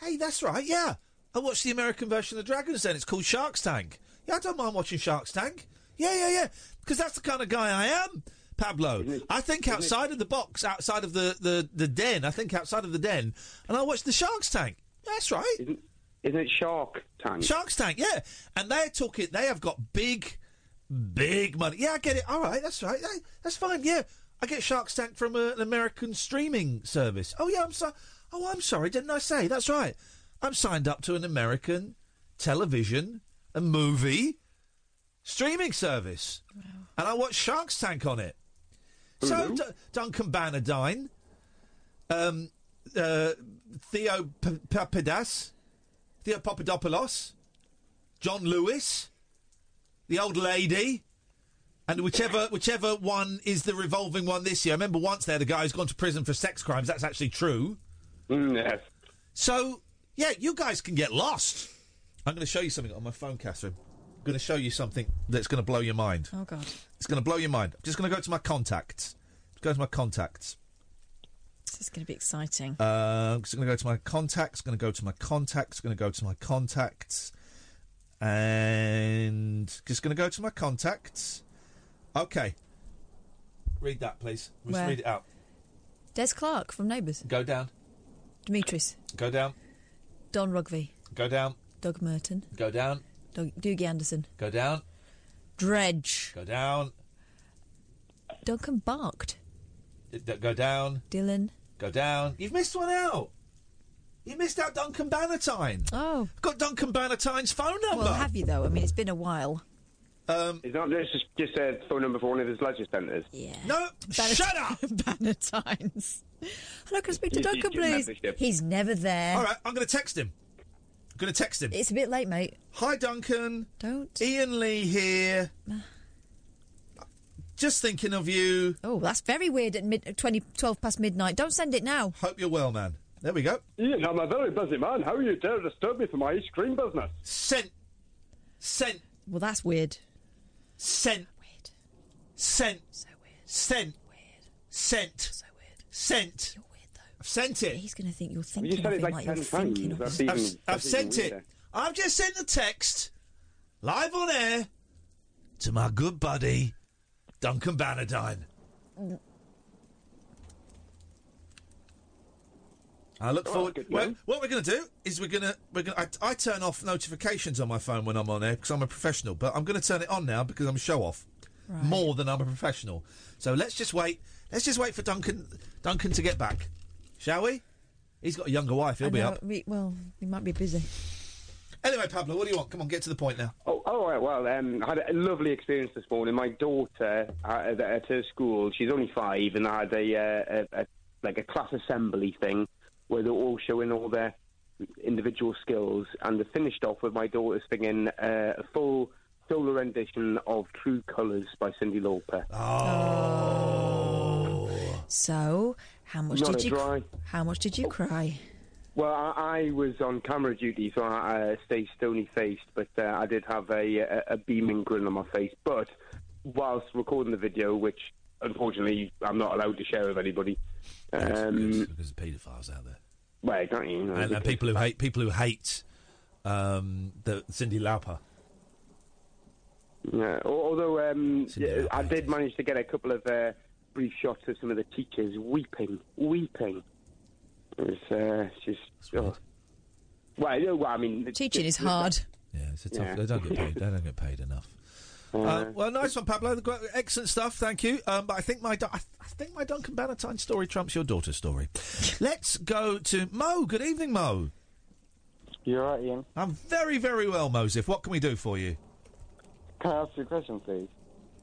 Hey, that's right. Yeah, I watched the American version of Dragons. Then it's called Sharks Tank. Yeah, I don't mind watching Sharks Tank. Yeah, yeah, yeah. Because that's the kind of guy I am, Pablo. I think outside of the box, outside of the, the, the den. I think outside of the den, and I watch the Sharks Tank. That's right.
Isn't, isn't it Shark Tank?
Sharks Tank, yeah. And they're talking. They have got big, big money. Yeah, I get it. All right, that's right. Yeah, that's fine. Yeah, I get Sharks Tank from uh, an American streaming service. Oh yeah, I'm sorry. Oh, I'm sorry. Didn't I say that's right? I'm signed up to an American television and movie streaming service, and I watch Sharks Tank on it. So D- Duncan Banadine, um, uh, Theo P- Papadas, Theo Papadopoulos, John Lewis, the old lady, and whichever whichever one is the revolving one this year. I remember once there the guy who's gone to prison for sex crimes. That's actually true.
Yes.
So yeah, you guys can get lost. I'm going to show you something on my phone, Catherine. I'm going to show you something that's going to blow your mind.
Oh God.
It's going to blow your mind. I'm just going to go to my contacts. Let's go to my contacts.
This is going to be exciting.
Uh, it's going to go to my contacts. Going to go to my contacts. Going to go to my contacts. And just going to go to my contacts. Okay. Read that, please. Just
Where?
read it out.
Des Clark from Neighbours.
Go down.
Dimitris.
Go down.
Don Rugby.
Go down.
Doug Merton.
Go down.
Doug, Doogie Anderson.
Go down.
Dredge.
Go down.
Duncan Barked.
D- d- Go down.
Dylan.
Go down. You've missed one out. You missed out Duncan Bannatyne.
Oh.
Got Duncan Bannatyne's phone number.
Well, have you, though? I mean, it's been a while.
Um,
Is that this is just a phone number for one of his leisure centres?
Yeah.
No,
shut up! Bannatynes. Hello, can I speak to
You- you
Duncan,
do have
please?
this, yeah.
He's never there.
All right, I'm going to text him. I'm going to text him.
It's a bit late, mate.
Hi, Duncan.
Don't.
Ian Lee here. Just thinking of you.
Oh, that's very weird at mid, 20, 12 past midnight. Don't send it now.
Hope you're well, man. There we go.
Ian, I'm a very busy man. How you dare disturb me for my ice cream business?
Sent. Sent.
Well, that's weird.
Sent. Weird. Sent. So weird. Sent. Weird. Sent. So weird. Sent. You're weird though. I've sent it.
He's going to think you're
thinking
said of it him like like 10 you're times. thinking of
I've,
That's him. even-
I've
that's even
sent it.
weirder.
I've just sent a text live on air to my good buddy Duncan Bannatyne. I look
Oh,
forward.
good
Well,
one.
what we're going to do is we're going to we're going. I, I turn off notifications on my phone when I'm on air because I'm a professional. But I'm going to turn it on now because I'm a show off
Right.
more than I'm a professional. So let's just wait. Let's just wait for Duncan Duncan to get back, shall we? He's got a younger wife. He'll
I
be
know,
up.
we- well, he might be busy.
Anyway, Pablo, what do you want? Come on, get to the point now.
Oh, all right. Well, um, I had a lovely experience this morning. My daughter uh, at, at her school, she's only five, and I had a, uh, a, a like a class assembly thing where they're all showing all their individual skills, and they finished off with my daughter singing uh, a full solo rendition of "True Colours" by Cindy Lauper.
Oh.
So, how much
Not
did
a
you? cr-
dry.
How much did you cry?
Well, I, I was on camera duty, so I, I stayed stony faced, but uh, I did have a, a, a beaming grin on my face. But whilst recording the video, which unfortunately I'm not allowed to share with anybody, um,
There's paedophiles out there.
well, don't you? you know,
and, and people who hate people who hate um, the Cindy Lauper.
Yeah. al- Although um, yeah, I did manage to get a couple of uh, brief shots of some of the teachers weeping, weeping. It was uh, just. Oh. Well, you know, well, I mean,
Teaching is hard.
Yeah, it's a tough.
Yeah.
They don't get paid. They don't get paid enough. Uh, well, nice one, Pablo. Gr- Excellent stuff. Thank you. Um, but I think my Dun- I, I think my Duncan Bannatyne story trumps your daughter's story. Let's go to Mo. Good evening, Mo.
You're right, Ian.
I'm very, very well, Mosif. What can we do for you?
Can I ask you a question, please?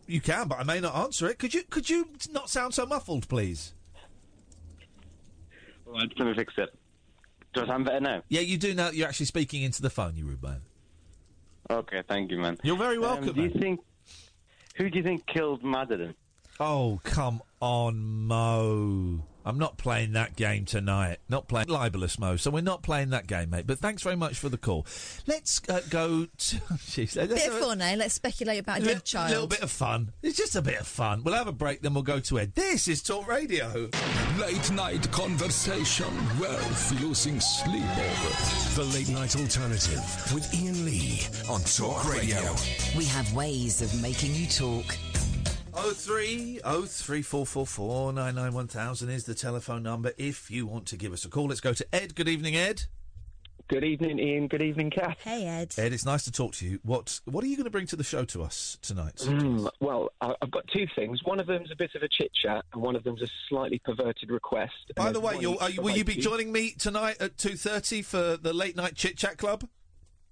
You can, but I may not answer it. Could you? Could you not sound so muffled, please?
Well, let me fix it. Do I sound better now?
Yeah, you do know you're actually speaking into the phone, you rude man.
Okay, thank you, man.
You're very welcome,
do you
man.
think? Who do you think killed Madeline?
Oh, come on, Mo. I'm not playing that game tonight. Not playing libelous, Mo. So we're not playing that game, mate. But thanks very much for the call. Let's uh, go to. Jeez, let's
bit
have
of
a-
fun, eh? Let's speculate about a dead child.
little bit of fun. It's just a bit of fun. We'll have a break, then we'll go to Ed. This is Talk Radio.
Late night conversation, wealth, losing sleep over it.
The Late Night Alternative with Ian Lee on Talk Radio.
We have ways of making you talk.
Oh three oh three four four four nine nine one thousand is the telephone number if you want to give us a call. Let's go to Ed. Good evening, Ed.
Good evening, Ian. Good evening, Kath.
Hey, Ed.
Ed, it's nice to talk to you. What What are you going to bring to the show to us tonight?
Mm, well, I- I've got two things. One of them's a bit of a chit chat, and one of them's a slightly perverted request.
By
And
the way,
one
you'll,
for
uh, will you be
Mikey.
joining me tonight at two thirty for the late night chit chat club? Oh,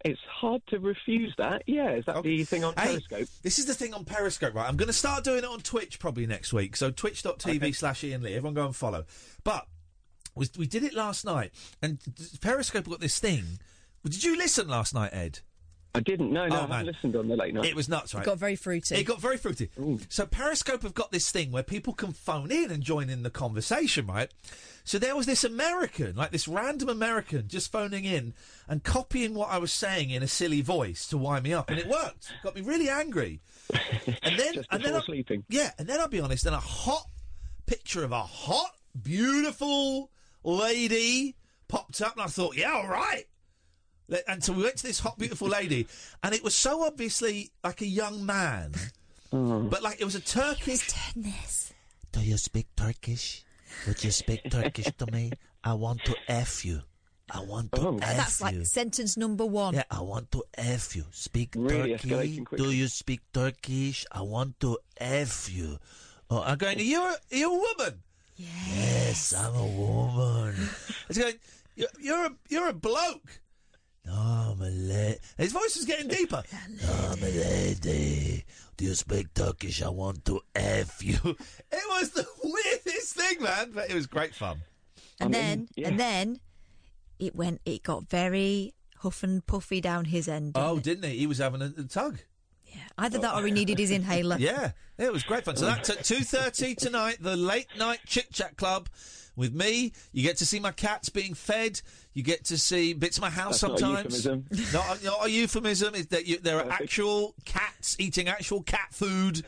It's hard to refuse that. Yeah, is that the thing on
Hey,
Periscope?
This is the thing on Periscope, right? I'm going to start doing it on Twitch probably next week. So twitch.tv slash Ian Lee. Everyone go and follow. But we, we did it last night, and Periscope got this thing. Did you listen last night, Ed?
I didn't. No, no, I
Oh,
haven't
man.
listened on the late night.
It was nuts, right?
It got
very fruity.
It got very fruity. So Periscope have got this thing where people can phone in and join in the conversation, right? So there was this American, like this random American, just phoning in and copying what I was saying in a silly voice to wind me up, and it worked. It got me really angry. And then, and then,
before
I- yeah, and then I'll be honest. Then a hot picture of a hot, beautiful lady popped up, and I thought, yeah, all right. Le- And so we went to this hot, beautiful lady, and it was so obviously like a young man, but like it was a Turkish.
Do you speak Turkish? Would you speak Turkish to me? I want to F you. I want to
Oh.
Oh,
F
That's
you.
like sentence number one.
yeah, I want to F you. Speak
Really
Turkish.
escalating
Do
quickly.
you speak Turkish? I want to F you. Oh, I'm going,
Are you a, are you a woman?
yes, I'm a woman.
It's going. You're, you're a you're a bloke.
No, I'm a la-
His voice is getting deeper.
I'm a lady. Do you speak Turkish? I want to F you.
It was the weirdest thing, man. But it was great fun.
And then, and then, it went. It got very huff and puffy down his end.
Oh, didn't he? He was having a, a tug.
Either that, or he needed his inhaler.
Oh. Yeah, it was great fun. So that's at two thirty tonight, the late night chit chat club with me. You get to see my cats being fed. You get to see bits of my house
That's not a
sometimes.
euphemism.
not, a, not a euphemism. Is that you, there are actual cats eating actual cat food.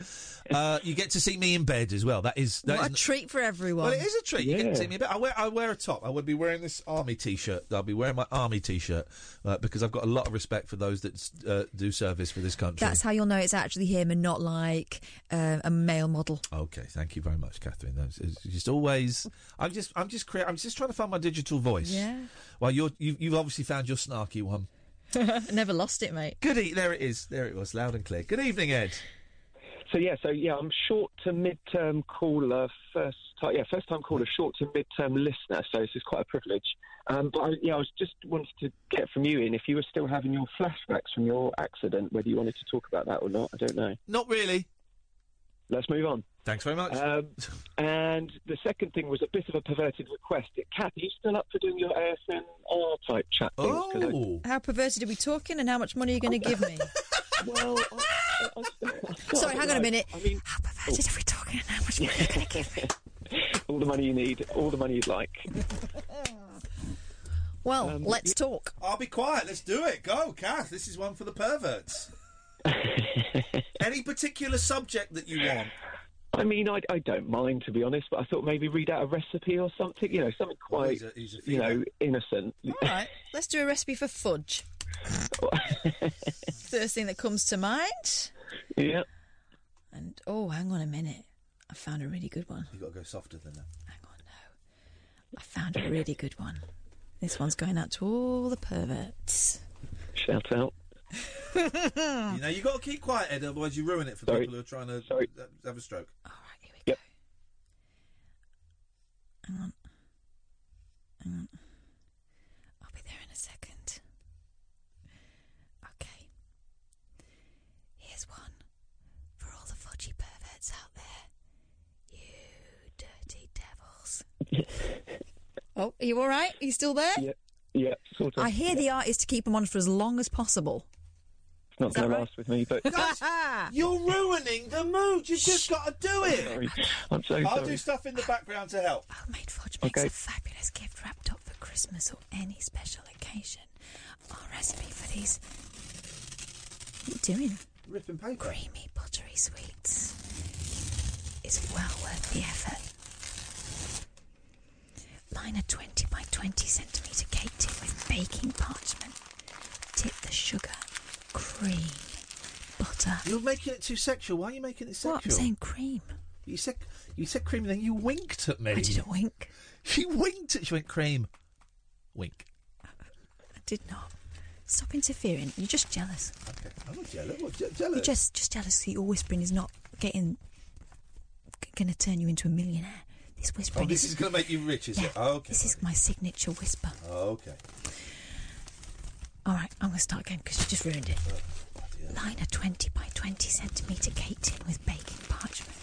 Uh, you get to see me in bed as well. That is that
what
is
a treat for everyone.
well, it is a treat. You get to see me a bit. I wear, I wear a top. I would be wearing this army T-shirt. I'll be wearing my army T-shirt uh, because I've got a lot of respect for those that uh, do service for this country.
That's how you'll know it's actually him and not like uh, a male model.
Okay, thank you very much, Catherine. That's it's just always. I'm just, I'm just crea- I'm just trying to find my digital voice.
Yeah.
Well, you're, you've, you've obviously found your snarky one.
Never lost it, mate.
Good. E- there it is. There it was, loud and clear. Good evening, Ed.
So yeah, so yeah, I'm short to mid-term caller, first time, yeah, first time caller, short to mid-term listener. So this is quite a privilege. Um, but I, yeah, I was just wanted to get from you in if you were still having your flashbacks from your accident, whether you wanted to talk about that or not. I don't know.
Not really.
Let's move on.
Thanks very much.
Um, and the second thing was a bit of a perverted request. Kathy, you still up for doing your ASMR type chat things? 'Cause I-
How perverted are we talking, and how much money are you going to give me?
well,
sorry, hang on a
like,
minute.
I mean,
how perverted are we talking, and how much money are you going to give me?
all the money you need, all the money you'd like.
Well,
Um,
let's talk.
I'll be quiet. Let's do it. Go, Kath. This is one for the perverts. Any particular subject that you want?
I mean, I, I don't mind to be honest, but I thought maybe read out a recipe or something. You know, something quite, you know, innocent.
All right, let's do a recipe for fudge. First thing that comes to mind.
yeah.
And oh, hang on a minute. I found a really good one.
You've got to go softer than that.
I found a really good one. This one's going out to all the perverts.
Shout out.
Oh.
you know, you've got to keep quiet, Ed. Otherwise, you ruin it for
Sorry.
people who are trying to uh, have a stroke.
Hang on. Hang on. I'll be there in a second. Okay. Here's one for all the fudgy perverts out there. You dirty devils. oh, are you all right? Are you still there?
Yeah, yeah, sort of.
I hear the art is to keep them on for as long as possible.
It's not going to last with me, but
You're ruining the mood. You've just got to do it.
sorry. I'm so
I'll
sorry.
do stuff in the background to help.
Homemade fudge
makes Okay. a
fabulous gift wrapped up for Christmas or any special occasion. Our recipe for these. What are you doing?
Ripping paper.
Creamy, buttery sweets is well worth the effort. Line a 20 by 20 centimetre cake tin with baking parchment. Tip the sugar, cream, butter.
You're making it too sexual. Why are you making it sexual?
What? I'm saying cream.
You said you said cream, and then you winked at me.
I didn't wink.
She winked at. She went cream, wink.
I did not. Stop interfering. You're just jealous.
Okay, I'm not jealous. What, je- jealous?
You're just just jealous that your whispering is not getting g- gonna turn you into a millionaire. This
Oh,
whispering
this is going to make you rich, is it? Oh, Okay.
This is my signature whisper.
Okay.
All right, I'm gonna start again because you just ruined it.
Oh,
Line a 20 by 20 centimetre cake tin with baking parchment.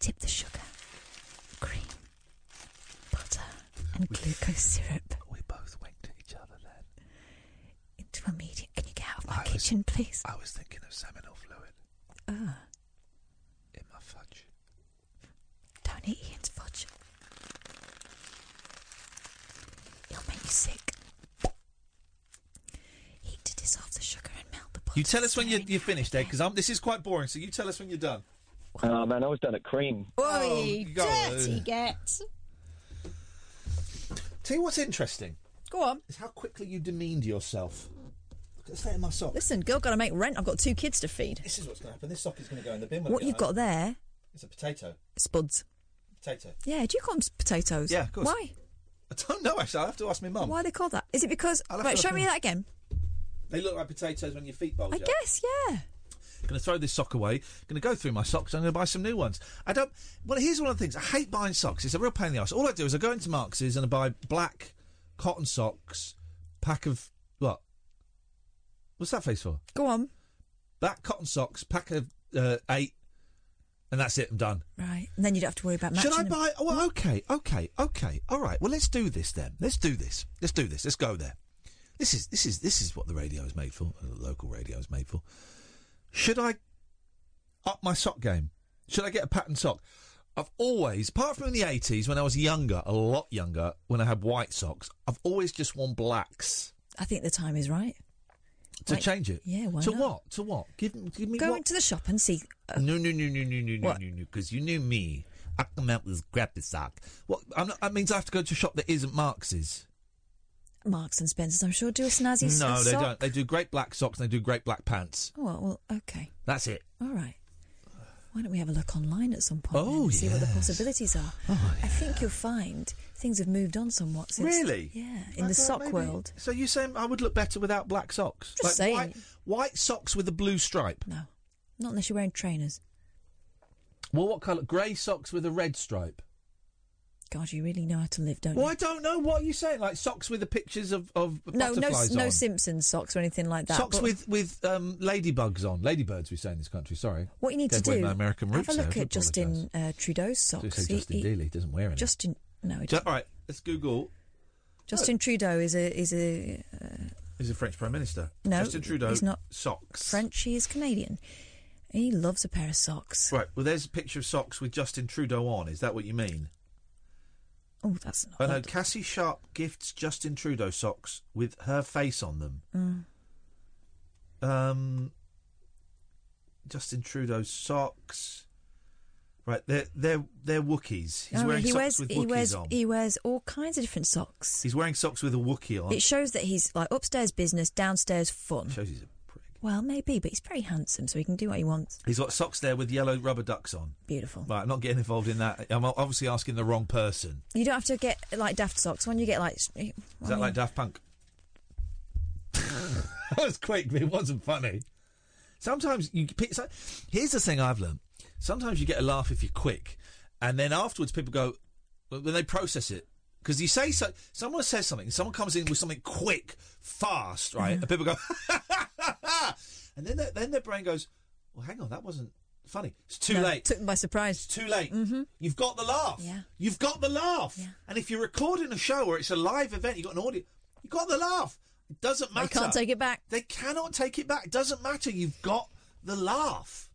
Tip the sugar, cream, butter, and glucose syrup. We both winked at each other then. Into a medium. Can you get out of my kitchen, please?
I was thinking of seminal fluid
Ugh.
in my fudge.
Don't eat Ian's fudge. It'll make you sick. Heat to dissolve the sugar and melt the
You tell us when you're, you're finished, Ed, because this is quite boring. So you tell us when you're done.
Oh man, I was done at cream.
Oh, God.
get.
Tell you what's interesting.
Go on.
It's how quickly you demeaned yourself. Look at the state of my sock.
Listen, girl, got to make rent. I've got two kids to feed.
This is what's going to happen. This sock is going to go in the bin. When I
What
get
you've
home.
got there,
It's a potato.
spuds.
Potato.
Yeah, do you call them potatoes?
Yeah, of course.
Why?
I don't know. Actually, I'll have to ask my mum.
Why are they called that? Is it because?
I'll have
Right,
to
show
ask
me
my-
that again.
They look like potatoes when your feet bulge.
I
out.
guess, yeah.
Going to throw this sock away. Going to go through my socks. I'm going to buy some new ones. I don't. Well, here's one of the things. I hate buying socks. It's a real pain in the ass. All I do is I go into Marx's and I buy black cotton socks, pack of what? What's that face for?
Go on.
Black cotton socks, pack of uh, eight, and that's it. I'm done.
Right, and then you don't have to worry about matching.
Should I
them.
buy? Oh, well, okay, okay, okay. All right. Well, let's do this then. Let's do this. Let's do this. Let's go there. This is this is this is what the radio is made for. The local radio is made for. Should I up my sock game? Should I get a pattern sock? I've always, apart from in the eighties when I was younger, a lot younger, when I had white socks, I've always just worn blacks
I think the time is right.
to
Like,
change it.
Yeah, why
to
not?
what? To what? Give, give me
Go
what?
into the shop and see.
No, no, no, no, no, no, no,
Uh, What?
no, no, because you knew me. I come out with crappy sock. Well, I'm not, that means I have to go to a shop that isn't Marx's.
Marks and Spencers, I'm sure, do a snazzy s-
no, they
sock.
don't. They do great black socks and they do great black pants.
Oh well, well, okay,
That's it.
all right. Why don't we have a look online at some point
Oh,
and see what the
yes. Oh,
possibilities are? I think you'll find things have moved on somewhat since.
Really?
Yeah,
I
in the
thought
sock
maybe-
world.
So you're saying I would look better without black socks?
Just
like
saying.
White, white socks with a blue stripe.
No. Not unless you're wearing trainers.
Well, what colour? Grey socks with a red stripe.
God, you really know how to live, don't
Well,
you?
I don't know. What are you saying? Like socks with the pictures of, of
No, no,
butterflies
no
on.
Simpsons socks or anything like that.
Socks
but
with with um, ladybugs on, ladybirds. We say in this country. Sorry.
What you need
Gave
to
away
do.
my American
have
roots
a
there,
look
I
at
do apologise.
Justin uh, Trudeau's
I do
socks.
say
He-
Justin
he-
Dealey doesn't wear any.
Justin, no, he
Ju-
doesn't.
all right, let's Google.
Justin Trudeau is a is a uh,
He's a French prime minister.
No,
Justin Trudeau.
he's not.
Socks.
French. He is Canadian. He loves a pair of socks.
Right. Well, there's a picture of socks with Justin Trudeau on. Is that what you mean?
Oh, that's not.
Oh no, Cassie Sharp gifts Justin Trudeau socks with her face on them.
Mm.
Um, Justin Trudeau socks. Right, they're they're they're Wookiees. He's
Oh,
wearing
he
socks
wears
with
he
Wookiees
wears
on.
he wears all kinds of different socks.
He's wearing socks with a Wookiee on.
It shows that he's like upstairs business, downstairs fun.
Shows he's a,
Well, maybe, but he's very handsome, so he can do what he wants.
he's got socks there with yellow rubber ducks on.
Beautiful.
Right, I'm not getting involved in that. I'm obviously asking the wrong person.
You don't have to get like daft socks. When you get like, s- I
Is that
mean-
like Daft Punk? that was quick, but it wasn't funny. Sometimes you. pick- so- Here's the thing I've learned. Sometimes you get a laugh if you're quick, and then afterwards people go when they process it because you say so. Someone says something. Someone comes in with something quick, fast, right?
Mm-hmm.
And people go, and then their- then their brain goes, "Well, hang on, that wasn't funny. It's too
No,
late.
Took them by surprise.
It's too late. Mm-hmm. You've got the laugh.
Yeah.
You've got the laugh. And if you're recording a show or it's a live event, you've got an audience, you've got the laugh. It doesn't matter.
can't take it back.
They cannot take it back. It doesn't matter. You've got the laugh.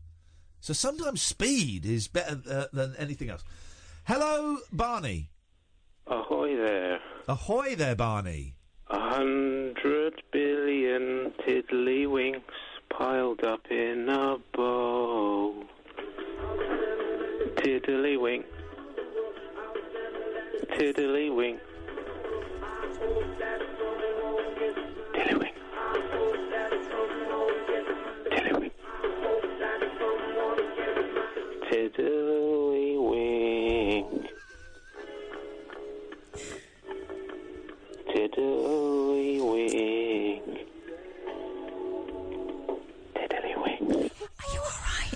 So sometimes speed is better uh, than anything else. Hello, Barney.
Ahoy there.
Ahoy there, Barney.
A hundred billion tiddlywinks piled up in a bowl. Tiddlywink. Tiddlywink. Tiddlywink. Tiddlywink. Tiddlywink. Tiddlywink. Tiddlywink. Are you alright?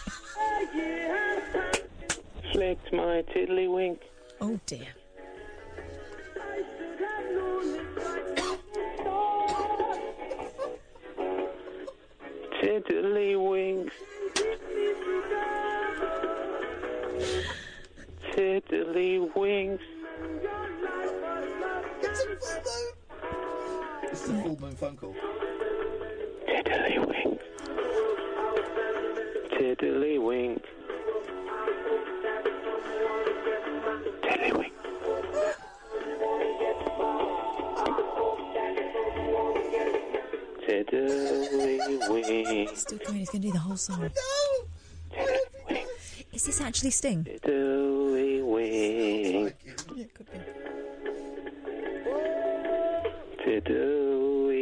Flicked my tiddlywink.
Oh dear.
Tiddlywink. Tiddlywink.
It's a full moon. It's the full moon phone call.
Tiddlywink. Tiddlywink. Tiddlywink. Tiddlywink.
Still going. He's going to do the whole song. Is this actually Sting?
Tiddlywink.
Yeah, it could be.
Tiddlywink.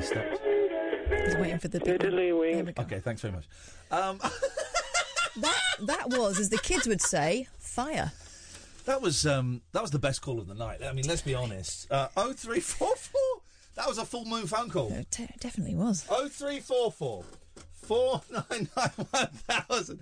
steps.
He's waiting for the big one.
Okay, thanks very much.
Um. that that was, as the kids would say, fire.
That was um, that was the best call of the night. I mean, let's be honest. Uh, oh three four four. That was a full moon phone call.
It de- definitely was.
Oh three four four four nine nine one thousand.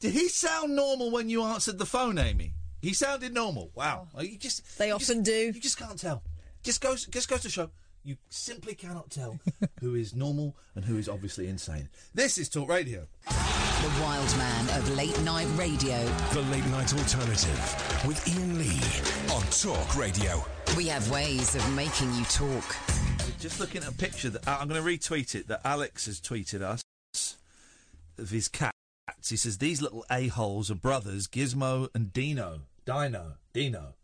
Did he sound normal when you answered the phone, Amy? He sounded normal. Wow.
Oh.
Well, You just
they
often
do.
You just can't tell. Just goes just goes to show you simply cannot tell who is normal and who is obviously insane. This is Talk Radio.
The wild man of late night radio.
The Late Night Alternative with Ian Lee on Talk Radio.
We have ways of making you talk.
Just looking at a picture that I'm going to retweet it that Alex has tweeted us of his cats. He says these little a holes are brothers Gizmo and Dino, Dino, Dino,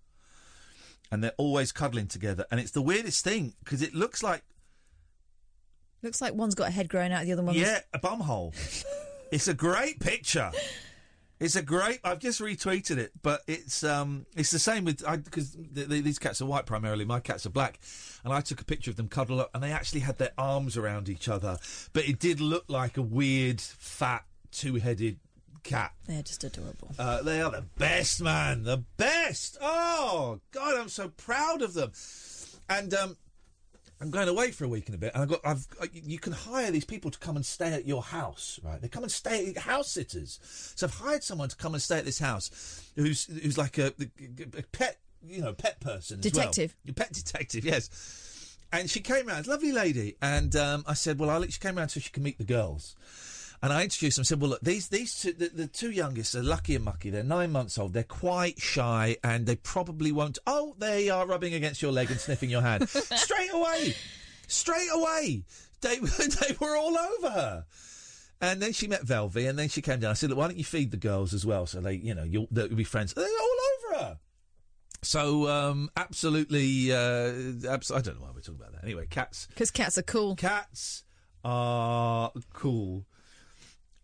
and they're always cuddling together. And it's the weirdest thing because it looks like
Looks like one's got a head growing out of the other one's.
yeah, a bum hole. it's a great picture. It's a great. I've just retweeted it, but it's um, it's the same with because th- th- these cats are white primarily. My cats are black, and I took a picture of them cuddle up, and they actually had their arms around each other. But it did look like a weird, fat, two-headed cat.
They're just adorable.
Uh, they are the best, man. The best. Oh God, I'm so proud of them. And um, I'm going away for a week in a bit, and I've got. I've. I- You can hire these people to come and stay at your house, right? They come and stay house sitters. So I've hired someone to come and stay at this house, who's who's like a, a pet, you know, pet person, as well.
Detective.
Your pet detective, yes. And she came round, lovely lady, and um, I said, "Well, I'll let you came round so she can meet the girls." And I introduced them. Said, "Well, look, these these two, the, the two youngest are Lucky and Mucky. They're nine months old. They're quite shy, and they probably won't. Oh, they are rubbing against your leg and sniffing your hand straight away, straight away. They were- they were all over her." And then she met Velvy, and then she came down. I said, "Look, why don't you feed the girls as well? So they, you know, you'll they'll be friends. They're all over her." So um, absolutely, uh, abs- I don't know why we're talking about that. Anyway, cats
Because cats are cool.
Cats. are cool.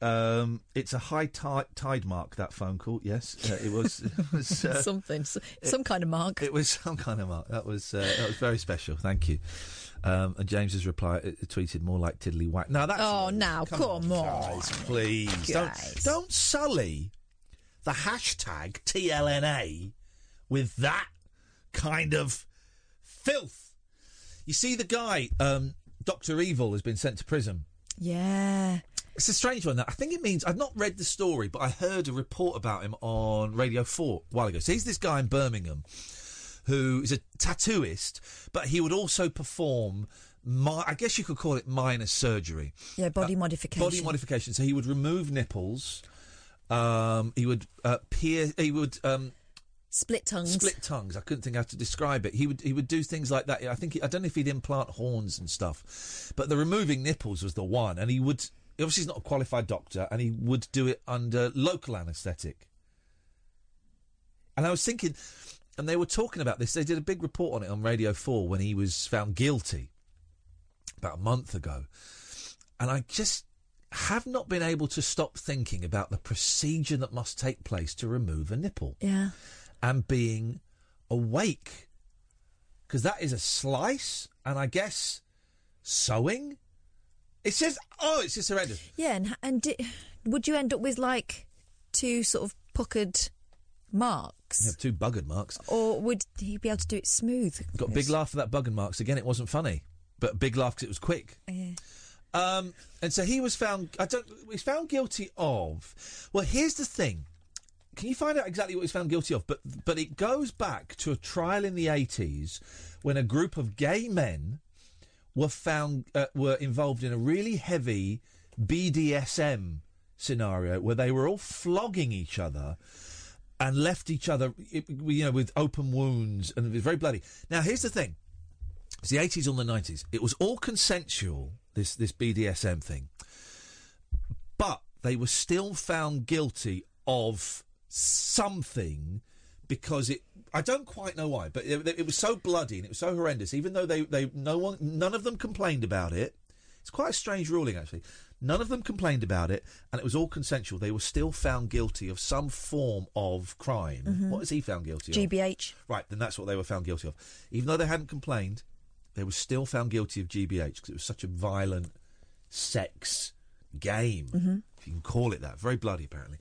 Um, it's a high ti- tide mark that phone call. Yes, uh, it was. It was uh,
Something. s- Some kind of mark.
It was some kind of mark. That was uh, that was very special. Thank you. Um, and James's reply uh, tweeted more like tiddly whack. Now that's
Oh, now, come, on.
guys, please don't don't sully the hashtag TLNA with that kind of filth. You see, the guy um, Doctor Evil has been sent to prison.
Yeah.
It's a strange one. That I think it means I've not read the story, but I heard a report about him on Radio Four a while ago. So he's this guy in Birmingham who is a tattooist, but he would also perform. Mi- I guess you could call it minor surgery. Uh,
Yeah, body modification.
Body modification. So he would remove nipples. Um, he would uh, pier. He would um,
Split tongues.
Split tongues. I couldn't think how to describe it. He would he would do things like that. I think he, I don't know if he'd implant horns and stuff, but the removing nipples was the one. And he would obviously he's not a qualified doctor, and he would do it under local anaesthetic. And I was thinking, and they were talking about this. They did a big report on it on Radio Four when he was found guilty about a month ago, and I just have not been able to stop thinking about the procedure that must take place to remove a nipple
Yeah.
and being awake because that is a slice and i guess sewing it's just oh it's just horrendous
Yeah, and and di- would you end up with like two sort of puckered marks,
you have two buggered marks
or would he be able to do it smooth?
got a big laugh for that buggered marks again it wasn't funny but a big laugh because it was quick
Yeah.
um, and so he was found i don't he was found guilty of well here's the thing can you find out exactly what he was found guilty of but but it goes back to a trial in the 80s when a group of gay men were found uh, were involved in a really heavy BDSM scenario where they were all flogging each other and left each other you know with open wounds and it was very bloody. Now here's the thing. It's the 80s on the 90s. It was all consensual this this BDSM thing. But they were still found guilty of something because it I don't quite know why, but it, it was so bloody and it was so horrendous. Even though they, they no one none of them complained about it. It's quite a strange ruling actually. None of them complained about it, and it was all consensual. They were still found guilty of some form of crime.
Mhm.
What is he found guilty of?
GBH.
Right, then that's what they were found guilty of. Even though they hadn't complained, they were still found guilty of GBH because it was such a violent sex game,
Mm-hmm.
Mhm.
if you can call it that. Very bloody, apparently.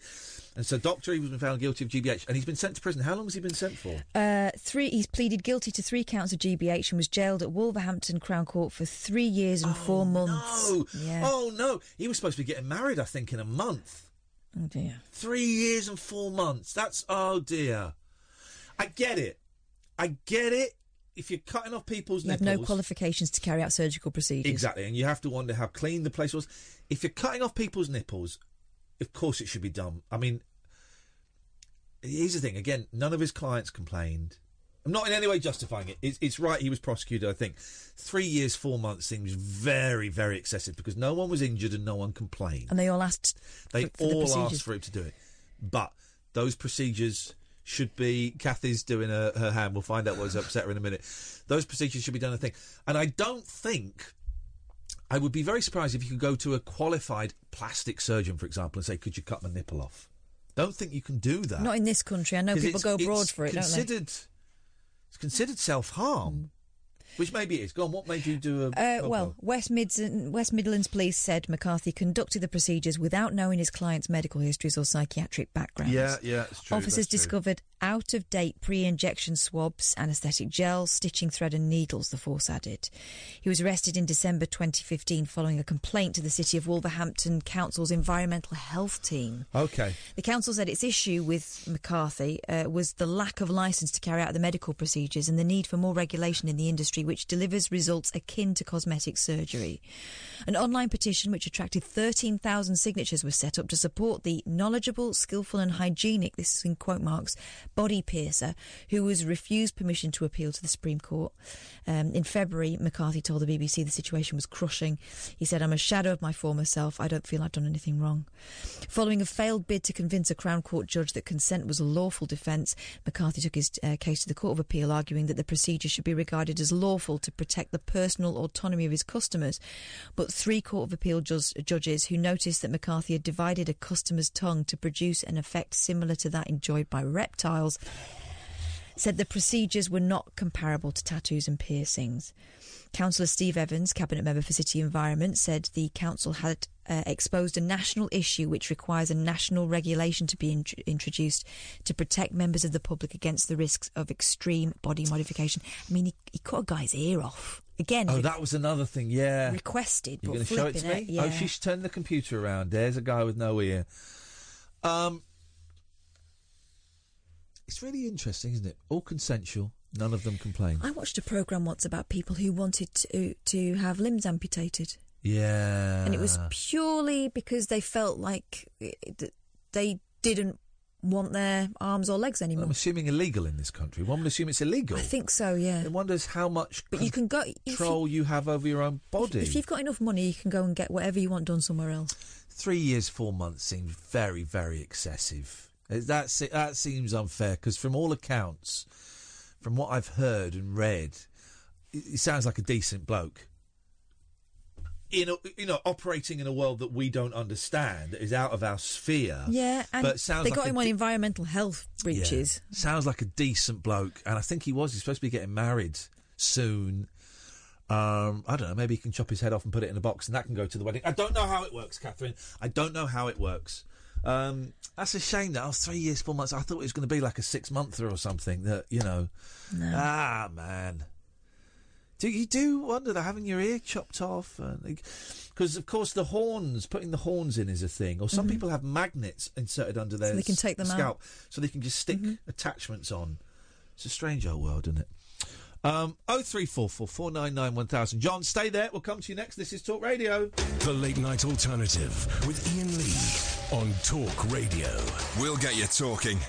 And so Dr. Evil's been found guilty of GBH and he's been sent to prison. How long has he been sent for?
Uh, three. He's pleaded guilty to three counts of GBH and was jailed at Wolverhampton Crown Court for three years and four months.
Oh,
Yeah.
oh no. He was supposed to be getting married, I think, in a month.
Oh, dear.
Three years and four months. That's, oh dear. I get it. I get it. If you're cutting off people's
You have
nipples.
no qualifications to carry out surgical procedures.
Exactly, and you have to wonder how clean the place was. If you're cutting off people's nipples, of course it should be done. I mean, here's the thing. Again, none of his clients complained. I'm not in any way justifying it. It's, it's right. He was prosecuted. I think three years, four months seems very, very excessive because no one was injured and no one complained.
And they all asked.
They
for, for the
all
procedures.
asked for him to do it, but those procedures should be. Kathy's doing her, her hand. We'll find out what's upset her in a minute. Those procedures should be done. I think, and I don't think. I would be very surprised if you could go to a qualified plastic surgeon, for example, and say, "Could you cut my nipple off?" Don't think you can do that.
Not in this country. I know
'Cause
people
it's-
go abroad
it's
for it, don't they?
considered, It's considered self harm, which maybe it is. Go on. What made you do a?
Mm. Uh,
oh,
well, West, Mids- West Midlands Police said McCarthy conducted the procedures without knowing his client's medical histories or psychiatric backgrounds.
Yeah, yeah, it's true,
Officers
that's true.
discovered out of date pre injection swabs, anaesthetic gel, stitching thread, and needles, the force added. He was arrested in December 2015 following a complaint to the City of Wolverhampton Council's environmental health team.
okay.
The council said its issue with McCarthy uh, was the lack of licence to carry out the medical procedures and the need for more regulation in the industry, which delivers results akin to cosmetic surgery. An online petition, which attracted 13,000 signatures, was set up to support the knowledgeable, skillful, and hygienic, this is in quote marks, body piercer, who was refused permission to appeal to the Supreme Court. Um, in February, McCarthy told the BBC the situation was crushing. He said, I'm a shadow of my former self. I don't feel I've done anything wrong. Following a failed bid to convince a Crown Court judge that consent was a lawful defence, McCarthy took his uh, case to the Court of Appeal, arguing that the procedure should be regarded as lawful to protect the personal autonomy of his customers. But three Court of Appeal jus- judges who noticed that McCarthy had divided a customer's tongue to produce an effect similar to that enjoyed by reptiles said the procedures were not comparable to tattoos and piercings. Councillor Steve Evans, cabinet member for City Environment, said the council had uh, exposed a national issue which requires a national regulation to be in- introduced to protect members of the public against the risks of extreme body modification. I mean, he, he cut a guy's ear off. Again,
Oh, that was another thing. Yeah.
requested,
You're
but
going to show it to me?
flipping it,
Oh,
yeah.
she's turned the computer around. There's a guy with no ear. Um, it's really interesting, isn't it? All consensual. None of them complain.
I watched a programme once about people who wanted to, to have limbs amputated.
Yeah.
and it
Ah.
was purely because they felt like it- th- they didn't want their arms or legs anymore.
I'm assuming illegal in this country. One would assume it's illegal.
I think so, yeah.
It wonders how much
But you can go if you,
control you, have over your own body.
if you've got enough money, you can go and get whatever you want done somewhere else.
Three years, four months seems very, very excessive. It- That se- that seems unfair because from all accounts, from what I've heard and read, he he sounds like a decent bloke. In a, you know, operating in a world that we don't understand, that is out of our sphere.
Yeah, and
Ah. but sounds
they
like
got
a
him on
de-
environmental health breaches.
yeah. Sounds like a decent bloke, and I think he was. He's supposed to be getting married soon. Um, I don't know. Maybe he can chop his head off and put it in a box, and that can go to the wedding. I don't know how it works, Catherine. I don't know how it works. Um, that's a shame that I was three years, four months. I thought it was going to be like a six monther or something. That you know, ah man. Do you do wonder that having your ear chopped off? Because of course the horns, putting the horns in is a thing. Or some
Mhm.
people have magnets inserted under their
they can
s-
take them out. Mm-hmm.
scalp, so they can just stick attachments on. It's a strange old world, isn't it? Um, oh three four four four nine nine one thousand. John, stay there. We'll come to you next. This is Talk Radio.
The Late Night Alternative with Ian Lee on Talk Radio.
We'll get you talking.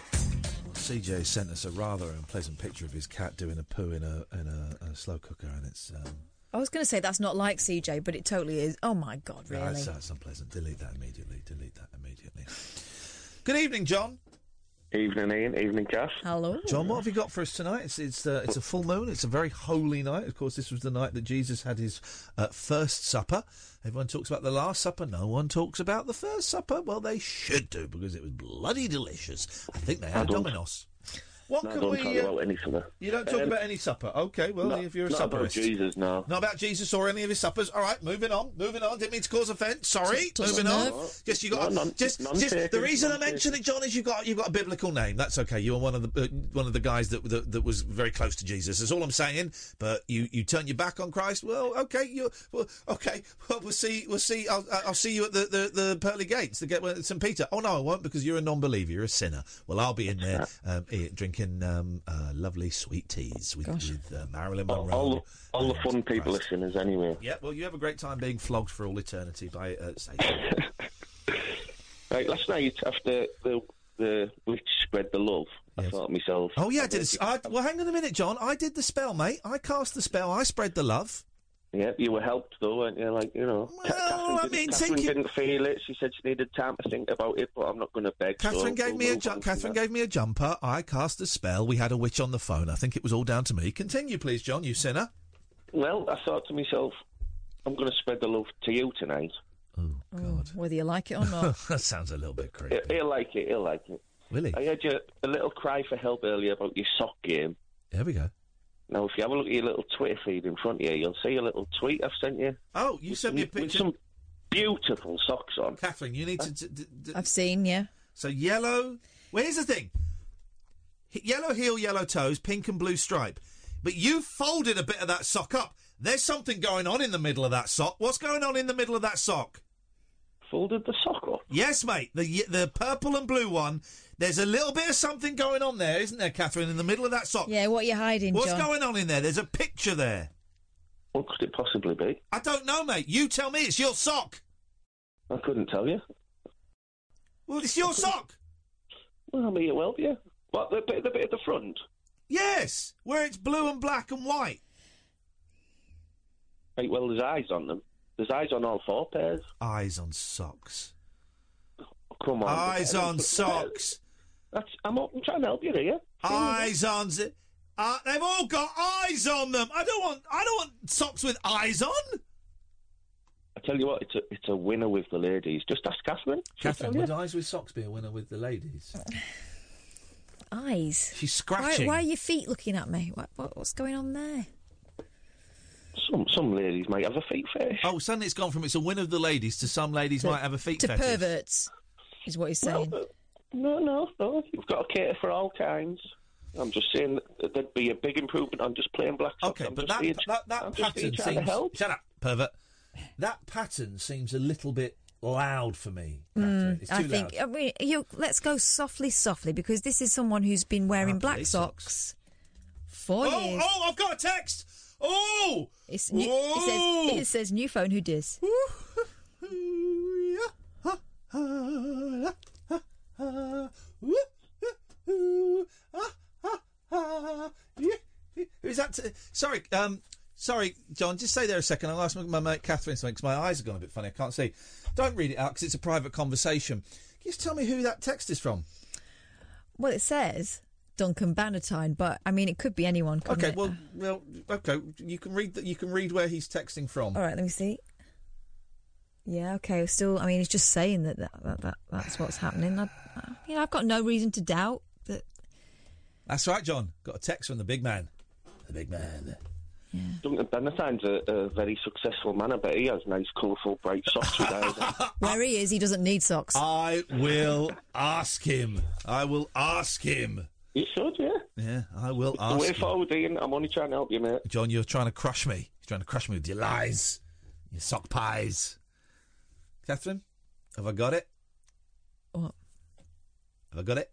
CJ sent us a rather unpleasant picture of his cat doing a poo in a in a, a slow cooker, and it's um,
I was going to say that's not like CJ, but it totally is. Oh my god,
no,
really?
that's, that's unpleasant. Delete that immediately. Delete that immediately. Good evening, John.
Evening, Ian. Evening, Cass.
Hello,
John. What have you got for us tonight? It's it's uh, it's a full moon. It's a very holy night. Of course, this was the night that Jesus had his uh, first supper. Everyone talks about the Last Supper. No one talks about the First Supper. Well, they should do because it was bloody delicious. I think they had a Domino's. What
no,
can
don't
we,
talk
uh,
about any supper.
You don't talk
Um,
about any supper. Okay, well,
no,
if you're a
not about
supperist.
Jesus, no.
Not about Jesus or any of his suppers. All right, moving on, moving on. Didn't mean to cause offence. Sorry,
Just- just
moving on.
no.
Yes, you got.
No, none-
just,
none
just the
taken,
reason I
none
mention it, John, is you got you got a biblical name. That's okay. You were one of the uh, one of the guys that, that that was very close to Jesus. That's all I'm saying. But you you turn your back on Christ. Well, okay, you well, okay. Well, we'll see. We'll see. I'll I'll see you at the the, the pearly gates. The gate well, St Peter. Oh no, I won't because you're a non-believer. You're a sinner. Well, I'll be in there um, eh, drinking um, uh, lovely sweet teas with, with uh, Marilyn Monroe.
All the, all the fun people are sinners anyway.
Yeah, well, you have a great time being flogged for all eternity by uh, Satan.
Right, last night after the the witch spread the love, I thought to myself.
oh yeah, I did. A, s- I, well, hang on a minute, John. I did the spell, mate. I cast the spell. I spread the love.
Yeah, you were helped though, weren't you? Like you know, Ca- Catherine,
I
didn't,
mean,
Catherine
thinking-
didn't feel it. She said she needed time to think about it, but I'm not going to beg. so
Catherine gave
we'll
me a
move
ju-
on from
Catherine
that.
gave me a jumper. I cast the spell. We had a witch on the phone. I think it was all down to me. Continue, please, John. You sinner.
Well, I thought to myself, I'm going to spread the love to you tonight.
God. whether you like it or not.
that sounds a little bit creepy.
He'll, he'll like it. He'll like it.
Will he?
I heard you a little cry for help earlier about your sock game.
There we go.
Now, if you have a look at your little Twitter feed in front of you, you'll see a little tweet I've sent you.
Oh, you sent me a
With some beautiful socks on.
Catherine, you need to. D- d- d-
Uh, I've seen, yeah.
So yellow. Well, here's the thing: H- yellow heel, yellow toes, pink and blue stripe. But you folded a bit of that sock up. There's something going on in the middle of that sock. What's going on in the middle of that sock?
Folded the sock up.
Yes, mate. The ye- the purple and blue one. There's a little bit of something going on there, isn't there, Catherine? In the middle of that sock.
Yeah, what are you hiding,
What's
John?
going on in there? There's a picture there.
What could it possibly be?
I don't know, mate. You tell me. It's your sock.
I couldn't tell you.
Well, it's your sock.
Well, I mean, it will be. yeah. What, the bit, the bit at the front?
Yes, where it's blue and black and white.
Right, well, there's eyes on them. There's eyes on all four pairs.
Eyes on socks.
Come on.
Eyes
the pairs,
on
the
socks.
That's, I'm, I'm trying to help you here.
Eyes on. z- Uh, they've all got eyes on them. I don't want. I don't want socks with eyes on.
I tell you what, it's a, it's a winner with the ladies. Just ask Catherine. She'll tell you.
eyes with socks be a winner with the ladies?
Eyes.
She's
Why,
scratching.
why are your feet looking at me? What, what, what's going on there?
Some some ladies might have a feet fetish.
Oh, suddenly it's gone from it's a win of the ladies to some ladies
To-
might have a feet
to
fetish.
perverts, is what he's saying.
No, no, no. You've got to cater for all kinds. I'm just saying that there'd be a big improvement on just plain black socks.
Okay,
I'm
but
just
that
here-
that, that
I'm just here
pattern
trying to
seems.
help.
Shut up, pervert. That pattern seems a little bit loud for me.
Mm,
It's
I
too
think. I mean, you, let's go softly, softly, because this is someone who's been wearing black socks for
Ah, oh,
years.
oh, I've got a text. Oh,
It's new, it, says, it says new phone. Who dis?
Hmm? Who's that? T- sorry, um, sorry, John. Just stay there a second. I'll ask my, my mate Catherine something because my eyes are gone a bit funny. I can't see. Don't read it out because it's a private conversation. Can you just tell me who that text is from?
Well, it says Duncan Bannatyne, but I mean, it could be anyone. couldn't
Okay,
it?
well, well, okay. You can read. The, you can read where he's texting from.
All right, let me see. Yeah, okay. we're Still, I mean, it's just saying that that, that, that that's what's happening. I, I, yeah, I've got no reason to doubt that.
That's right, John. Got a text from the big man. The big man.
Duncan Benathine's a, a very successful man. I bet he has nice, colourful, bright socks. with eyes
Uh,
on.
Where he is, he doesn't need socks.
I will ask him. I will ask him.
You should, yeah.
Yeah, I will
It's the
ask
way
him.
forward, Ian. I'm only trying to help you, mate.
John, you're trying to crush me. You're trying to crush me with your lies, your sock pies. Catherine, have I got it?
What?
Have I got it?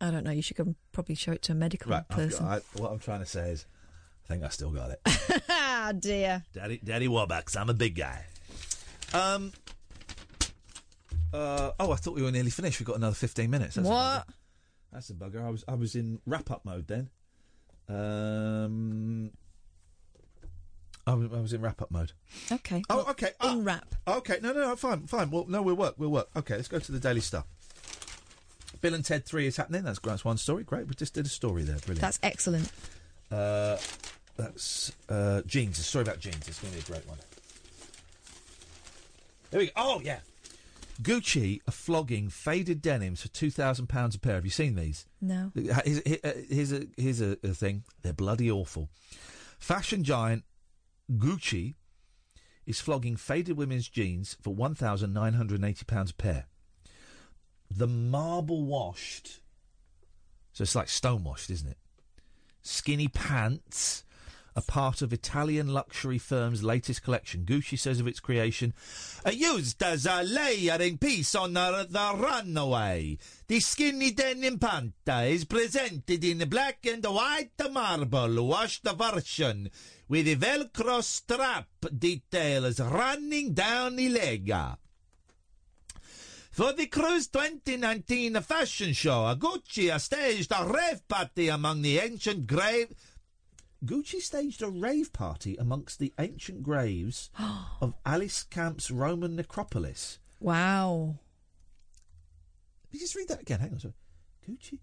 I don't know. You should go and probably show it to a medical
Right. I've
person.
got, I, what I'm trying to say is, I think I still got it.
ah, dear.
Daddy, Daddy Warbucks. I'm a big guy. Um. Uh, oh, I thought we were nearly finished. We've got another 15 minutes. That's a
what?
That's a bugger. I was I was in wrap up mode then. Um, I was, I was in wrap up mode.
Okay.
Oh, okay.
In wrap.
Okay, no, no, no, fine, fine. Well, no, we'll work, we'll work. Okay, let's go to the Daily Star. Bill and Ted Three is happening. That's that's one story. Great, we just did a story there. Brilliant.
That's excellent.
uh, that's uh, jeans. A story about jeans. It's going to be a great one. There we go. Oh yeah. Gucci are flogging faded denims for two thousand pounds a pair. Have you seen these? Uh,
No.
Here's, here's a here's a, a thing. They're bloody awful. Fashion giant Gucci is flogging faded women's jeans for one thousand nine hundred and eighty pounds a pair. The marble washed, so it's like stone washed, isn't it? Skinny pants are part of Italian luxury firm's latest collection. Gucci says of its creation, "Are used as a layering piece on the, the runway. The skinny denim panta is presented in black and white marble washed version with a Velcro strap details running down the leg. For the Cruise 2019 fashion show, Gucci has staged a rave party among the ancient grave. Gucci staged a rave party amongst the ancient graves of Alice Camp's Roman necropolis.
Wow.
Let me just read that again. Hang on, sorry. Gucci,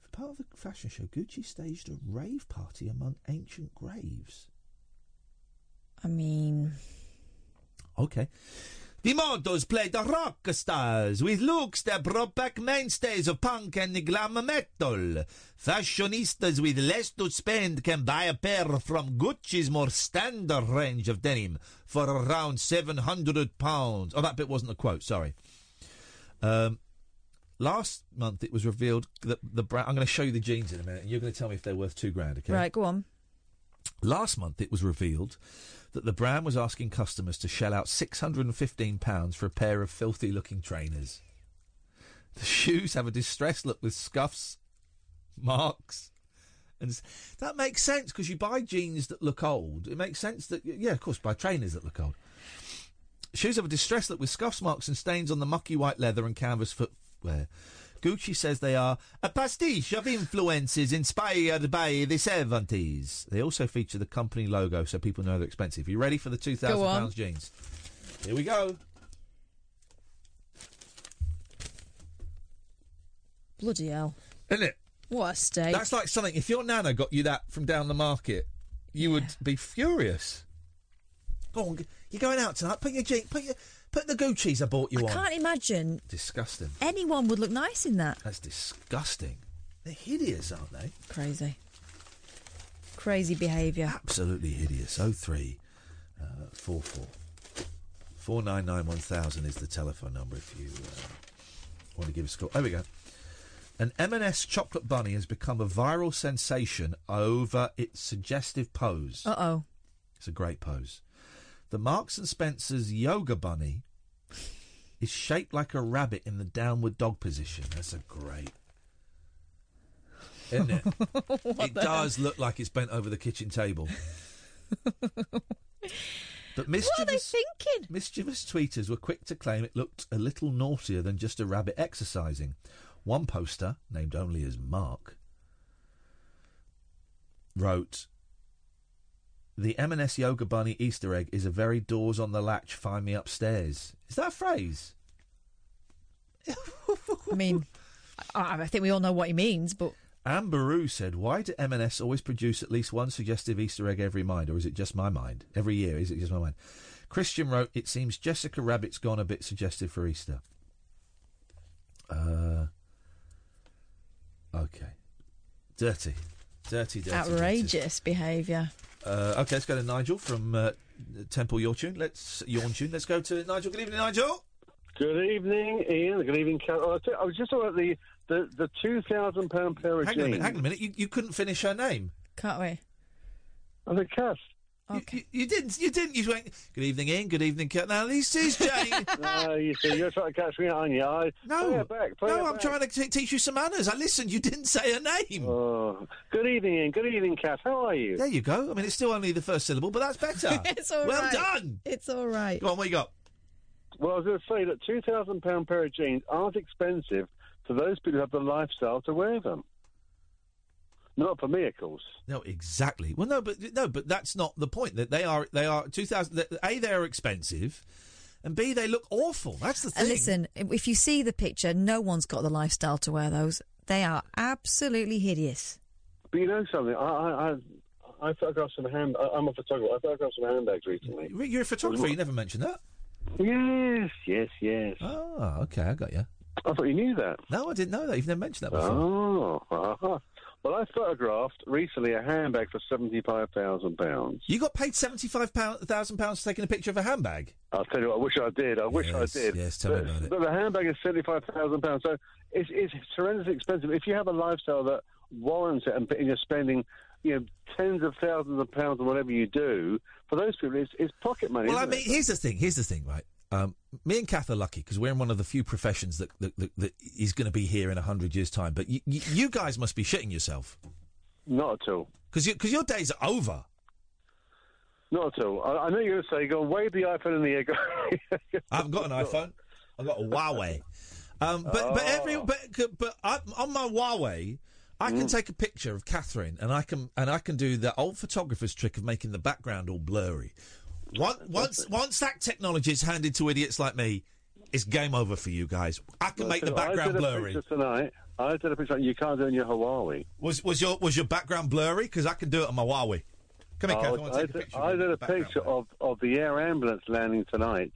for part of the fashion show, Gucci staged a rave party among ancient graves.
I mean,
Okay. The models played the rock stars with looks that brought back mainstays of punk and glam metal. Fashionistas with less to spend can buy a pair from Gucci's more standard range of denim for around £700. Oh, that bit wasn't a quote, sorry. Um, last month it was revealed that the brand. I'm going to show you the jeans in a minute and you're going to tell me if they're worth two grand, okay?
right, go on.
Last month, it was revealed that the brand was asking customers to shell out £615 for a pair of filthy looking trainers. The shoes have a distressed look with scuffs, marks, and s- that makes sense because you buy jeans that look old. It makes sense that, yeah, of course, buy trainers that look old. Shoes have a distressed look with scuffs, marks, and stains on the mucky white leather and canvas footwear. Gucci says they are a pastiche of influences inspired by the 70s. They also feature the company logo so people know they're expensive. You ready for the
Go on.
£2,000 jeans? Here we go.
Bloody hell.
Isn't it?
What a state.
That's like something. If your nana got you that from down the market, you would be furious. Go on, g- you're going out tonight. Put your jeans, put your, put the Gucci's I bought you on.
Can't e- imagine
Disgusting.
anyone would look nice in that.
That's disgusting. They're hideous, aren't they?
Crazy. Crazy
Ah.
behaviour.
Absolutely hideous. Oh three, uh, four four, four nine nine one thousand is the telephone number if you uh, want to give us a call. There we go. An M&S chocolate bunny has become a viral sensation over its suggestive pose.
Uh oh.
It's a great pose. The Marks and Spencer's yoga bunny is shaped like a rabbit in the downward dog position. That's a great. Isn't it? it does look like it's bent over the kitchen table. but mischievous, what are they
thinking?
Mischievous tweeters were quick to claim it looked a little naughtier than just a rabbit exercising. One poster, named only as Mark, wrote, "The M&S Yoga Bunny Easter egg is a very doors on the latch. Find me upstairs." Is that a phrase?
I mean, I, I think we all know what he means, but
Amberu said, "Why do M&S always produce at least one suggestive Easter egg every mind, or is it just my mind? Every year, is it just my mind?" Christian wrote, "It seems Jessica Rabbit's gone a bit suggestive for Easter." Uh, okay, dirty, dirty, dirty, dirty.
outrageous behaviour.
Uh, okay, let's go to Nigel from uh, Temple Your Tune. Let's Yawn Tune. Let's go to Nigel. Good evening, Nigel.
Good evening, Ian. Good evening, Kat. Oh, I t- I was just about the the, the two thousand pound pair of
Hang on a
jeans.
minute. Hang on a minute. You, you couldn't finish her name.
Can't we?
I said, Cass.
Okay. You, you, you didn't. You didn't. You went. Good evening, Ian. Good evening, Kat. Now this is Jane.
no, you see, you're trying to catch me out, aren't you? I,
No,
play it back, play
no,
it
I'm
back.
trying to t- teach you some manners. I listened. You didn't say her name.
Oh, good evening, Ian. Good evening, Kat. How are you?
There you go. I mean, it's still only the first syllable, but that's better.
it's all right.
well done.
It's all right.
Go on, what you got?
Well, I was going to say that two thousand pound pair of jeans aren't expensive for those people who have the lifestyle to wear them. Not for me, of course.
No, exactly. Well, no, but no, but that's not the point. That they are, they are two thousand. A, they are expensive, and B, they look awful. That's the
And
thing.
Uh, listen, if you see the picture, no one's got the lifestyle to wear those. They are absolutely hideous.
But you know something, I I I, I photographed some hand. I, I'm a photographer. I photographed some handbags recently.
You're a photographer. You never mentioned that.
Yes, yes, yes.
Oh, okay, I got you.
I thought you knew that.
No, I didn't know that. You've never mentioned that before.
Oh,
uh-huh. well, I photographed recently a handbag for seventy-five thousand pounds.
You got paid seventy-five thousand pounds for taking a picture of a handbag.
I'll tell you what. I wish I did. I wish
Yes,
I did.
yes, tell me
but,
about it.
But the handbag is seventy-five thousand pounds, so it's, it's horrendously expensive. If you have a lifestyle that warrants it, and you're spending, you know, tens of thousands of pounds on whatever you do, for those people, it's, it's pocket money.
Well, I
isn't
mean,
it?
here's the thing. Here's the thing, right? Um, me and Kath are lucky because we're in one of the few professions that that, that, that is going to be here in hundred years' time. But you, you, you guys must be shitting yourself
not at all.
because because your days are over.
Not at all. I, I know you're going to say, go and wave the iPhone in the air. Go,
I haven't got an iPhone. I've got a Huawei. Um, but but every
Oh.
but but I, on my Huawei, I
Mm.
can take a picture of Catherine, and I can and I can do the old photographer's trick of making the background all blurry. Once once once that technology is handed to idiots like me, it's game over for you guys. I can make the
I did
background
a
blurry.
picture tonight. I did a picture. You can't do it in your Huawei.
Was was your was your background blurry? Because I can do it on my Huawei. Come here,
I,
Catherine. I want to
I
take a
did,
picture.
I
of
did
the
a
background.
picture of, of the air ambulance landing tonight,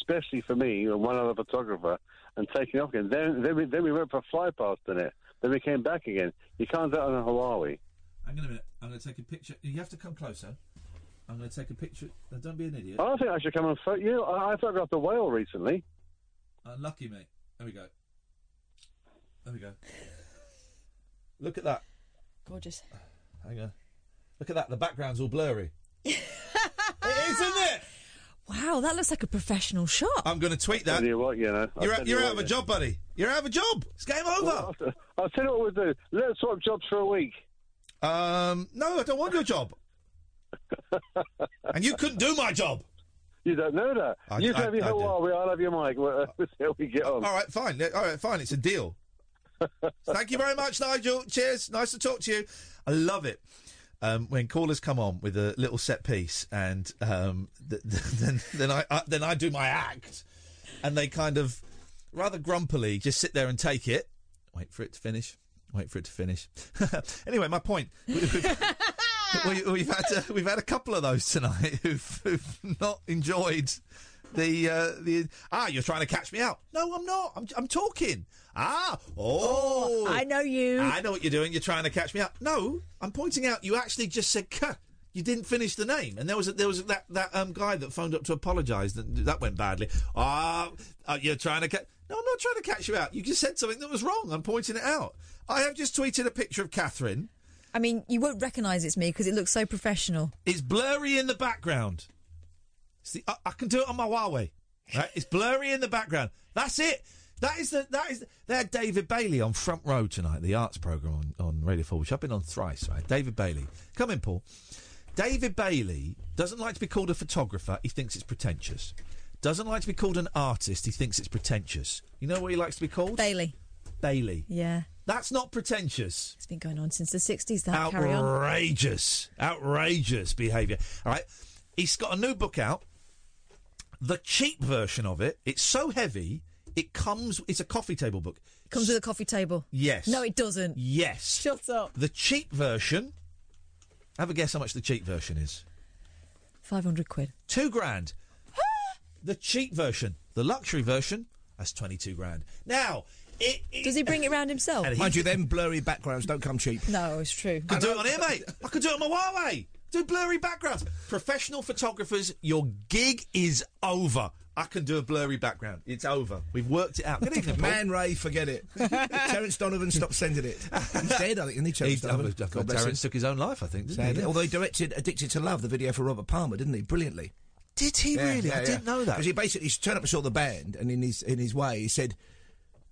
especially for me and one other photographer, and taking off again. Then, then, we, then we went for a fly past in it. Then we came back again. You can't do it on a Huawei.
Hang on a minute. I'm going to take a picture. You have to come closer. I'm going to take a picture. Now, don't be an idiot.
I think I should come and photo you. I, I photographed a whale recently.
Unlucky, mate. There we go. There we go. Look at that.
Gorgeous.
Hang on. Look at that. The background's all blurry. it is, isn't it?
Wow, that looks like a professional shot.
I'm going to tweet that.
Tell you what, you know. I'll
You're,
tell
out,
you
you're
what,
out of a
yeah.
job, buddy. You're out of a job. It's game over.
Well, I'll, I'll tell you what we'll do. Let's swap jobs for a week.
Um, no, I don't want your job. and you couldn't do my job.
You don't know that.
I-
you
I-
can have your
I do. Uh,
Huawei. I'll have your mic. We'll, we'll see how we get on.
All right, fine. Yeah, All right, fine. It's a deal. Thank you very much, Nigel. Cheers. Nice to talk to you. I love it um, when callers come on with a little set piece, and um, th- th- then then I, I then I do my act, and they kind of rather grumpily just sit there and take it. Wait for it to finish. Wait for it to finish. anyway, my point. we- We've, we, we've had a, we've had a couple of those tonight who've, who've not enjoyed the uh, the ah. You're trying to catch me out. No, I'm not. I'm, I'm talking. Ah, oh,
Oh, I know you.
I know what you're doing. You're trying to catch me out. No, I'm pointing out you actually just said "Cuh." You didn't finish the name, and there was a, there was that that um, guy that phoned up to apologise. That that went badly. Ah, uh, you're trying to catch. No, I'm not trying to catch you out. You just said something that was wrong. I'm pointing it out. I have just tweeted a picture of Catherine.
I mean, you won't recognise it's me because it looks so professional.
It's blurry in the background. It's the, I, I can do it on my Huawei. Right? It's blurry in the background. That's it. That is the that is they had David Bailey on front row tonight, the arts program on, on Radio Four, which I've been on thrice. Right, David Bailey, come in, Paul. David Bailey doesn't like to be called a photographer. He thinks it's pretentious. Doesn't like to be called an artist. He thinks it's pretentious. You know what he likes to be called?
Bailey.
Bailey.
Yeah,
That's not pretentious.
it's been going on since the 60s, that carry on.
outrageous, outrageous behaviour. All right, he's got a new book out. The cheap version of it. It's so heavy. It comes. It's a coffee table book.
Comes with a coffee table.
Yes.
No, it doesn't.
Yes.
Shut up.
The cheap version. Have a guess how much the cheap version is.
500 quid.
Two grand. the cheap version. The luxury version. That's twenty-two grand. Now, it,
Does he bring it round himself?
Mind you, them blurry backgrounds don't come cheap.
No, it's true.
I could do it on here, mate. I could do it on my Huawei. Do blurry backgrounds. Professional photographers, your gig is over. I can do a blurry background. It's over. We've worked it out. Good evening, Paul.
Man Ray, forget it. Terence Donovan stopped sending it. He's dead, I think, isn't he, Terence
He-
Donovan?
uh, uh, Terence took his own life, I think, didn't he?
Sadly.
Yeah.
Although he directed Addicted to Love, the video for Robert Palmer, didn't he? Brilliantly.
Did he really? I didn't know that.
Because he basically turned up and saw the band, and in his in his way, he said,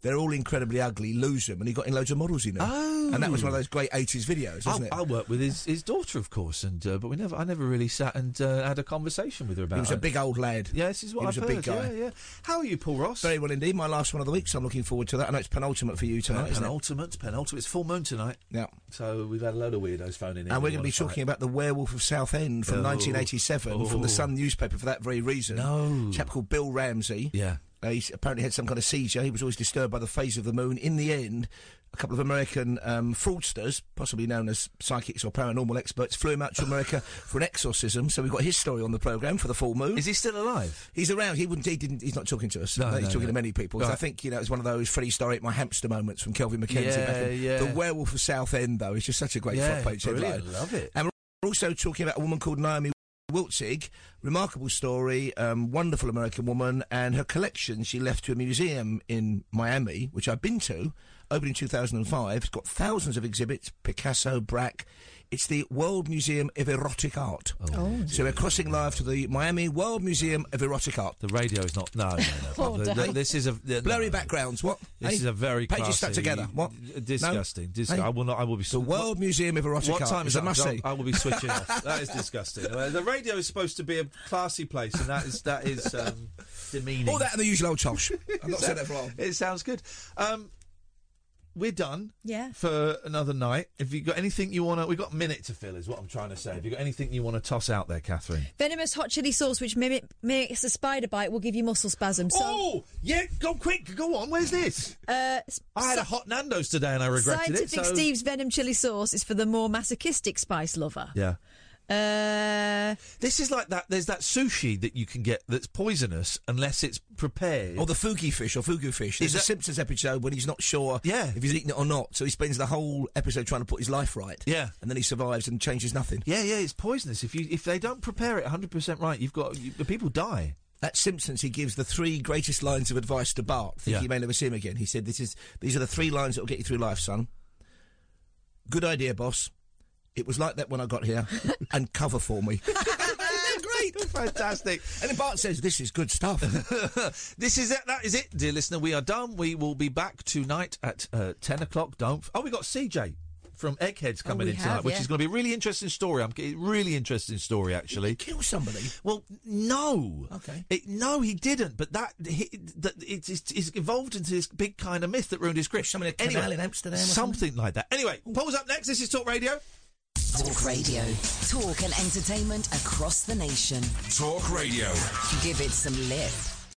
"They're all incredibly ugly. Lose them." And he got in loads of models, you know.
Oh.
And that was one of those great '80s videos,
I,
wasn't it?
I worked with his, his daughter, of course, and uh, but we never I never really sat and uh, had a conversation with her about.
He was a
it.
big old lad.
Yeah, this is what
he was
I've
a big
heard,
guy.
yeah, yeah. How are you, Paul Ross?
Very well indeed. My last one of the week, so I'm looking forward to that. I know it's penultimate for you tonight. isn't it?
penultimate, penultimate. It's full moon tonight.
Yeah.
So we've had a load of weirdos phoning in.
And we're
who
going to be
wanna
talking
fight.
about the Werewolf of Southend from
Oh.
1987 from
Oh.
the Sun newspaper for that very reason. No. A chap called Bill Ramsey.
Yeah.
Uh, he apparently had some kind of seizure. He was always disturbed by the phase of the moon. In the end, a couple of American um, fraudsters, possibly known as psychics or paranormal experts, flew him out to America for an exorcism. So we've got his story on the program for the full moon. Is
he still alive?
He's around. He wouldn't. He didn't. He's not talking to us.
No,
he's
no,
talking
no.
to many people. So I
Right.
think you know it was one of those Freddie Story at my hamster moments from Kelvin McKenzie.
Yeah,
back in-
yeah.
The werewolf of South End though is just such a great
Yeah,
front page
brilliant.
headline.
Love it.
And we're also talking about a woman called Naomi Wiltzig. Remarkable story, um, wonderful American woman, and her collection she left to a museum in Miami, which I've been to, opened in 2005. It's got thousands of exhibits Picasso, Braque. It's the World Museum of Erotic Art.
Oh.
So we're crossing live to the Miami World Museum of Erotic Art.
The radio is not. No, no, no.
Oh,
The- the-
damn.
this is a the-
Blurry backgrounds. What?
This
Eh?
is a very
pages stuck
classy-
together. What?
d- disgusting.
No?
Dis-
Eh?
I will not. I will be.
The World Museum of Erotic
what
Art
time is
a
that?
must-see.
I will be switching off. That is disgusting. Uh, The radio is supposed to be a classy place, and that is that is um, demeaning.
All that and the usual old tosh. I've not said that for a while.
It sounds good. Um, we're done.
Yeah.
For another night. If you got anything you want to, we've got a minute to fill. Is what I'm trying to say. Have you got anything you want to toss out there, Catherine?
Venomous hot chili sauce, which mimic, mimics a spider bite, will give you muscle spasms. So,
Oh, yeah. Go quick. Go on. Where's this?
uh, s-
I had a hot Nando's today, and I regretted
Scientific
it. So
Steve's venom chili sauce is for the more masochistic spice lover.
Yeah.
Uh,
This is like that. There's that sushi that you can get that's poisonous unless it's prepared.
Or the fugu fish or fugu fish. There's
Is
a
that-
Simpsons episode when he's not sure if he's eaten it or not, so he spends the whole episode trying to put his life right.
Yeah.
And then he survives and changes nothing.
Yeah, yeah, it's poisonous. If you if they don't prepare it 100 percent right, you've got you, the people die.
At Simpsons, he gives the three greatest lines of advice to Bart, thinking
Yeah.
he may never see him again. He said, "This is these are the three lines that will get you through life, son. Good idea, boss. It was like that when I got here, and cover for me."
Great, fantastic.
And then Bart says, "This is good stuff."
this is it. That is it, dear listener. We are done. We will be back tonight at uh, 10 o'clock. Don't. F- oh, we got CJ from Eggheads coming
Oh, we
in
have,
tonight, which
yeah.
is going to be a really interesting story. I'm g- really interesting story actually.
Kill somebody.
Well, no.
Okay.
It, no, he didn't. But that, he, that it's, it's, it's evolved into this big kind of myth that ruined his grip. Something
a canal in Amsterdam or
something, like that. Anyway, Paul's up next. This is Talk Radio.
Talk Radio. Talk and entertainment across the nation.
Talk Radio.
Give it some lift.